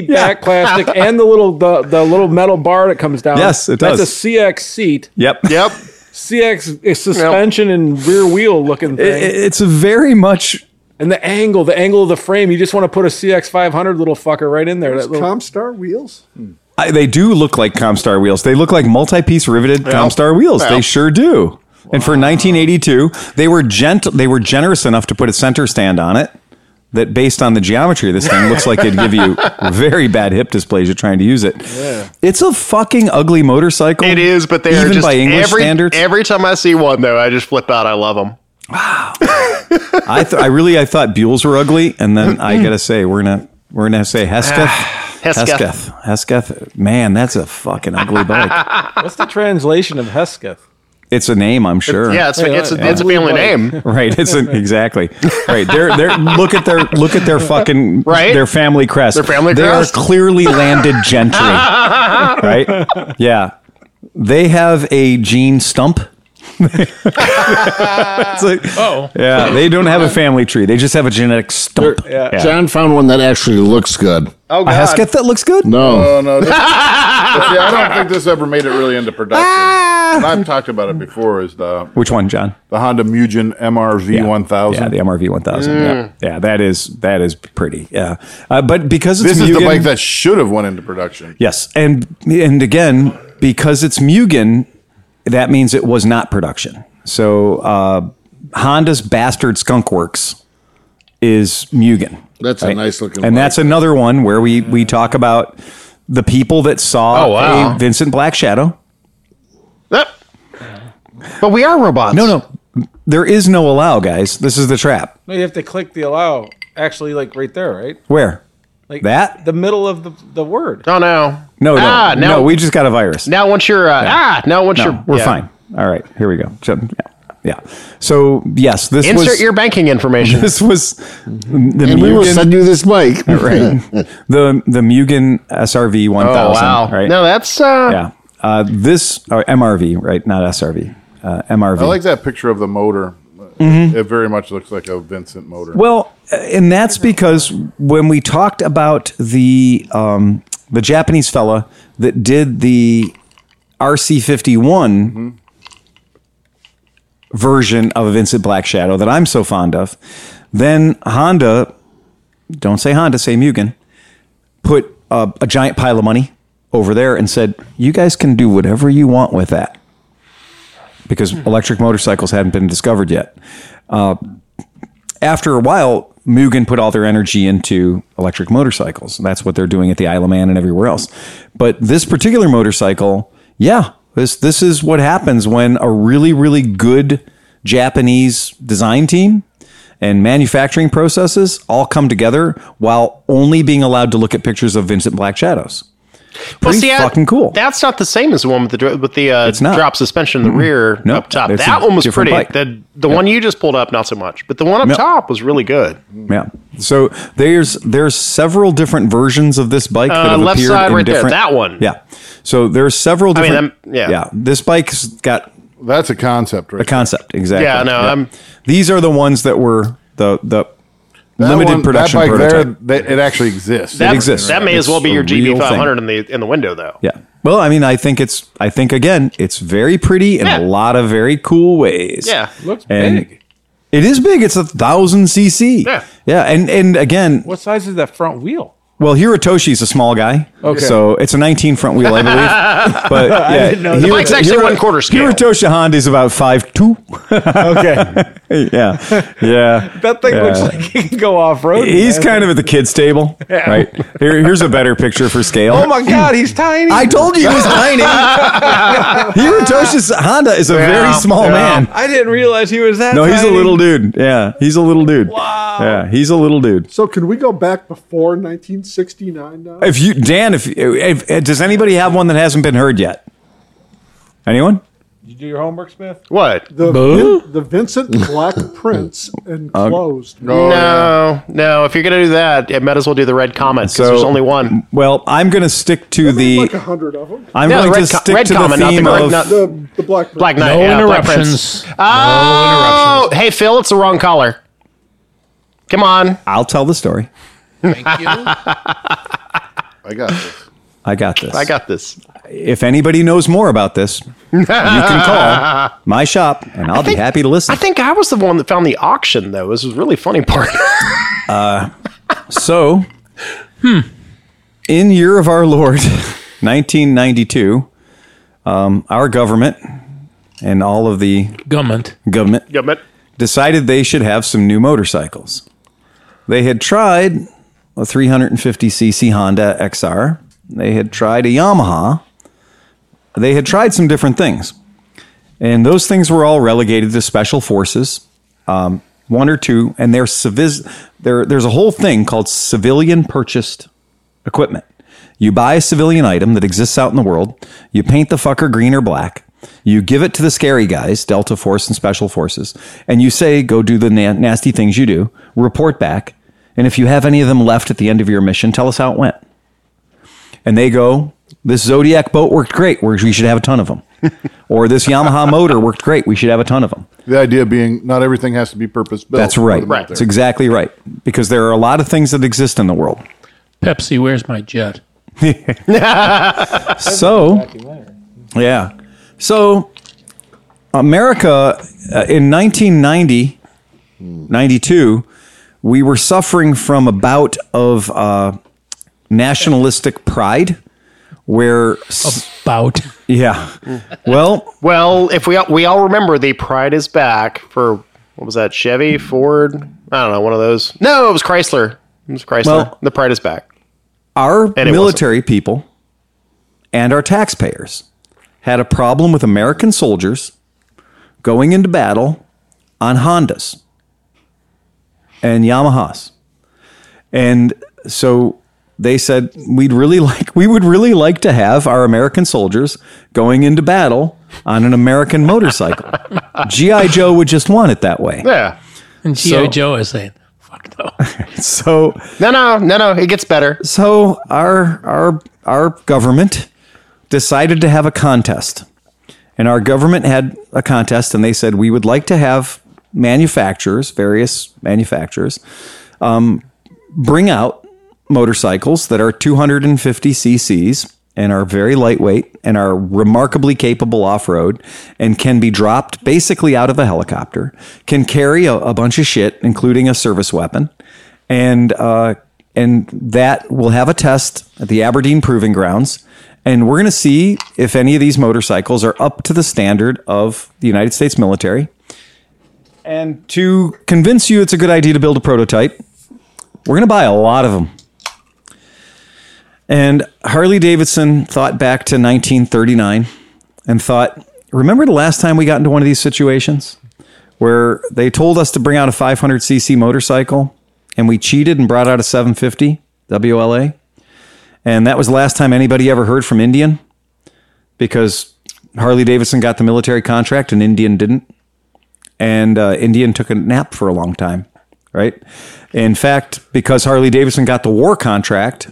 (laughs)
back plastic and the little the, the little metal bar that comes down.
Yes, it does.
That's a CX seat,
Yep.
yep.
CX suspension and rear wheel looking
It-
thing.
it's a very much
and the angle, the angle of the frame, you just want to put a CX 500 little fucker right in there. That little,
Comstar wheels.
I, they do look like Comstar wheels. They look like multi-piece riveted Comstar wheels. They sure do. And for 1982, they were gentle. They were generous enough to put a center stand on it. That, based on the geometry of this thing, looks like it'd give
(laughs)
you very bad hip dysplasia trying to use it. It's a fucking ugly motorcycle.
It is, but they're
even
just
by English
every,
standards.
Every time I see one, though, I just flip out. I love them.
I, th- I really I thought Buells were ugly, and then I gotta say we're gonna we're gonna say Hesketh.
Ah, Hesketh.
Hesketh. Hesketh. Man, that's a fucking ugly
(laughs)
bike.
what's the translation of Hesketh?
It's a name, I'm sure.
Yeah, it's, it's,
yeah.
it's a family
(laughs)
name.
Right. It's
(laughs)
an, exactly right. They're they're look at their look at their fucking
Right.
Their family crest.
Their family
They
crest.
are clearly landed
(laughs)
gentry. right. Yeah. They have a gene stump. (laughs) oh. Yeah. They don't have a family tree. They just have a genetic stump. Yeah.
John found one that actually looks good.
Oh
A Hesketh that looks good.
No,
Oh no! (laughs) This, but see, I don't think this ever made it really into production. and I've talked about it before. Is the
Ah. Which one, John?
the Honda Mugen MRV
Yeah.
one
Yeah,
thousand?
the MRV 1000. Yeah. yeah, that is that is pretty. Yeah, uh, but because it's
This is the
Mugen-
bike that should have went into production.
Yes, and and again because it's Mugen, that means it was not production. So uh, Honda's Bastard Skunk Works is Mugen.
That's a nice looking
and
bike.
that's another one where we we talk about the people that saw
Oh, wow.
a Vincent Black Shadow.
Yep. But we are robots.
No, no, there is no allow, guys. This is the trap.
No, you have to click the allow. Actually, like right there, right?
Where?
Like
That?
the middle of the, the word.
No, Oh, no.
No, no,
Ah, now,
no. We just got a virus.
now once you're, uh, ah, now once
No,
you're.
we're
yeah.
fine. All right, here we go. Jump- Yeah. Yeah. So yes, this
Insert
was
your banking
(laughs)
information.
this was the
and we will
Mugen, (laughs)
send you this bike.
(laughs)
right? the the Mugen SRV one
oh,
thousand.
wow.
Right?
No, that's, uh,
yeah. Uh, this or MRV, right? Not SRV. Uh, MRV.
I like that picture of the motor.
Mm-hmm.
It very much looks like a Vincent motor.
Well, and that's because when we talked about the um, the Japanese fella that did the RC fifty one version of Vincent Black Shadow that I'm so fond of, then Honda, don't say Honda, say Mugen, put a, a giant pile of money over there and said, "You guys can do whatever you want with that." Because electric motorcycles hadn't been discovered yet after a while, Mugen put all their energy into electric motorcycles. That's what they're doing at the Isle of Man and everywhere else. But this particular motorcycle, yeah, this this is what happens when a really really good Japanese design team and manufacturing processes all come together while only being allowed to look at pictures of Vincent Black shadows.
Well,
Pretty
see, I-
fucking cool.
That's not the same as the one with the dr- with the uh,
not.
drop suspension in the rear
No,
up top.
it's
That
a
one was
different
pretty.
bike.
The the one you just pulled up, not so much. But the one up
No.
top was really good.
yeah. So there's there's several different versions of this bike that
Uh,
have
left
appeared
side,
in
right there.
different.
That one.
Yeah. So there's several
mean,
different.
I'm- yeah.
Yeah. This bike's got
That's a concept, right?
a concept exactly.
Yeah, no, I'm-
These are the ones that were the the
That
limited
one-
production
that bike there,
prototype.
that- it actually exists.
That,
exists.
That may
It's
as well be
a
your
real
GB
thing.
500 in the in the window though.
Yeah. Well, I mean, I think it's. I think again, it's very pretty in a
Yeah.
lot of very cool ways.
Yeah.
Looks
And
big.
it is big. It's a thousand cc.
Yeah.
Yeah. And and again,
What size is that front wheel?
well, Hirotoshi's a small guy. Okay. So it's a 19 front wheel, I
(laughs)
believe. but yeah,
didn't know that.
Hiro-
The
bike's actually one quarter scale.
Hirotoshi Honda is about five two. (laughs)
Okay,
yeah. Yeah.
that thing looks
Yeah.
like he can go off road.
He's kind of at the kids' table, right? Here, here's a better picture for scale.
Oh my god, he's tiny.
I
I,
told you he was tiny.
(laughs)
Hirotoshi's Honda is a very small man.
didn't realize he was that.
No, he's a
tiny.
little dude. Yeah, he's a little dude.
Wow.
Yeah, he's a little dude.
So can we go back before 1969 now?
If you, Dan, if, if, eh, does anybody have one that hasn't been heard yet? Anyone?
You do your homework, Smith.
What?
The, Vin- the Vincent Black Prince enclosed.
no, Uh, no. If you're gonna do that, it might as well do the red comet because
So-
there's only one.
Well, I'm going to stick to
like a
the.
hundred of them.
I'm
Yeah, the
going to
red co-
stick
red
to
comet,
the
not the
theme
red-
of.
not-
The, the Black Prince.
Black Knight.
No
yeah, Black Prince.
interruptions.
Oh, hey Phil, it's the wrong color. Come on.
I'll tell the story.
I got this.
I got this.
I got this.
If anybody knows more about this, you can
(laughs)
call my shop, and I'll be happy to listen.
I think I was the one that found the auction though. This was really funny part. (laughs)
So, in year of our Lord, (laughs) 1992, um, our government and all of the
Government.
government
yeah, but
decided they should have some new motorcycles. They had tried a 350cc Honda XR, they had tried a Yamaha, they had tried some different things. And those things were all relegated to special forces, um, one or two, and they're civis- there, there's a whole thing called civilian purchased equipment. You buy a civilian item that exists out in the world, you paint the fucker green or black, you give it to the scary guys, Delta Force and Special Forces, and you say, go do the na- nasty things you do, report back, and if you have any of them left at the end of your mission, tell us how it went. And they go, this Zodiac boat worked great, we we should have a ton of them. or this Yamaha motor worked great, we should have a ton of them.
The idea being not everything has to be purpose built.
That's right.
Right.
That's exactly right. Because there are a lot of things that exist in the world.
Pepsi, where's my jet?
(laughs) So, yeah. So, America uh, in 1990, 92, we were suffering from a bout of uh, nationalistic pride where, s-
Bout.
yeah. Well,
Well, if we all, we all remember the Pride is back for what was that Chevy Ford? I don't know, one of those. No, it was Chrysler. It was Chrysler.
Well-
the Pride is back.
our
it
military people and our taxpayers had a problem with American soldiers going into battle on Hondas and Yamahas. And so they said we'd really (laughs) like we would really like to have our American soldiers going into battle on an American motorcycle. GI Joe would just want it that way.
Yeah.
And G.I. Joe is saying, fuck no.
So
No, no, no, no. It gets better.
so our our our government decided to have a contest and our government had a contest and they said we would like to have manufacturers various manufacturers um, bring out motorcycles that are 250 cc's and are very lightweight and are remarkably capable off-road and can be dropped basically out of a helicopter can carry a, a bunch of shit including a service weapon and uh, and that will have a test at the Aberdeen Proving Grounds, and we're going to see if any of these motorcycles are up to the standard of the United States military. And to convince you it's a good idea to build a prototype, we're going to buy a lot of them. And Harley Davidson thought back to 1939 and thought, remember the last time we got into one of these situations? where they told us to bring out a 500cc motorcycle and we cheated and brought out a 750 WLA. And that was the last time anybody ever heard from Indian because Harley Davidson got the military contract and Indian didn't. And uh, Indian took a nap for a long time, right? In fact, because Harley Davidson got the war contract,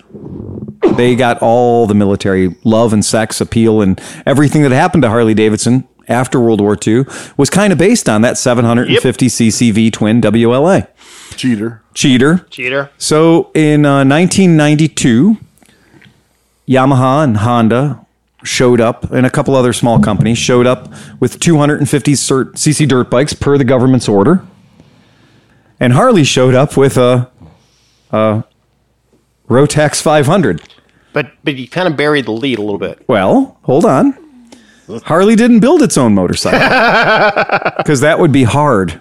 they got all the military love and sex appeal and everything that happened to Harley Davidson after World War II was kind of based on that 750cc V twin WLA.
Cheater.
Cheater.
Cheater.
So in uh, 1992, Yamaha and Honda showed up, and a couple other small companies showed up with 250 cert- cc dirt bikes per the government's order. And Harley showed up with a, a Rotax 500.
But but you kind of buried the lead a little bit.
Well, hold on. Harley didn't build its own motorcycle because that would be hard.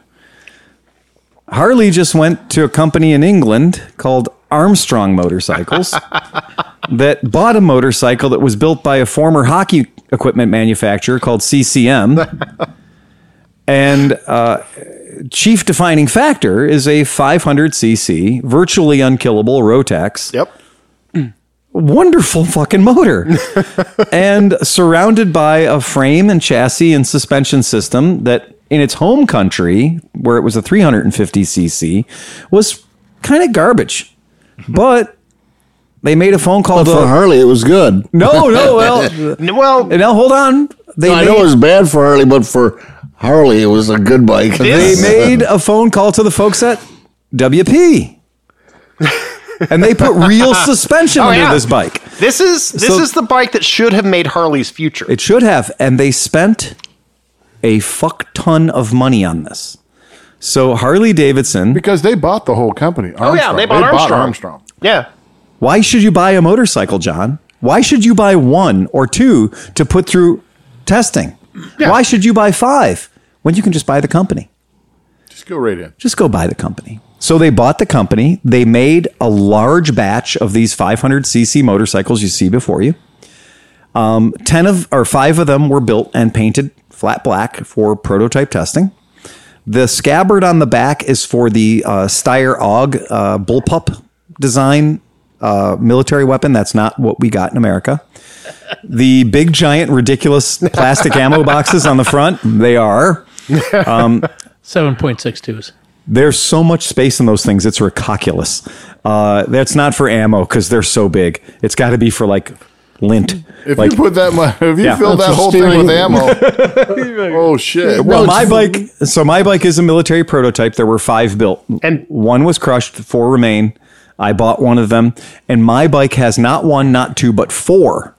Harley just went to a company in England called Armstrong Motorcycles that bought a motorcycle that was built by a former hockey equipment manufacturer called CCM. and uh, chief defining factor is a 500cc, virtually unkillable Rotax
Yep.
wonderful fucking motor
(laughs)
and surrounded by a frame and chassis and suspension system that in its home country where it was a 350cc was kind of garbage but they made a phone call
But
to
for (laughs) Harley, it was good.
no no
(laughs)
well
N- Well,
now hold on they
I
made,
know it was bad for Harley, but for Harley, it was a good bike. (laughs)
they made a phone call to the folks at
(laughs)
wp and they put real suspension
Oh,
under
yeah.
this bike
this is this
So-
is the bike that should have made Harley's future.
It should have. And they spent a fuck ton of money on this. So Harley Davidson,
Because they bought the whole company.
Oh, yeah,
Armstrong.
they bought Armstrong.
Armstrong.
yeah.
why should you buy a motorcycle, John? Why should you buy one or two to put through testing? Why should you buy five when you can just buy the company?
Just go right in.
Just go buy the company. So they bought the company. They made a large batch of these 500cc motorcycles you see before you. Um, 10 of or five of them were built and painted flat black for prototype testing. The scabbard on the back is for the uh, Steyr AUG uh, bullpup design uh, military weapon. That's not what we got in America. The big, giant, ridiculous
(laughs)
plastic ammo boxes on the front, they are. Um,
Seven point six twos.
There's so much space in those things. It's ridiculous. Uh, that's not for ammo because they're so big. It's got to be for like lint.
If
like,
you put that much, (laughs) if you
Yeah.
filled that
That's
whole
steering-
thing with
(laughs)
ammo, oh shit!
well,
No,
my
it's-
bike. So my bike is a military prototype. There were five built,
And-
one was crushed. Four remain. I bought one of them, and my bike has not one, not two, but four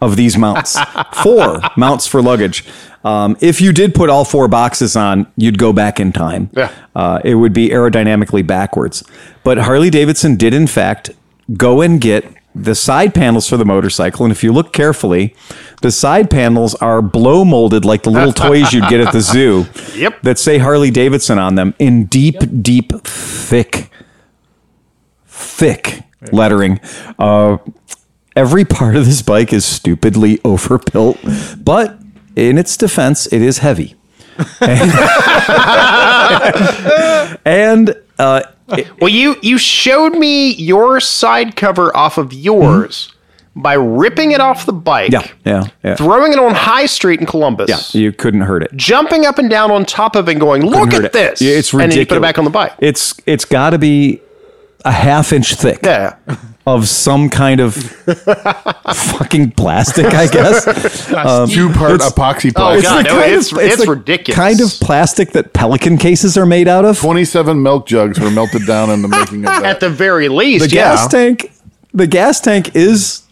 of these mounts. four mounts for luggage. Um, if you did put all four boxes on, you'd go back in time.
Yeah.
Uh, it would be aerodynamically backwards. But Harley Davidson did, in fact, go and get the side panels for the motorcycle. And if you look carefully, the side panels are blow molded like the little toys you'd get at the zoo
Yep.
that say Harley Davidson on them in deep, deep, thick, thick lettering. Uh, every part of this bike is stupidly (laughs) overbuilt, but in its defense, it is heavy. and uh,
Well, you you showed me your side cover off of yours by ripping it off the bike.
yeah, yeah, yeah.
Throwing it on High Street in Columbus.
You couldn't hurt it.
Jumping up and down on top of it and going, look
Hurt
at
it.
this.
Yeah, It's
And
ridiculous.
then you put it back on the bike.
It's it's got to be a half inch thick.
yeah.
Of some kind
(laughs)
of fucking plastic, I
(laughs)
guess. Um,
Two part epoxy
Oh,
plastic.
God.
the
no,
kind
it's- it's
the
ridiculous.
Kind of plastic that pelican cases are made out of.
Twenty-seven milk jugs were melted down in the making of
At
that.
the very least,
the
yeah.
gas tank. The gas tank is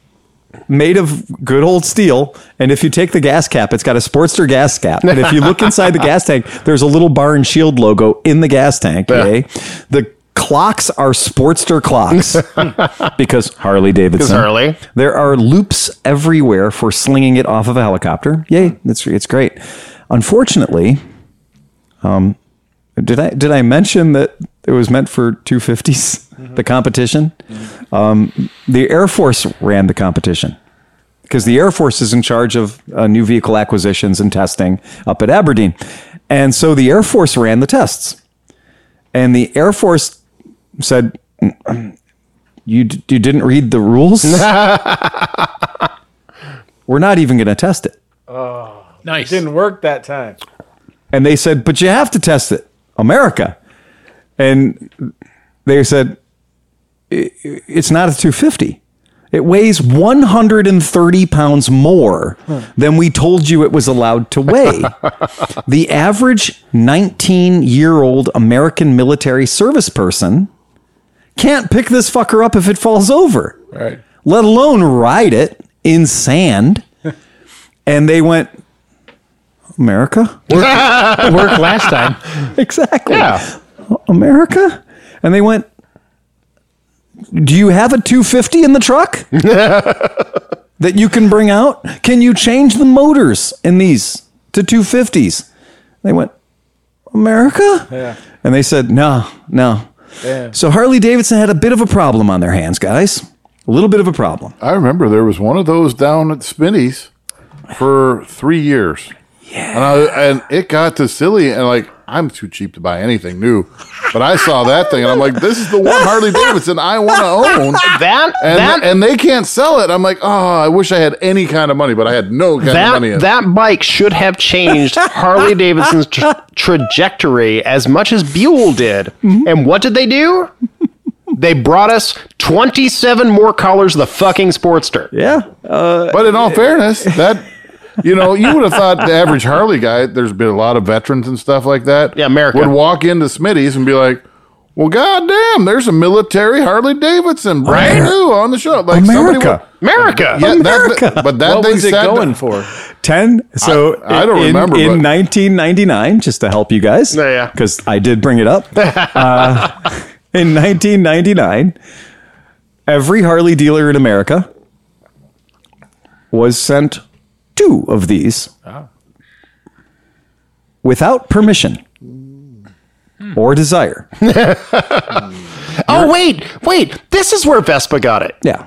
made of good old steel, and if you take the gas cap, it's got a Sportster gas cap. And if you look inside the gas tank, (laughs) there's a little bar and shield logo in the gas tank. yay. The clocks are Sportster clocks because Harley Davidson.
Harley.
There are loops everywhere for slinging it off of a helicopter. Yay, it's it's great. Unfortunately, um, did I did I mention that it was meant for 250s? The competition. Um, the Air Force ran the competition because the Air Force is in charge of uh, new vehicle acquisitions and testing up at Aberdeen. And so the Air Force ran the tests, and the Air Force said, "You d- you didn't read the rules. We're not even going to test it."
Nice.
Didn't work that time.
And they said, "But you have to test it, America." And they said, "I- i- "It's not a 250." It weighs 130 pounds more than we told you it was allowed to weigh. the average 19 year old American military service person can't pick this fucker up if it falls over,
Right.
let alone ride it in sand. and they went, America?
It worked last time.
(laughs) Exactly. America? And they went, Do you have a 250 in the
(laughs)
truck that you can bring out? Can you change the motors in these to 250s? They went, America?
Yeah.
And they said, No, no.
Yeah.
So Harley Davidson had a bit of a problem on their hands, guys. A little bit of a problem.
I remember there was one of those down at Spinney's for three years. Yeah. And, I, and it got to silly, and like, I'm too cheap to buy anything new. But I saw that thing, and I'm like, this is the one
(laughs)
Harley Davidson I want to own.
That
And,
that
and they can't sell it. I'm like, oh, I wish I had any kind of money, but I had no kind of money.
that, that bike should have changed Harley Davidson's tra- trajectory as much as Buell did. And what did they do? They brought us 27 more colors of the fucking Sportster.
Yeah.
But in all fairness, that you know, you would have thought the average Harley guy. There's been a lot of veterans and stuff like that.
Yeah, America.
would walk into Smitty's and be like, "Well, goddamn, there's a military Harley Davidson, brand
Amer-
new on the show." Like somebody
America.
America!
would- yeah, that-
America.
but that
What
thing
was it
sat-
going for?
10 so
I- I don't
in,
remember,
in
but-
1999 just to help you guys
Yeah, yeah.
because i did bring it
(laughs)
up uh, in 1999 every harley dealer in america was sent two of these
Ah.
without permission or desire
Oh, wait, wait. This is where Vespa got it.
Yeah.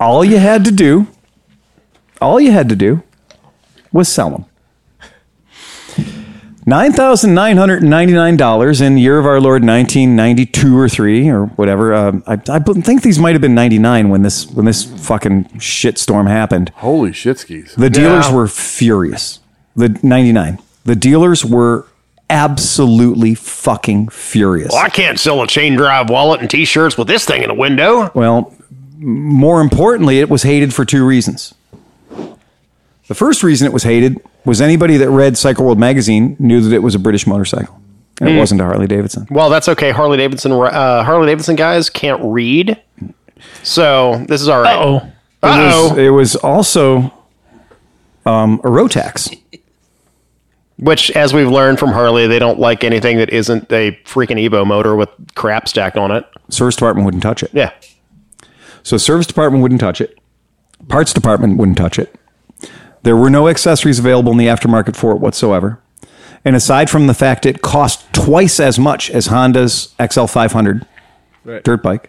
all you had to do, all you had to do was sell them. $9,999 in year of our Lord 1992 or 3 or whatever. Um, I, I think these might have been 99 when this when this fucking shitstorm happened.
Holy shitskis!
The dealers were furious. The 99. The dealers were absolutely fucking furious.
I can't sell a chain drive wallet and t shirts with this thing in a window.
Well, m- more importantly, it was hated for two reasons. The first reason it was hated was anybody that read Cycle World magazine knew that it was a British motorcycle. And it wasn't a Harley Davidson.
Well, that's okay. Harley Davidson uh, Harley Davidson guys can't read. So this is all right.
Oh,
Uh-oh.
It was also um, a Rotax.
Which, as we've learned from Harley, they don't like anything that isn't a freaking Evo motor with crap stacked on it.
Service department wouldn't touch it.
Yeah.
So service department wouldn't touch it. Parts department wouldn't touch it. There were no accessories available in the aftermarket for it whatsoever. And aside from the fact it cost twice as much as Honda's XL500 dirt bike,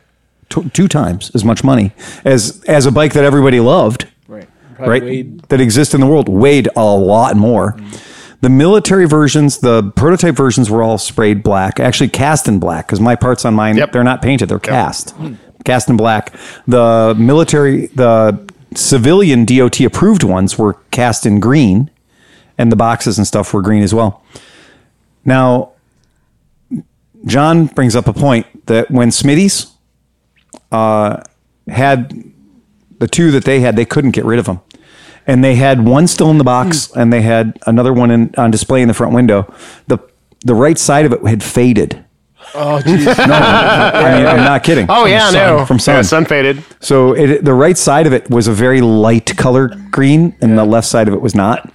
tw- two times as much money as as a bike that everybody loved,
Right.
right? That exists in the world weighed a lot more.
Mm-hmm.
The military versions, the prototype versions were all sprayed black, actually cast in black, because my parts on mine,
Yep. Hmm.
they're not painted, they're cast, cast in black. The military, the civilian DOT approved ones were cast in green, and the boxes and stuff were green as well. Now, John brings up a point that when Smitty's uh, had the two that they had, they couldn't get rid of them. And they had one still in the box,
Hmm.
and they had another one in, on display in the front window. the The right side of it had faded.
Oh,
(laughs)
jeez.
I mean, I'm not kidding.
Oh,
From
yeah,
sun-
no.
from sun.
Yeah, sun faded.
So it, the right side of it was a very light color green, and the left side of it was
(laughs)
not.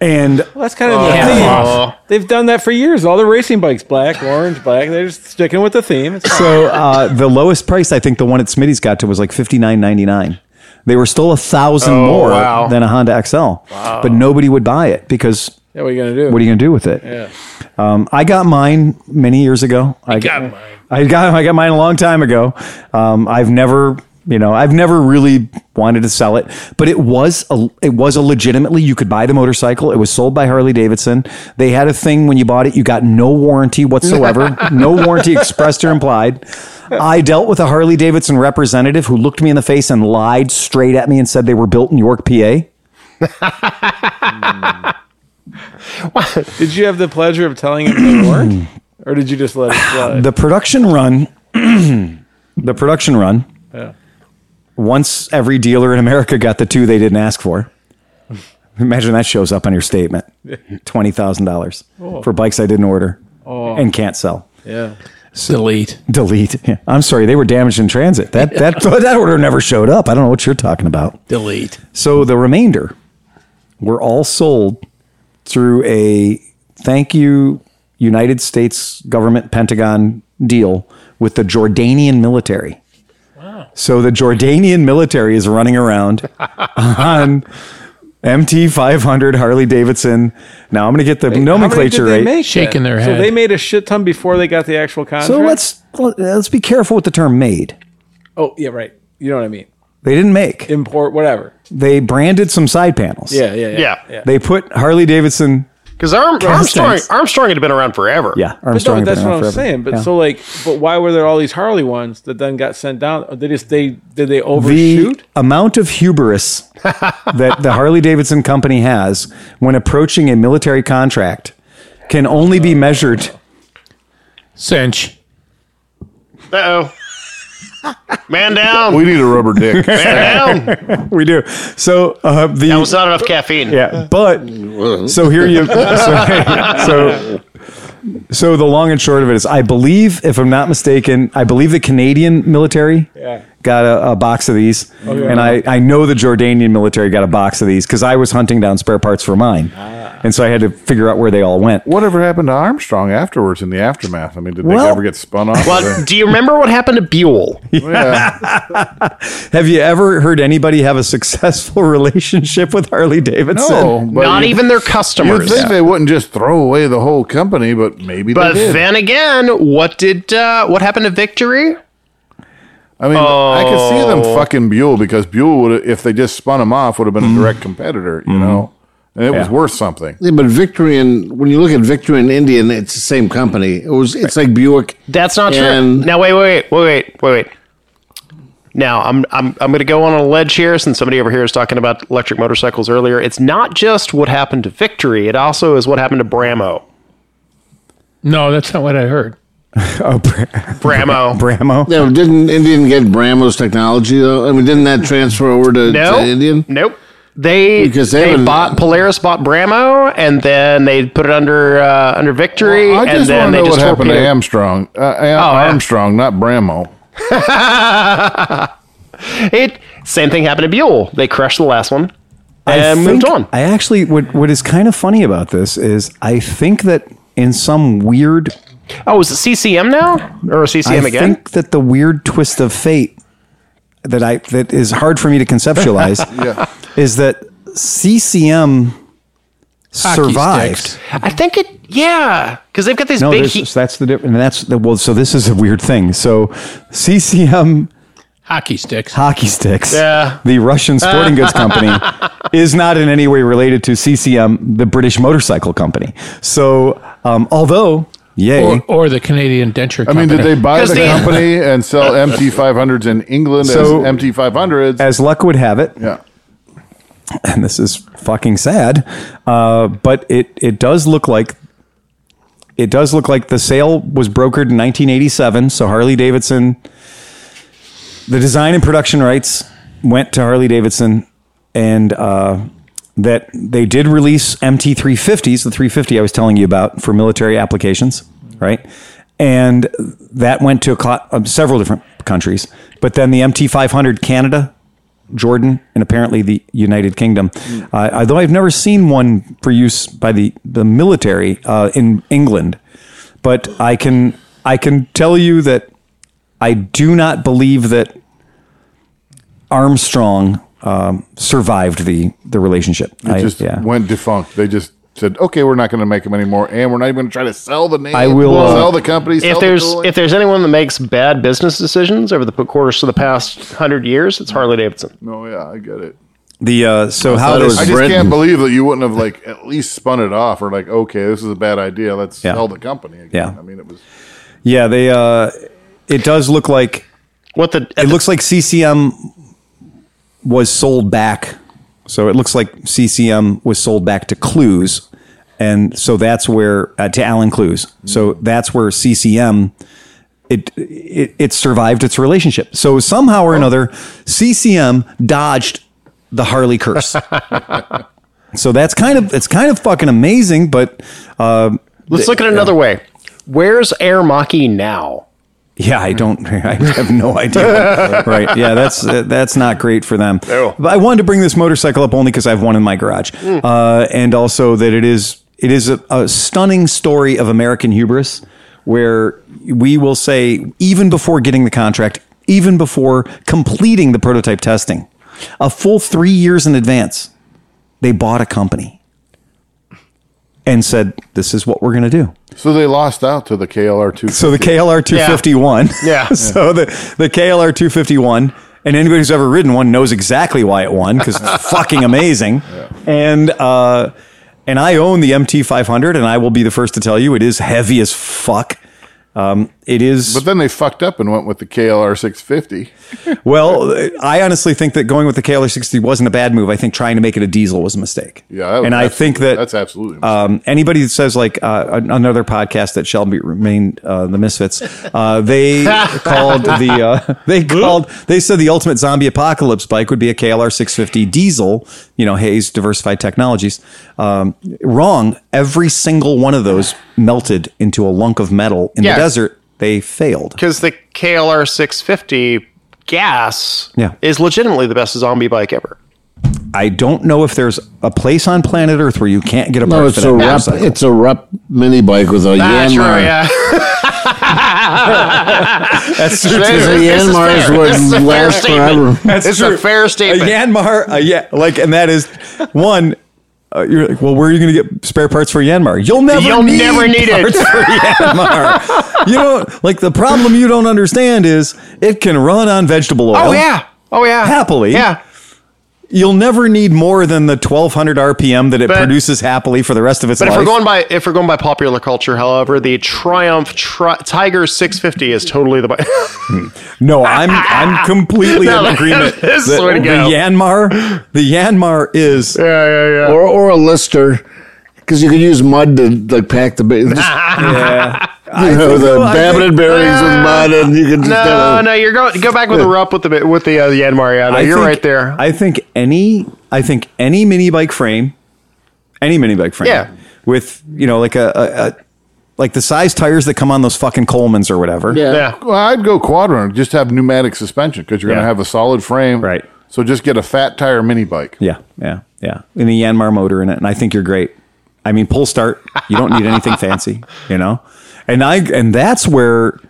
and
Well, that's
Oh.
kind of the theme. They've done that for years. All the racing bikes, black, orange, black. They're just sticking with the theme. It's
So uh, the lowest price I think the one at Smitty's got to was like fifty nine ninety nine. They were still a thousand
Oh,
more
wow.
than a Honda XL, but nobody would buy it because
yeah, what are you gonna do?
what are you going to do with it? Um, I got mine many years ago. I got mine. I got I got mine a long time ago. Um, I've never You know, I've never really wanted to sell it, but it was a it was a legitimately you could buy the motorcycle. It was sold by Harley Davidson. They had a thing when you bought it, you got no warranty whatsoever, no warranty expressed or implied. I dealt with a Harley Davidson representative who looked me in the face and lied straight at me and said they were built in York, PA.
Did you have the pleasure of telling him
(clears throat)
they weren't, or did you just let it slide?
The production run, (clears throat) the production run. Once every dealer in America got the two they didn't ask for. Imagine that shows up on your statement: twenty thousand dollars for bikes I didn't order and can't sell.
yeah.
Delete.
Delete. (laughs) Yeah. I'm sorry, they were damaged in transit. That that (laughs) that order never showed up. I don't know what you're talking about.
Delete.
So the remainder were all sold through a thank you United States government Pentagon deal with the Jordanian military. Wow. So the Jordanian military is running
(laughs)
around on MT500 Harley Davidson. Now I'm going to get the nomenclature
How many did
right.
they make
Shaking
then?
their
So
head.
they made a shit ton before they got the actual contract.
So let's let's be careful with the term made.
Oh yeah, right. You know what I mean.
They didn't make.
Import whatever.
They branded some side panels.
Yeah, yeah, yeah.
Yeah.
They put Harley Davidson
Because Arm,
Cast
Armstrong,
ice.
Armstrong had been around forever.
Yeah,
But no,
Armstrong. had
that's
been
what
around
I'm
forever.
saying. But
Yeah.
so like, but why were there all these Harley ones that then got sent down? Or They just they did they
the
overshoot?
amount of hubris that the Harley Davidson company has when approaching a military contract can only be measured. (laughs)
Cinch.
Uh oh. Man down.
We need a rubber
(laughs)
dick.
Man down.
We do. So uh, the
That was not enough caffeine.
yeah, but so here you so, so so the long and short of it is, I believe, if I'm not mistaken, I believe the Canadian military got a, a box of these, and I I know the Jordanian military got a box of these because I was hunting down spare parts for mine, and so I had to figure out where they all went.
(laughs) Whatever happened to Armstrong afterwards in the aftermath? I mean, did
Well-
they ever get spun off?
But do you remember what happened to Buell?
yeah.
Have you ever heard anybody have a successful (laughs) relationship with Harley Davidson?
No, but
Not
you-
even their
You'd
customers.
think they wouldn't just throw away the whole company, but maybe
But
they did.
then again, what did uh, what happened to Victory?
I mean, I could see them
Oh.
fucking Buell because Buell would, if they just spun him off, would have been a direct competitor, you know, and it was
Mm-hmm. Yeah.
worth something.
Yeah, but Victory and when you look at Victory and Indian, it's the same company. It was it's like Buick.
That's not true.
And-
now wait, wait, wait, wait, wait, wait. Now I'm I'm I'm going to go on a ledge here since somebody over here is talking about electric motorcycles earlier. It's not just what happened to Victory; it also is what happened to Bramo.
No, that's not what I heard.
(laughs) Oh, Bra- (laughs)
Bramo.
Bramo.
Yeah, but didn't Indian get Bramo's technology though? I mean, didn't that transfer over to,
no.
to Indian?
Nope. They
Because they
they,
haven't-
bought Polaris bought Bramo and then they put it under uh, under Victory
I
and
just
then
want to
they
know
just
what happened to
torpedoed-
Armstrong. Uh, Am-
Oh, yeah.
Armstrong, not Brammo.
It same thing happened to Buell. They crushed the last one and
I
moved
think-
on.
I actually, what what is kind of funny about this is, I think that in some weird,
oh, is it CCM now or CCM
I
again?
think that the weird twist of fate that I that is hard for me to conceptualize is that CCM survived.
sticks.
I think it. Yeah, because they've got these
No,
big.
there's-
He-
so that's the difference. And that's the well. So this is a weird thing. So CCM
Hockey sticks.
hockey sticks.
Yeah.
The Russian sporting goods company is not in any way related to CCM, the British motorcycle company. So, um, although, yay,
Or, or the Canadian denture
I mean, did they buy
'Cause
the
they- (laughs)
company and sell MT500s in England
So-
as MT500s?
as luck would have it,
yeah.
and (laughs) this is fucking sad, uh, but it it does look like it does look like the sale was brokered in 1987. So Harley Davidson, the design and production rights went to Harley Davidson, and uh, that they did release MT350s, the 350 I was telling you about for military applications, right? And that went to a clo- uh, several different countries, but then the MT500 Canada Jordan and apparently the United Kingdom.
Mm.
Uh, although I've never seen one for use by the the military uh, in England, but I can I can tell you that I do not believe that Armstrong um, survived the the relationship.
It
I,
just
yeah.
went defunct. They just said, okay, we're not going to make them anymore, and we're not even going to try to sell the name.
I will, uh,
sell the company. Sell
If
the
there's
tooling.
if there's anyone that makes bad business decisions over the p- course of the past hundred years, it's Harley Davidson.
no, yeah, I get it.
The uh, so how
thought it
this,
was
I just
Britain.
can't believe that you wouldn't have like at least spun it off or like, okay, this is a bad idea. Let's
Yeah.
sell the company. Again.
Yeah.
I mean, it was
yeah they uh, it does look like
What the
it looks like CCM was sold back. So it looks like CCM was sold back to Clues, and so that's where uh, to Alan Clues. So that's where CCM it, it it survived its relationship. So somehow or another, CCM dodged the Harley curse. so that's kind of it's kind of fucking amazing, but uh,
Let's look at it another way. Where's Air Maki now?
Yeah, I don't. (laughs) I have no idea. right? Yeah, that's uh, that's not great for them. But I wanted to bring this motorcycle up only because I have one in my garage, uh, and also that it is it is a, a stunning story of American hubris, where we will say even before getting the contract, even before completing the prototype testing, a full three years in advance, they bought a company and said, "This is what we're going to do."
so they lost out to the KLR two.
So the KLR 251. (laughs)
Yeah.
so the, the KLR 251, and anybody who's ever ridden one knows exactly why it won because
(laughs)
it's fucking amazing. And, uh, and I own the MT500, and I will be the first to tell you it is heavy as fuck. Um, it is.
but then they fucked up and went with the KLR six fifty.
Well, I honestly think that going with the KLR 60 wasn't a bad move. I think trying to make it a diesel was a mistake.
Yeah, that was
and I
absolute-
think that
that's absolutely.
um, anybody that says like uh, an- another podcast that shall be remain uh, the misfits uh, they called the uh, they called they said the ultimate zombie apocalypse bike would be a klr 650 diesel you know hayes diversified technologies um, wrong every single one of those melted into a lunk of metal in
Yeah.
the desert they failed
Because the KLR 650 gas
Yeah.
is legitimately the best zombie bike ever.
i don't know if there's a place on planet earth where you can't get a part
No,
for
it's
that
a rep.
motorcycle.
It's a rep mini bike with a uh,
That's
Yanmar.
right, yeah.
That's true.
This
Because
is-
the
this is
Yanmars
fair.
would
This is a fair
last
statement.
forever.
That's
It's a
true.
fair statement.
A Yanmar, a yeah, like, and that is one. Uh, you're like, well, where are you going to get spare parts for Yanmar? You'll never,
You'll
need
never need it.
parts
(laughs)
for Yanmar. you don't like the problem. You don't understand is it can run on vegetable oil.
Oh, yeah. Oh, yeah.
Happily.
Yeah.
you'll never need more than the 1200 RPM that it
But-
produces happily for the rest of its
But
life.
if we're going by if we're going by popular culture, however, the Triumph tri- Tiger 650 is totally (laughs) the bike.
no, I'm
(laughs)
I'm completely
No,
in agreement.
this is the way to
the
go.
Yanmar, the Yanmar is
Or, or a Lister. Because you could use mud to like pack the ba- just,
(laughs)
you know, the
I
babbitted
think-
berries with mud, and you could just
no,
have a-
no, you're going go back with the rup with the with the uh, Yanmar. Yeah, no, you're
think-
right there.
I think any I think any mini bike frame, any mini bike frame,
Yeah.
with you know like a, a, a like the size tires that come on those fucking Colemans or whatever.
yeah.
yeah.
Well, I'd go quadrant. Just have pneumatic suspension because you're going
Yeah.
to have a solid frame.
Right.
So just get a fat tire mini bike.
yeah, yeah, yeah. And a Yanmar motor in it, and I think you're great. I mean, pull start. You don't need anything fancy, you know. And I and that's where.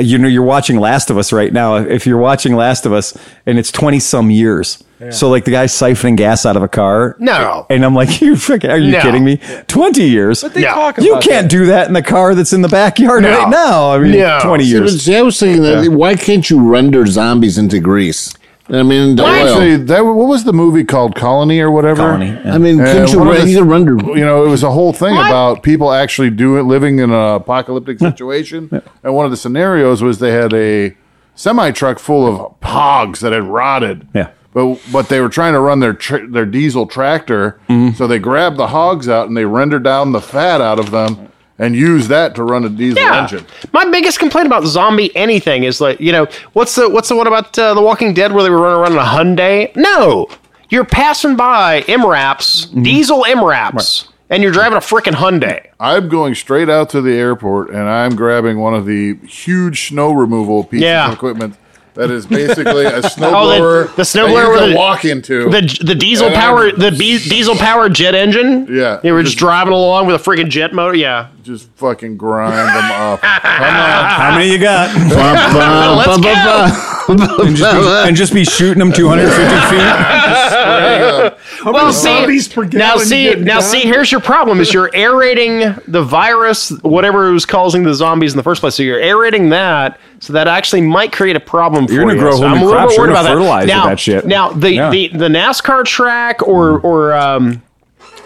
You know, you're watching Last of Us right now. If you're watching Last of Us, and it's twenty some years, so like the guy siphoning gas out of a car,
No.
And I'm like, (laughs) you freaking, are you
No.
kidding me? 20 years.
They
Yeah.
talk
you
about
can't do that in the car that's in the backyard
No.
right now. I mean,
No.
20 years.
See, I was thinking that why can't you render zombies into grease? I mean, into
Well,
oil.
Actually, that what was the movie called Colony or whatever?
Colony, yeah.
I mean,
And
couldn't you,
Uh, one of
ren-
the-
you could
(laughs)
render?
You know, it was a whole thing about people actually doing living in an apocalyptic situation. And one of the scenarios was they had a semi truck full of hogs that had rotted.
Yeah.
But but they were trying to run their tr- their diesel tractor,
Mm-hmm.
so they grabbed the hogs out and they rendered down the fat out of them and used that to run a diesel
Yeah.
engine.
My biggest complaint about zombie anything is like, you know, what's the what's the one about uh, The Walking Dead where they were running around in a Hyundai? No, you're passing by MRAPs, diesel MRAPs, and you're driving a freaking Hyundai.
I'm going straight out to the airport and I'm grabbing one of the huge snow removal pieces
Yeah.
of equipment that is basically
(laughs)
a
Oh,
snowblower.
the- the
that you
snowblower
can
with the-
walk into.
The the diesel
And
power
I'm-
the be- diesel powered jet engine.
Yeah.
you were just driving along with a freaking jet motor. Yeah,
just fucking grind them up.
(laughs)
Come on.
How many you got?
Bum, bum,
Let's
bum, bum, bum,
go.
bum, (laughs)
and just be shooting them 250 feet.
How
Well,
many
see,
zombies per
now
gallon
see,
getting
now
down?
see. Here's your problem: is you're aerating the virus, whatever was causing the zombies in the first place. So you're aerating that, so that actually might create a problem
You're
for
gonna
you.
grow
So
whole
I'm
new
a little
crops.
bit
You're
worried
gonna
about that.
fertilize with
now,
that shit.
Now the,
Yeah. Mm.
the the NASCAR track or or um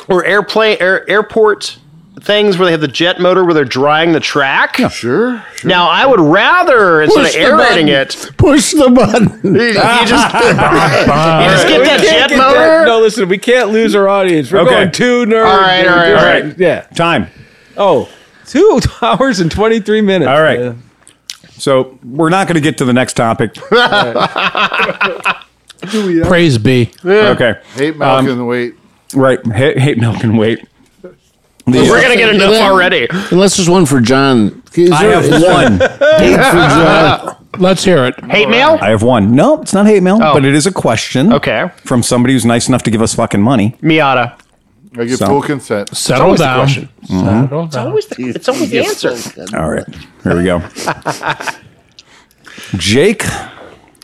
or airplane air, airport things where they have the jet motor where they're drying the track.
Sure.
Now I would rather instead
Push the
of aerating
button.
it,
Push the
(laughs)
button.
you, you just
(laughs)
you just get
We
that
can't
jet
get
motor.
that- No, listen, we can't lose our audience. We're
Okay.
going two nerds.
All right, all right, all right.
Yeah.
Time.
Oh, two (laughs) hours and 23 minutes.
All right.
Uh,
So we're not going to get to the next topic.
Do we, uh,
Praise be.
okay.
Hate Malcolm
Um,
and wait.
Right. Hate, hate milk and wait. The-
We're gonna get enough already.
Unless there's one for John. Is
I
there-
have
is there-
one.
(laughs)
Let's hear it.
Hate mail.
I have one. No, it's not hate mail, but it is a question.
Okay.
From somebody who's nice enough to give us fucking money.
Miata.
I give
So-
full consent.
Settle down. Settle down.
Always the, it's always the answer.
All right. Here we go. Jake.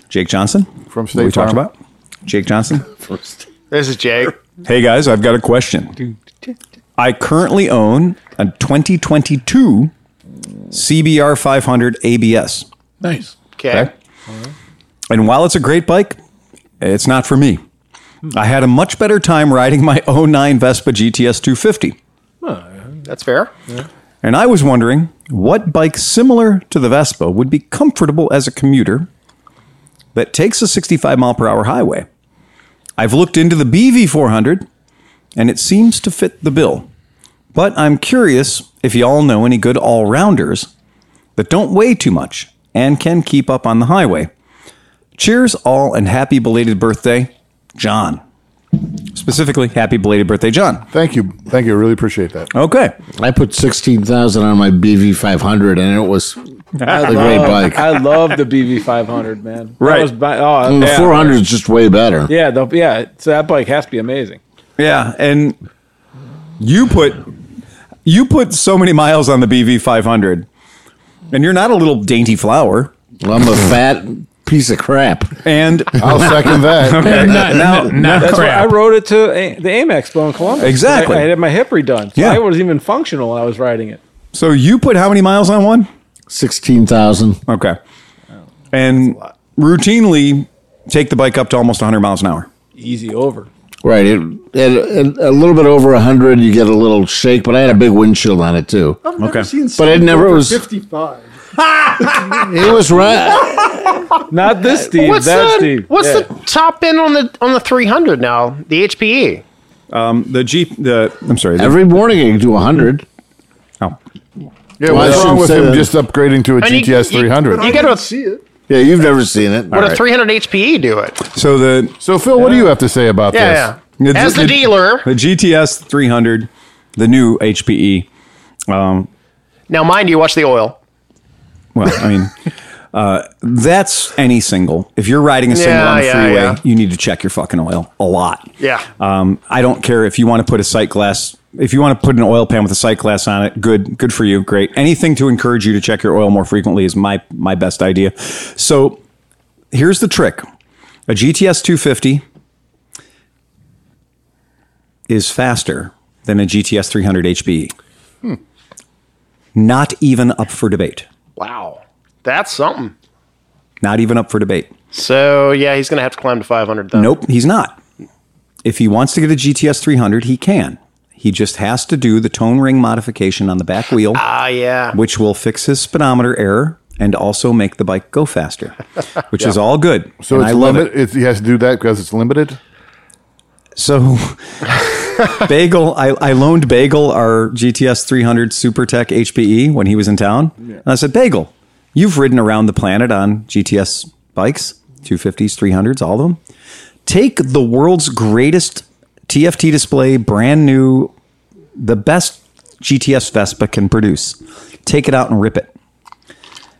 Jake Johnson.
From
What we
State
talked
Farm.
about. Jake Johnson.
This is Jake.
Hey guys, I've got a question. I currently own a 2022 CBR 500 ABS.
Nice.
Okay.
And while it's a great bike, it's not for me. I had a much better time riding my (laughs) 09 Vespa GTS 250.
That's fair.
And I was wondering what bike similar to the Vespa would be comfortable as a commuter that takes a 65 mile per hour highway. I've looked into the BV400 and it seems to fit the bill. But I'm curious if y'all know any good all rounders that don't weigh too much and can keep up on the highway. Cheers, all, and happy belated birthday, John. Specifically, happy belated birthday, John.
Thank you. Thank you. I really
(laughs)
appreciate that.
Okay.
I put 16,000 on my BV500 and it
(laughs)
was a great bike.
I love the BV500, man. That
Right.
was by- oh,
And the
yeah.
400 is just way better.
Yeah, the, yeah. So that bike has to be amazing.
Yeah, and you put you put so many miles on the BV 500, and you're not a little dainty flower.
Well, I'm a fat piece of crap.
(laughs)
And (laughs)
I'll second that.
Oh, Not, now, not
That's why I
crap.
rode it to A- the AIM Expo in Columbus.
Exactly.
I, I had my hip redone. So
Yeah.
I wasn't even functional when I was riding it.
so you put how many miles on one?
16,000.
Okay, and routinely take the bike up to almost 100 miles an hour.
Easy over.
Right. It, it, it, a little bit over 100, you get a little shake, but I had a big windshield on it too.
I've never
Okay.
seen
But it
something
never
over
was-
55.
It was right.
Not this Steve.
What's
that
the
Steve.
what's
Yeah.
the top end on the on the 300 now? The E. HPE.
The Jeep, the I'm sorry, the,
Every morning you do 100.
oh,
Yeah,
Well, I
what's wrong
shouldn't
with
say
him
that.
just upgrading to a
And you-
GTS
you-
300?
you
I
gotta-
didn't see it.
Yeah, you've never seen it.
What a 300 HPE E do it?
so the
so, Phil, what do you have to say about
Yeah,
this?
yeah. As the dealer,
the GTS 300, the new E, HPE. Um,
now mind you, watch the oil.
Well, I mean, uh, that's any single. If you're riding a single
Yeah,
on a
yeah,
freeway,
yeah.
you need to check your fucking oil a lot.
Yeah.
Um, I don't care if you want to put a sight glass. If you want to put an oil pan with a sight glass on it, good, good for you. Great. Anything to encourage you to check your oil more frequently is my my best idea. So, here's the trick: a GTS 250 is faster than a GTS 300 HPE. E.
Hmm.
Not even up for debate.
Wow, that's something.
Not even up for debate.
So yeah, he's gonna have to climb to 500 though.
Nope, he's not. If he wants to get a GTS 300, he can. He just has to do the tone ring modification on the back wheel,
Ah yeah.
which will fix his speedometer error and also make the bike go faster, which is all good.
So
and
it's
I love
limit,
it.
It's, he has to do that because it's limited.
So, Bagel, I, I loaned Bagel our GTS 300 SuperTech HPE E when he was in town. And I said, Bagel, you've ridden around the planet on GTS bikes, 250s, 300s, all of them. Take the world's greatest TFT display, brand new, the best GTS Vespa can produce. Take it out and rip it.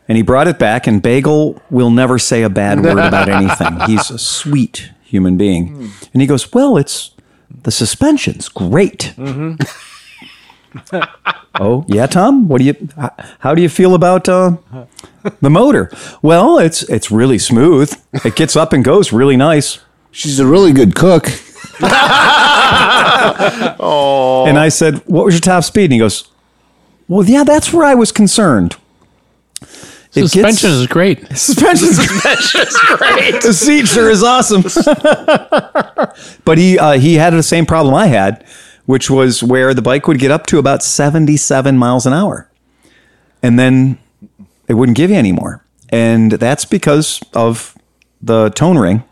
And he brought it back, and Bagel will never say a bad word about anything. He's a sweet human being. And he goes, Well, it's the suspension's great. oh, yeah, Tom? What do you, h- how do you feel about uh, the motor? Well, it's, it's really smooth. It gets up and goes really nice.
She's a really good cook.
And I said, What was your top speed? And he goes, Well, yeah, that's where I was concerned. It gets-
Suspension is great.
(laughs) suspension
That's
(laughs)
great.
the seat sure is awesome. (laughs) but he uh, he had the same problem I had, which was where the bike would get up to about seventy seven miles an hour, and then it wouldn't give you any more, and that's because of the tone ring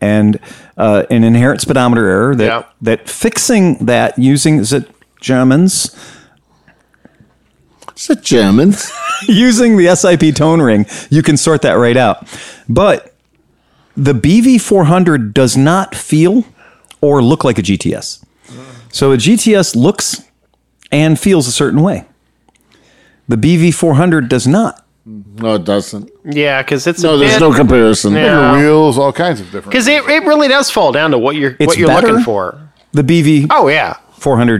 and uh, an inherent speedometer error that
Yeah.
that fixing that using is it Germans
It's a German.
using the SIP tone ring, you can sort that right out. But the BV400 does not feel or look like a GTS. So a GTS looks and feels a certain way. The BV400 does not.
No, it doesn't.
Yeah, because it's
No,
a
there's
bit-
no comparison.
Yeah.
Wheels, all kinds of different.
Because it, it really does fall down to what you're
It's
what you're
better.
looking for.
The BV400
Oh yeah,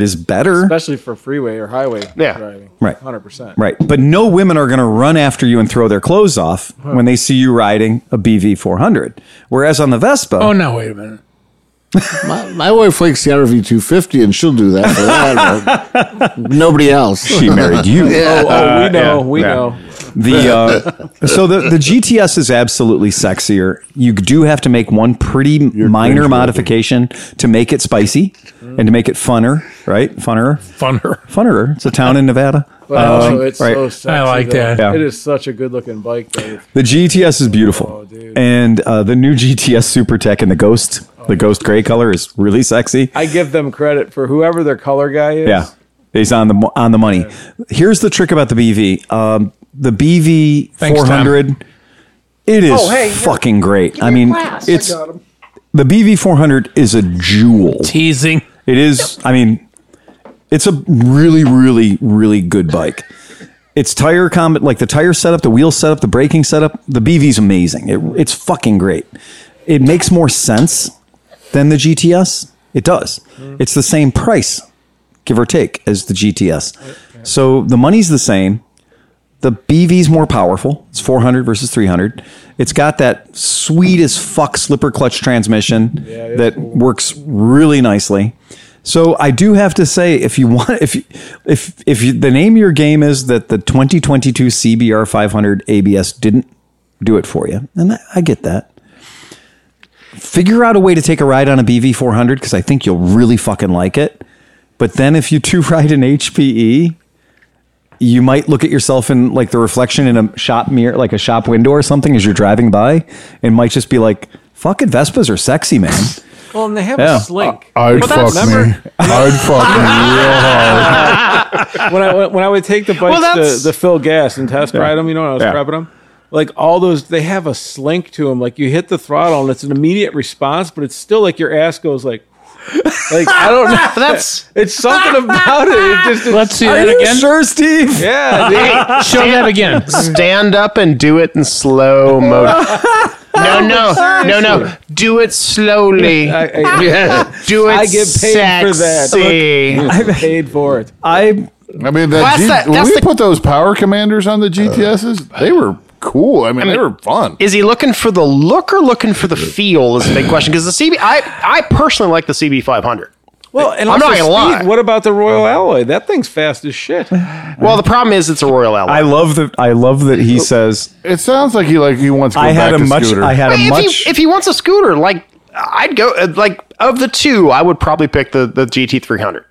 is better.
especially for freeway or highway
Yeah.
driving.
Right.
hundred percent.
Right. But no women are going to run after you and throw their clothes off when they see you riding a BV400. Whereas on the Vespa,
Oh, no, wait a minute.
My, Uh, my wife likes the RV 250, and she'll do that for that.
(laughs)
but nobody else.
she married you.
Oh, oh, we know,
(laughs) yeah,
we
yeah.
know.
The uh, (laughs) so the the GTS is absolutely sexier. You do have to make one pretty minor modification to make it spicy and to make it funner, right? Funner,
Funner.
funner. It's a town in Nevada.
But also,
Um,
it's
right.
so sexy.
I like
though.
that.
Yeah.
It is such a good-looking bike. Though.
The GTS is
Oh,
beautiful,
dude.
and uh, the new GTS SuperTech and the Ghost, the Ghost gray color is really sexy.
I give them credit for whoever their color guy is.
Yeah, he's on the mo- on the money. Here's the trick about the BV. Um, the BV
Thanks, Tom.
400. It is
Oh, hey,
fucking great. I mean, it's
Got 'em.
the BV400 is a jewel.
Teasing.
It is, I mean, it's a really, really, really good bike. It's tire combat, like the tire setup, the wheel setup, the braking setup. The BV's amazing. It, it's fucking great. It makes more sense than the GTS. It does. It's the same price, give or take, as the GTS. So the money's the same. The BV's more powerful. It's 400 versus 300. It's got that sweet as fuck slipper clutch transmission
it's
that works really nicely. So I do have to say, if you want, if you, if if you, the name of your game is that the 2022 CBR 500 ABS didn't do it for you, and I, I get that. Figure out a way to take a ride on a BV 400 because I think you'll really fucking like it. But then if you do (laughs) ride an E, HPE, you might look at yourself in like the reflection in a shop mirror, like a shop window or something as you're driving by, and might just be like, "Fucking Vespas are sexy, man."
Well, and they have
Yeah.
a slink.
Uh, I'd
that's-
fuck me. I'd fuck me real
(laughs)
hard.
when I when I would take the bikes
that's-
to, to fill gas and test ride them, you know, when I was
Yeah.
prepping them, like all those, they have a slink to them. Like you hit the throttle and it's an immediate response, but it's still like your ass goes like, like (laughs) I don't know.
(laughs) that's
It's something about it. It just, (laughs) it's,
Let's see that again.
sure, Steve?
yeah, dude.
Show that again.
stand up and do it in slow
(laughs)
motion. No, no, no, no. Do it
(laughs)
slowly.
I,
(laughs)
I,
Do it
I get paid for that.
sexy.
I paid for it.
I
I
Well,
mean, that
that's
G-
that-
when
that's
we
the-
put those power commanders on the GTSs, they were cool. I mean, they were fun.
Is he looking for the look or looking for the feel? Is the big question. Because the CB, I, I personally like the CB 500.
Well, and
I'm
also
not gonna lie.
speed, What about the Royal
Uh-huh.
Alloy? That thing's fast as shit.
Well, the problem is it's a Royal Alloy.
I love that. I love that he says
It sounds like he like he wants. To go
I
back
had a
to
much.
Scooter.
I had
But
a
if,
much.
he, if he wants a scooter, like I'd go uh, like of the two, I would probably pick the, the GT three hundred.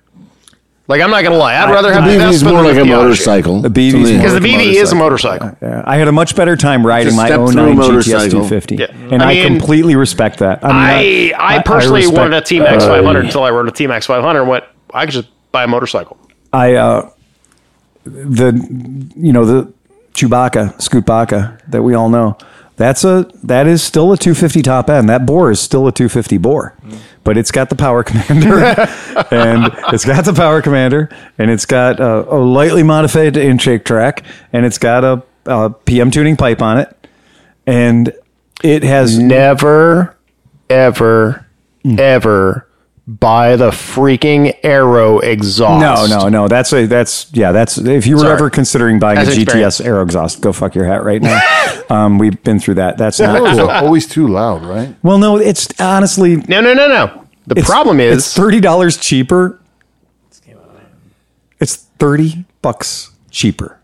Like I'm not gonna lie, I'd rather have the
BV's
Vespa
more
than
like
the
a
Fiat.
motorcycle.
The BV's
Something-
more
because the
like a
BV is a motorcycle.
I had a much better time riding
Just
my
step through
09
a
GTS
motorcycle.
250,
Yeah.
and
I
I,
mean,
completely respect that. I, mean,
I I Uh, personally
respect-
wanted a T Max five hundred until I rode a T Max five hundred and went I could just buy a motorcycle.
I uh, the you know the Chewbacca Scootbacca that we all know. That's a that is still a 250 top end. That bore is still a 250 bore, but it's got the power (laughs) commander, and it's got the power commander, and it's got a, a lightly modified intake track, and it's got a, a PM tuning pipe on it, and it has
Never, ever, ever buy the freaking arrow
No,
exhaust.
no, no. That's a that's yeah. That's if you were
Sorry.
ever considering buying
That's
a
an experience.
GTS Aero Exhaust, go fuck your hat right now.
(laughs)
um, we've been through that. That's not
Those
cool.
are always too loud, right?
Well, no, it's honestly
no, no, no, no. The problem is
it's thirty dollars cheaper. It's thirty bucks cheaper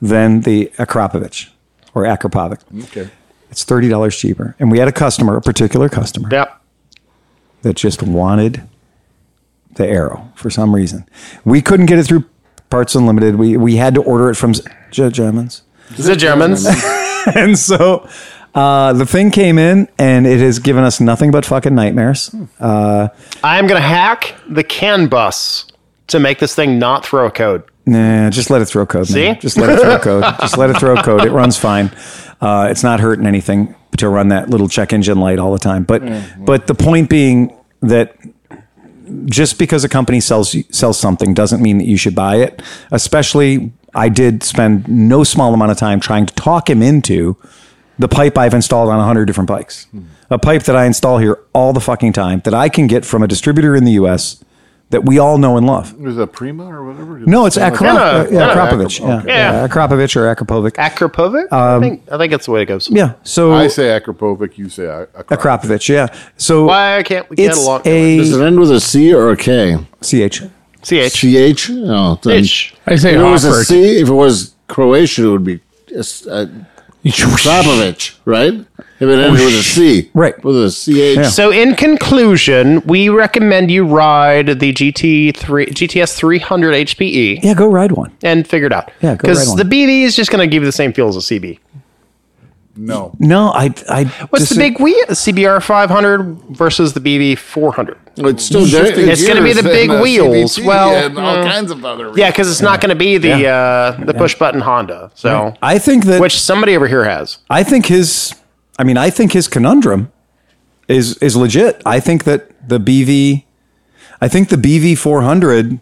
than the Akropovich or Akropovic.
Okay.
It's thirty dollars cheaper, and we had a customer, a particular customer,
yeah.
that just wanted the arrow for some reason. We couldn't get it through Parts Unlimited. We we had to order it from J- Germans. (laughs)
The Germans.
and so uh, the thing came in, and it has given us nothing but fucking nightmares. Uh,
I'm gonna hack the CAN bus to make this thing not throw a code.
nah, just let it throw code. man.
See?
Just let it throw code. Just let it throw code. It runs fine. Uh, it's not hurting anything to run that little check engine light all the time. But but the point being that just because a company sells sells something doesn't mean that you should buy it. Especially, I did spend no small amount of time trying to talk him into the pipe I've installed on 100 different bikes. A pipe that I install here all the fucking time that I can get from a distributor in the US that we all know and love.
There's a Prima or (laughs) whatever.
No, it's
Something like
Akrop-
no,
uh, yeah,
no,
Akropovich.
Akrop-
Yeah.
okay.
Yeah.
Yeah, Akropovich or Akropovic.
Akropovic? I think I think that's the way it goes.
Um, yeah. So
I say Akropovic, you say Ak- Akrop.
Akropovich. Yeah. So
Why can't we get
it's
along?
Does it
a
end with a C or a K?
CH.
CH.
CH? No. then-
Ish.
I say
If it was a
Hoffert.
C, if it was Croatia, it would be it's, uh, Popovic, right? If it ended with a
Oh,
C.
Right.
With a CH. (laughs)
Yeah.
So in conclusion, we recommend you ride the GT three GTS three hundred HPE
Yeah, go ride one.
and figure it out.
Yeah, go ride
because
one.
the BV is just going to give you the same feel as a CB.
No.
No, I. I
What's
dis-
the big we? The CBR five hundred versus the BV four hundred.
It's still shifting
It's gonna be
gears
the big
and, uh,
wheels.
CVT
Well,
and all
mm.
kinds of other
Yeah, because it's not going to be the uh, the push button Honda. So
I think that.
which somebody over here has.
I think his I mean I think his conundrum is is legit. I think that the BV I think the BV 400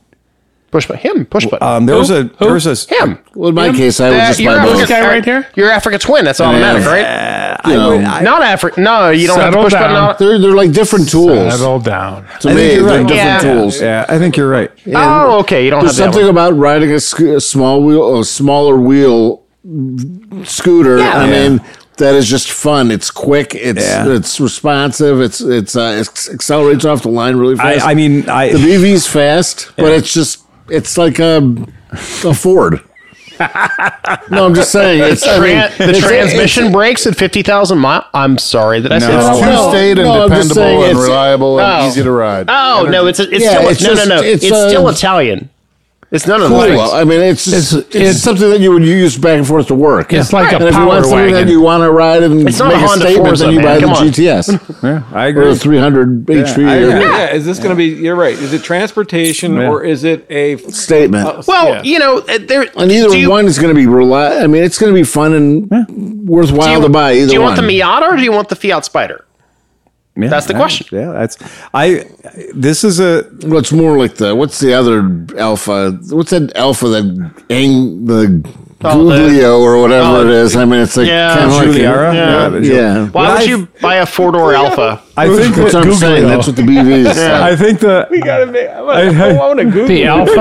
Push button. Him. Push button.
um there was a there was a
him.
Well, in my case, I would
That-
just
you're
buy
Africa-
both.
This guy right here?
You're Africa twin. That's automatic,
Yeah.
right?
you know.
Not Africa. No, you don't have to
Settle
push button.
down.
on-
they're, they're like different tools.
Settle down.
To
I think
me, they're
you're right.
different
Yeah.
tools.
Yeah, I think you're right.
Oh, okay. You don't have
There's
that
something
one.
about riding a, sc- a small wheel, a smaller wheel scooter.
Yeah.
I
Yeah.
mean, that is just fun. It's quick. It's
Yeah.
it's responsive. It's it's uh, it accelerates off the line really fast.
I, I mean I
the BV's fast, but it's just it's like a, a
(laughs)
Ford. no, I'm just saying it's I mean,
Tran- the
it's-
transmission breaks at fifty thousand miles. I'm sorry that I said
It's
that.
two
no,
state and
no, I'm just
dependable
saying
and
it's-
reliable and
Oh.
easy to ride.
Oh no, it's it's
Yeah,
still
it's
no
just-
no no. It's,
it's, uh,
still Italian. It's none of
Cool.
those things.
I mean, it's just, it's,
It's- it's-
something that you would use back and forth to work.
It's like
and
a
if you
power
want something
wagon.
that you want to ride and
It's not
make
a
a
Honda
statement,
Forza,
then you
man.
buy
Come
the
on. (laughs)
GTS
I
or
agree.
the 300
I
HP
agree.
or
Yeah, is this going to be? You're right. Is it transportation or is it a?
statement.
Well, you know, uh, there.
and either
do you,
one is going to be reli- I mean, it's going to be fun and
do
worthwhile
you,
to buy. Either
do you
one.
want the Miata or do you want the Fiat Spider?
Yeah,
that's the
I-
question.
Yeah, that's I this is a
What's more like the what's the other alpha? What's that alpha that ang the
Oh, the-
Guglio or whatever
oh,
it is? I mean, it's like
yeah.
kind of like
Juliara? Yeah.
Yeah, yeah.
Why
Well,
would
I-
you buy a four door Alpha?
I think
That's
that
what I'm
Google
saying.
though.
That's what the BV
(laughs)
is.
I think that I- I- (laughs)
want to
(laughs)
Google.
The Alpha
I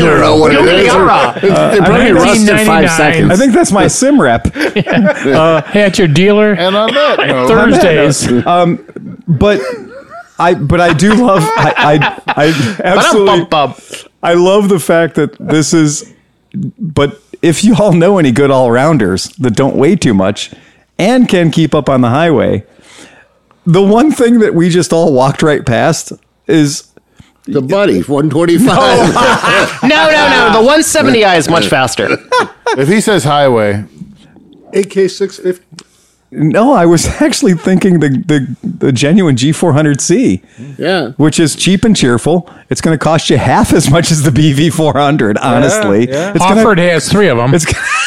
don't know what it is.
Gugliara.
They probably
I'm
rust in
1999.
five seconds.
I think that's my sim rep.
hey, at your dealer
and on
(laughs)
that
(laughs)
note,
Thursdays.
But I but I do love I I, I absolutely
Bump, bump.
I love the fact that this is, but if you all know any good all rounders that don't weigh too much and can keep up on the highway, the one thing that we just all walked right past is
the (laughs) buddy (laughs) Oh. 125.
No, no, no. The 170i is much faster.
if he says highway,
AK six fifty.
no, I was (laughs) actually thinking the the, the genuine G400C,
yeah.
which is cheap and cheerful. It's going to cost you half as much as the BV400, honestly.
yeah.
It's gonna-
Hofford has three of them.
(laughs) it's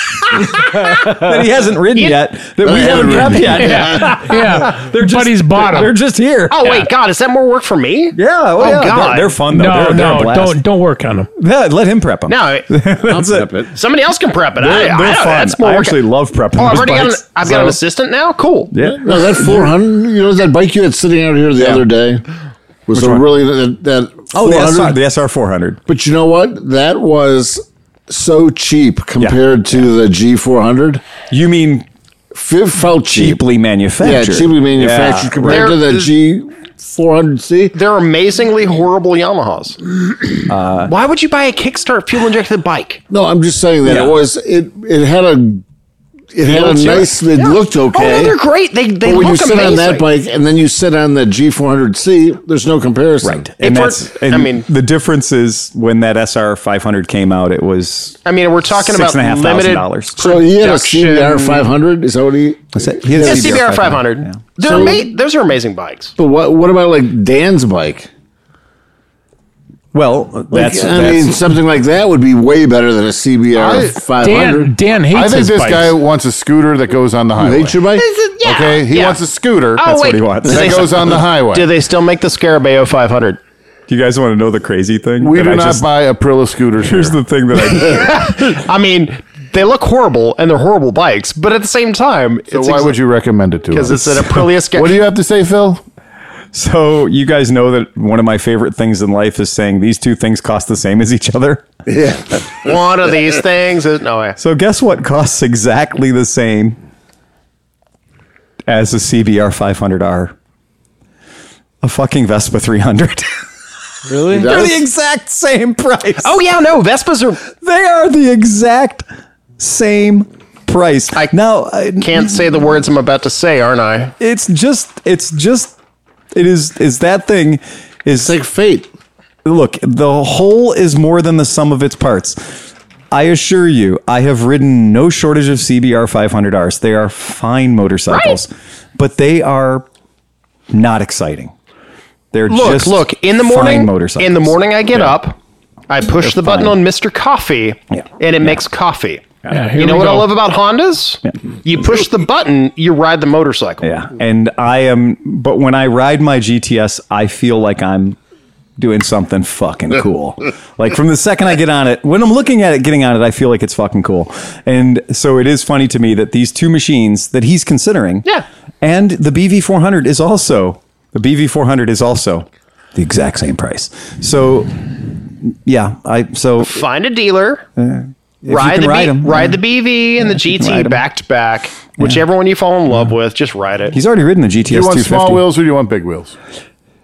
(laughs) that he hasn't ridden yet, that we haven't
haven't
prepped
ridden
yet. (laughs)
yeah, their buddies bought
They're
them.
just here.
Oh wait, God, is that more work for me?
Yeah, oh, yeah.
God.
They're, they're fun though.
No,
they're, they're a
no,
blast.
don't don't work on them.
Yeah, let him prep them. (laughs)
No,
that's it.
Yep, it-
somebody else can prep it. I,
They're,
I
they're
don't-
fun.
That's more
I
work.
actually love prepping.
oh, I've
those
already got an,
bikes.
I've got an
So-
assistant now. Cool.
Yeah.
No, that 400. You know that bike you had sitting out here the other day was a really that, that
Oh, the
400
SR, the SR 400.
But you know what? That was so cheap compared to the G400.
You mean
F- felt cheap.
cheaply manufactured?
Yeah, cheaply manufactured
Yeah.
compared
There-
to the G 400C?
They're amazingly horrible
(clears throat)
Yamahas.
Uh,
Why would you buy a Kickstart fuel injected bike?
No, I'm just saying that it was it. It had a it had a
Feel to it.
nice. It looked
Oh, no,
okay.
they're great. They they
but when you
look
sit
amazing.
on that bike and then you sit on the G400C, there's no comparison.
Right. And
If we're-
that's, and
I mean-
the difference is when that SR 500 came out, it was,
I mean, we're talking
Six
about
and a half thousand
limited.
dollars.
So he had a
Production.
CBR 500. Is that what he?
he had
Yeah,
a
CBR 500.
Yeah.
They're
So-
ama- those are amazing bikes.
But what what about like Dan's bike?
Well,
Like,
that's,
I
that's
mean, something like that would be way better than a CBR
I-
500.
Dan, Dan hates
I think
his
this
bikes.
guy wants a scooter that goes on the
You
highway.
hate your bike?
Yeah,
Okay, he
yeah.
wants a scooter
Oh,
that
wait.
what he wants.
Do they,
goes
(laughs)
on the highway.
do they still make the Scarabeo 500?
Do you guys want to know the crazy thing?
we
that
do
I
not
just-
buy Aprilia scooters.
Here's
here.
the thing that
(laughs)
I
I mean, they look horrible and they're horrible bikes, but at the same time,
so why would you recommend it to
Because
us?
it's an Aprilia Scar-
(laughs) What do you have to say, Phil?
so you guys know that one of my favorite things in life is saying these two things cost the same as each other.
One of these things is no way.
So guess what costs exactly the same as a CBR 500R? A fucking Vespa 300.
Really?
They're (laughs) the exact same price.
Oh yeah, no Vespas are.
They are the exact same price.
I
now I,
Can't say the words I'm about to say, aren't I?
it's just it's just it is is that thing is
It's like fate.
look, the whole is more than the sum of its parts. I assure you, I have ridden no shortage of CBR 500Rs. They are fine motorcycles, but they are not exciting. They're
Look,
just
look. In the
fine
morning,
motorcycles.
in the morning, I get up, I push the button
fine.
on Mister Coffee,
Yeah.
and it makes coffee.
Yeah, here
You know
we
what
go.
I love about Hondas? You push the button, you ride the motorcycle.
Yeah, and I am. But when I ride my GTS, I feel like I'm doing something
(laughs)
fucking cool. like from the second I get on it, when I'm looking at it, getting on it, I feel like it's fucking cool. And so it is funny to me that these two machines that he's considering,
Yeah.
and the BV400 is also the BV400 is also the exact same price. So yeah, I so
Find a dealer,
Uh, if you
ride
can
the
ride
B-
'em,
ride the BV and the
ride
GT
'em.
back to back, whichever one you fall in love with, just ride it.
He's already ridden the GTS
Do you want
250.
small wheels or do you want big wheels?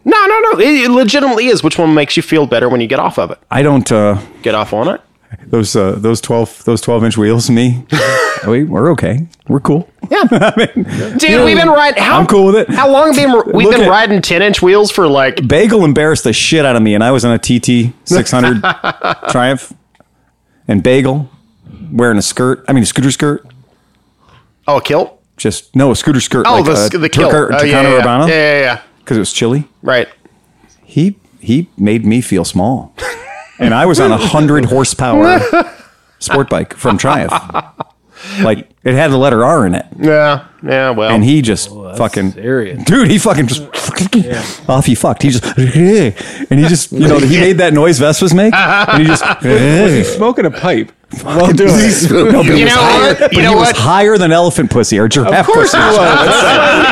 No, no, no. It, it legitimately is which one makes you feel better when you get off of it.
I don't. uh
Get off on it.
those uh, those twelve those twelve inch wheels. (laughs) Me, Oh, we we're okay. We're cool.
Dude, we've been riding. How,
I'm cool with it.
How long have been we've
Look
been
at-
riding ten inch wheels for? Like,
Bagel embarrassed the shit out of me, and I was on a TT six (laughs) hundred Triumph, and Bagel wearing a skirt. I mean, a scooter skirt.
oh, a kilt.
Just no, a scooter skirt.
Oh,
like uh,
the,
a
the kilt.
Turca-
oh, yeah,
Turcana
yeah, yeah.
Urbana,
yeah, yeah, yeah.
because it was chilly.
Right.
He he made me feel small, and I was on a hundred
(laughs)
horsepower sport bike from Triumph. Like it had the letter R in it.
Yeah. Yeah. Well.
and he just fucking
serious.
(laughs) dude he fucking just (laughs) off he fucked he just and he just you know (laughs) he made that noise vespas make and he (laughs) just
Smoking
(laughs)
a pipe.
well,
(laughs)
do it. No, but he was
You know
higher-
what?
but
You
he
know
was
what?
higher than elephant pussy or giraffe of course pussy.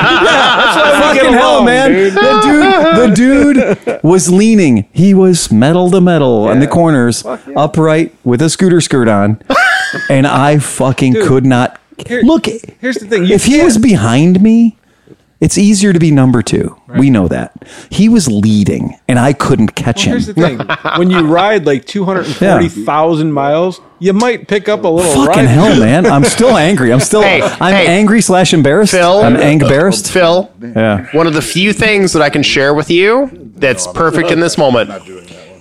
fucking hell, man. The dude,
(laughs)
the dude was leaning. He was metal to metal in the corners, upright with a scooter skirt
(laughs)
on, and I fucking could not look.
here's the thing, you
If he was behind me. It's easier to be number two. We know that. He was leading, and I couldn't catch him.
Here's the thing: when you ride like two hundred and forty thousand miles, you might pick up a little
Fucking
ride.
hell, man! I'm still angry. I'm still.
Hey,
I'm
hey.
angry slash embarrassed.
Phil.
I'm ang- embarrassed.
Phil.
Yeah.
One of the few things that I can share with you that's perfect in this moment.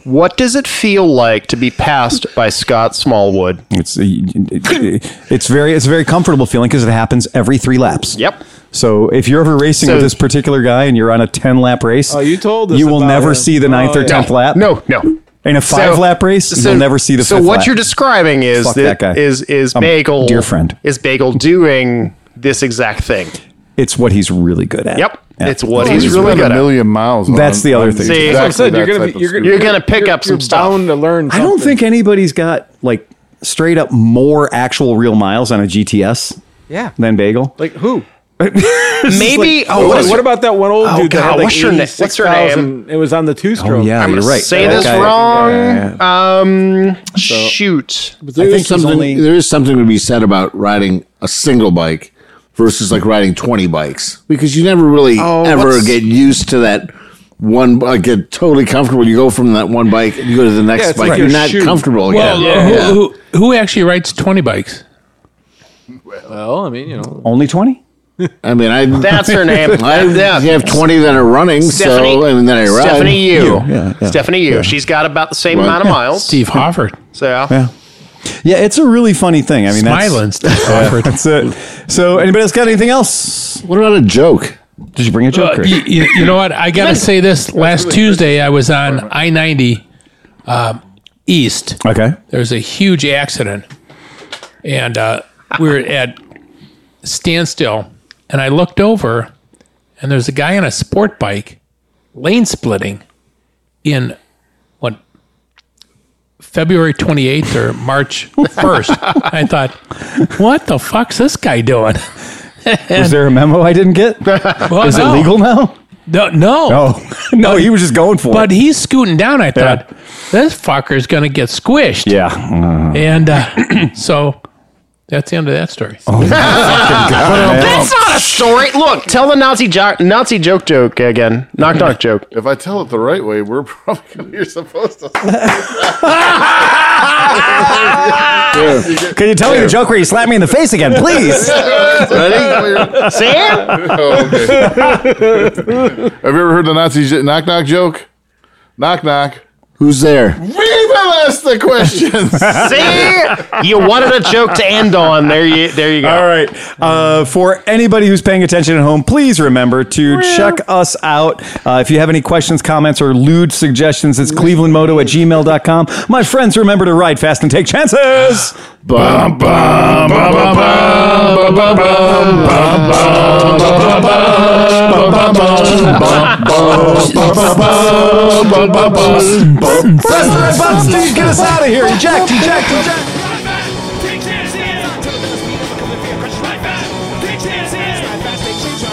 What does it feel like to be passed by Scott Smallwood?
It's uh, it's very it's a very comfortable feeling because it happens every three laps.
Yep.
So if you're ever racing
So-
with this particular guy and you're on a ten lap race,
Oh, you told us
you will
about
never
it.
see the ninth
Oh,
or
yeah.
tenth lap.
No, no.
in a five lap race, you'll never see the.
So
fifth
what
lap.
you're describing is
Fuck
that,
that guy.
is is
Um,
Bagel
dear friend.
is Bagel doing this exact thing?
it's what he's really good at.
Yep,
Yeah. Oh,
it's what
Well,
he's
he's
really
ridden
good
a
at.
million miles.
That's the other thing.
See, that's
what I'm saying, you're
that
gonna
type
be-
of
you're gonna-
You're
scooter.
gonna pick
You're-
up some
you're
stuff.
bound to learn.
I don't
something.
think anybody's got like straight up more actual real miles on a GTS
Yeah.
than Bagel.
Like who?
Maybe. oh,
What,
what is
what
your-
about that one old
Oh,
dude that
God,
had like
what's your na- what's her
86,000? It was on the two
oh
stroke.
yeah,
I'm
you're
gonna
right.
say
That
this
guy-
wrong.
Yeah.
Um, shoot.
There
I
is
think he's
something.
only-
there is something to be said about riding a single bike versus like riding twenty bikes because you never really ever
what's-
get used to that one like get totally comfortable. You go from that one bike, you go to the next
it's
bike.
like
You're
your
not
shoe.
comfortable
Well,
again. yeah.
Who, who, who actually rides 20 bikes?
Oh,
Well, I mean, you know,
Only 20?
I mean, I
That's her name.
I have twenty that are running. so
Stephanie-
and then I ride.
Stephanie Yu.
yeah, yeah,
Stephanie Yu. She's got about the same
Right.
amount of miles.
(laughs)
Steve Hofford.
So
Yeah, it's a really funny thing. I mean,
Smiling Steve Hofford.
(laughs) that's, that's it. So, anybody else got anything else?
What about a joke?
Did you bring a joke?
Uh, you, you, you know what? I gotta say this. Last Tuesday, I was on I ninety um, east.
okay.
There's a huge accident, and uh, we were at standstill. And I looked over, and there's a guy on a sport bike, lane splitting, in what February 28th or March
(laughs)
1st. I thought, what the fuck's this guy doing?
Is there a memo I didn't get?
Well,
Is it
no.
legal now?
No, no,
Oh, (laughs) no, he was just going for
But
it.
he's scooting down. I thought this fucker's gonna get squished.
Yeah. Uh,
And uh, (clears throat) so that's the end of that story.
that's not a story. Look, tell the Nazi jo- Nazi joke joke again. Knock knock joke.
If I tell it the right way, we're probably gonna, you're supposed to.
Can you tell me the joke where you slap me in the face again, please?
Ready?
Sam,
oh, okay. Have you ever heard the Nazi j- knock knock joke? Knock knock.
Who's there?
We've asked the questions.
see, you wanted a joke to end on. There you, there you go.
(laughs) All right. Uh, for anybody who's paying attention at home, please remember to check us out. Uh, if you have any questions, comments, or lewd suggestions, it's clevelandmoto at gmail.com. My friends, remember to ride fast and take chances.
Bum, bum, bum, bum, bum, bum, bum, bum, bum, bum, bum, bum, bum, bum, bum, bum, bum, bum, bum, bum, bum, bum, bum.
Red Red Bud, Steve, get us out of here. Eject, eject, eject.
Take chances! Take chances! Take chances!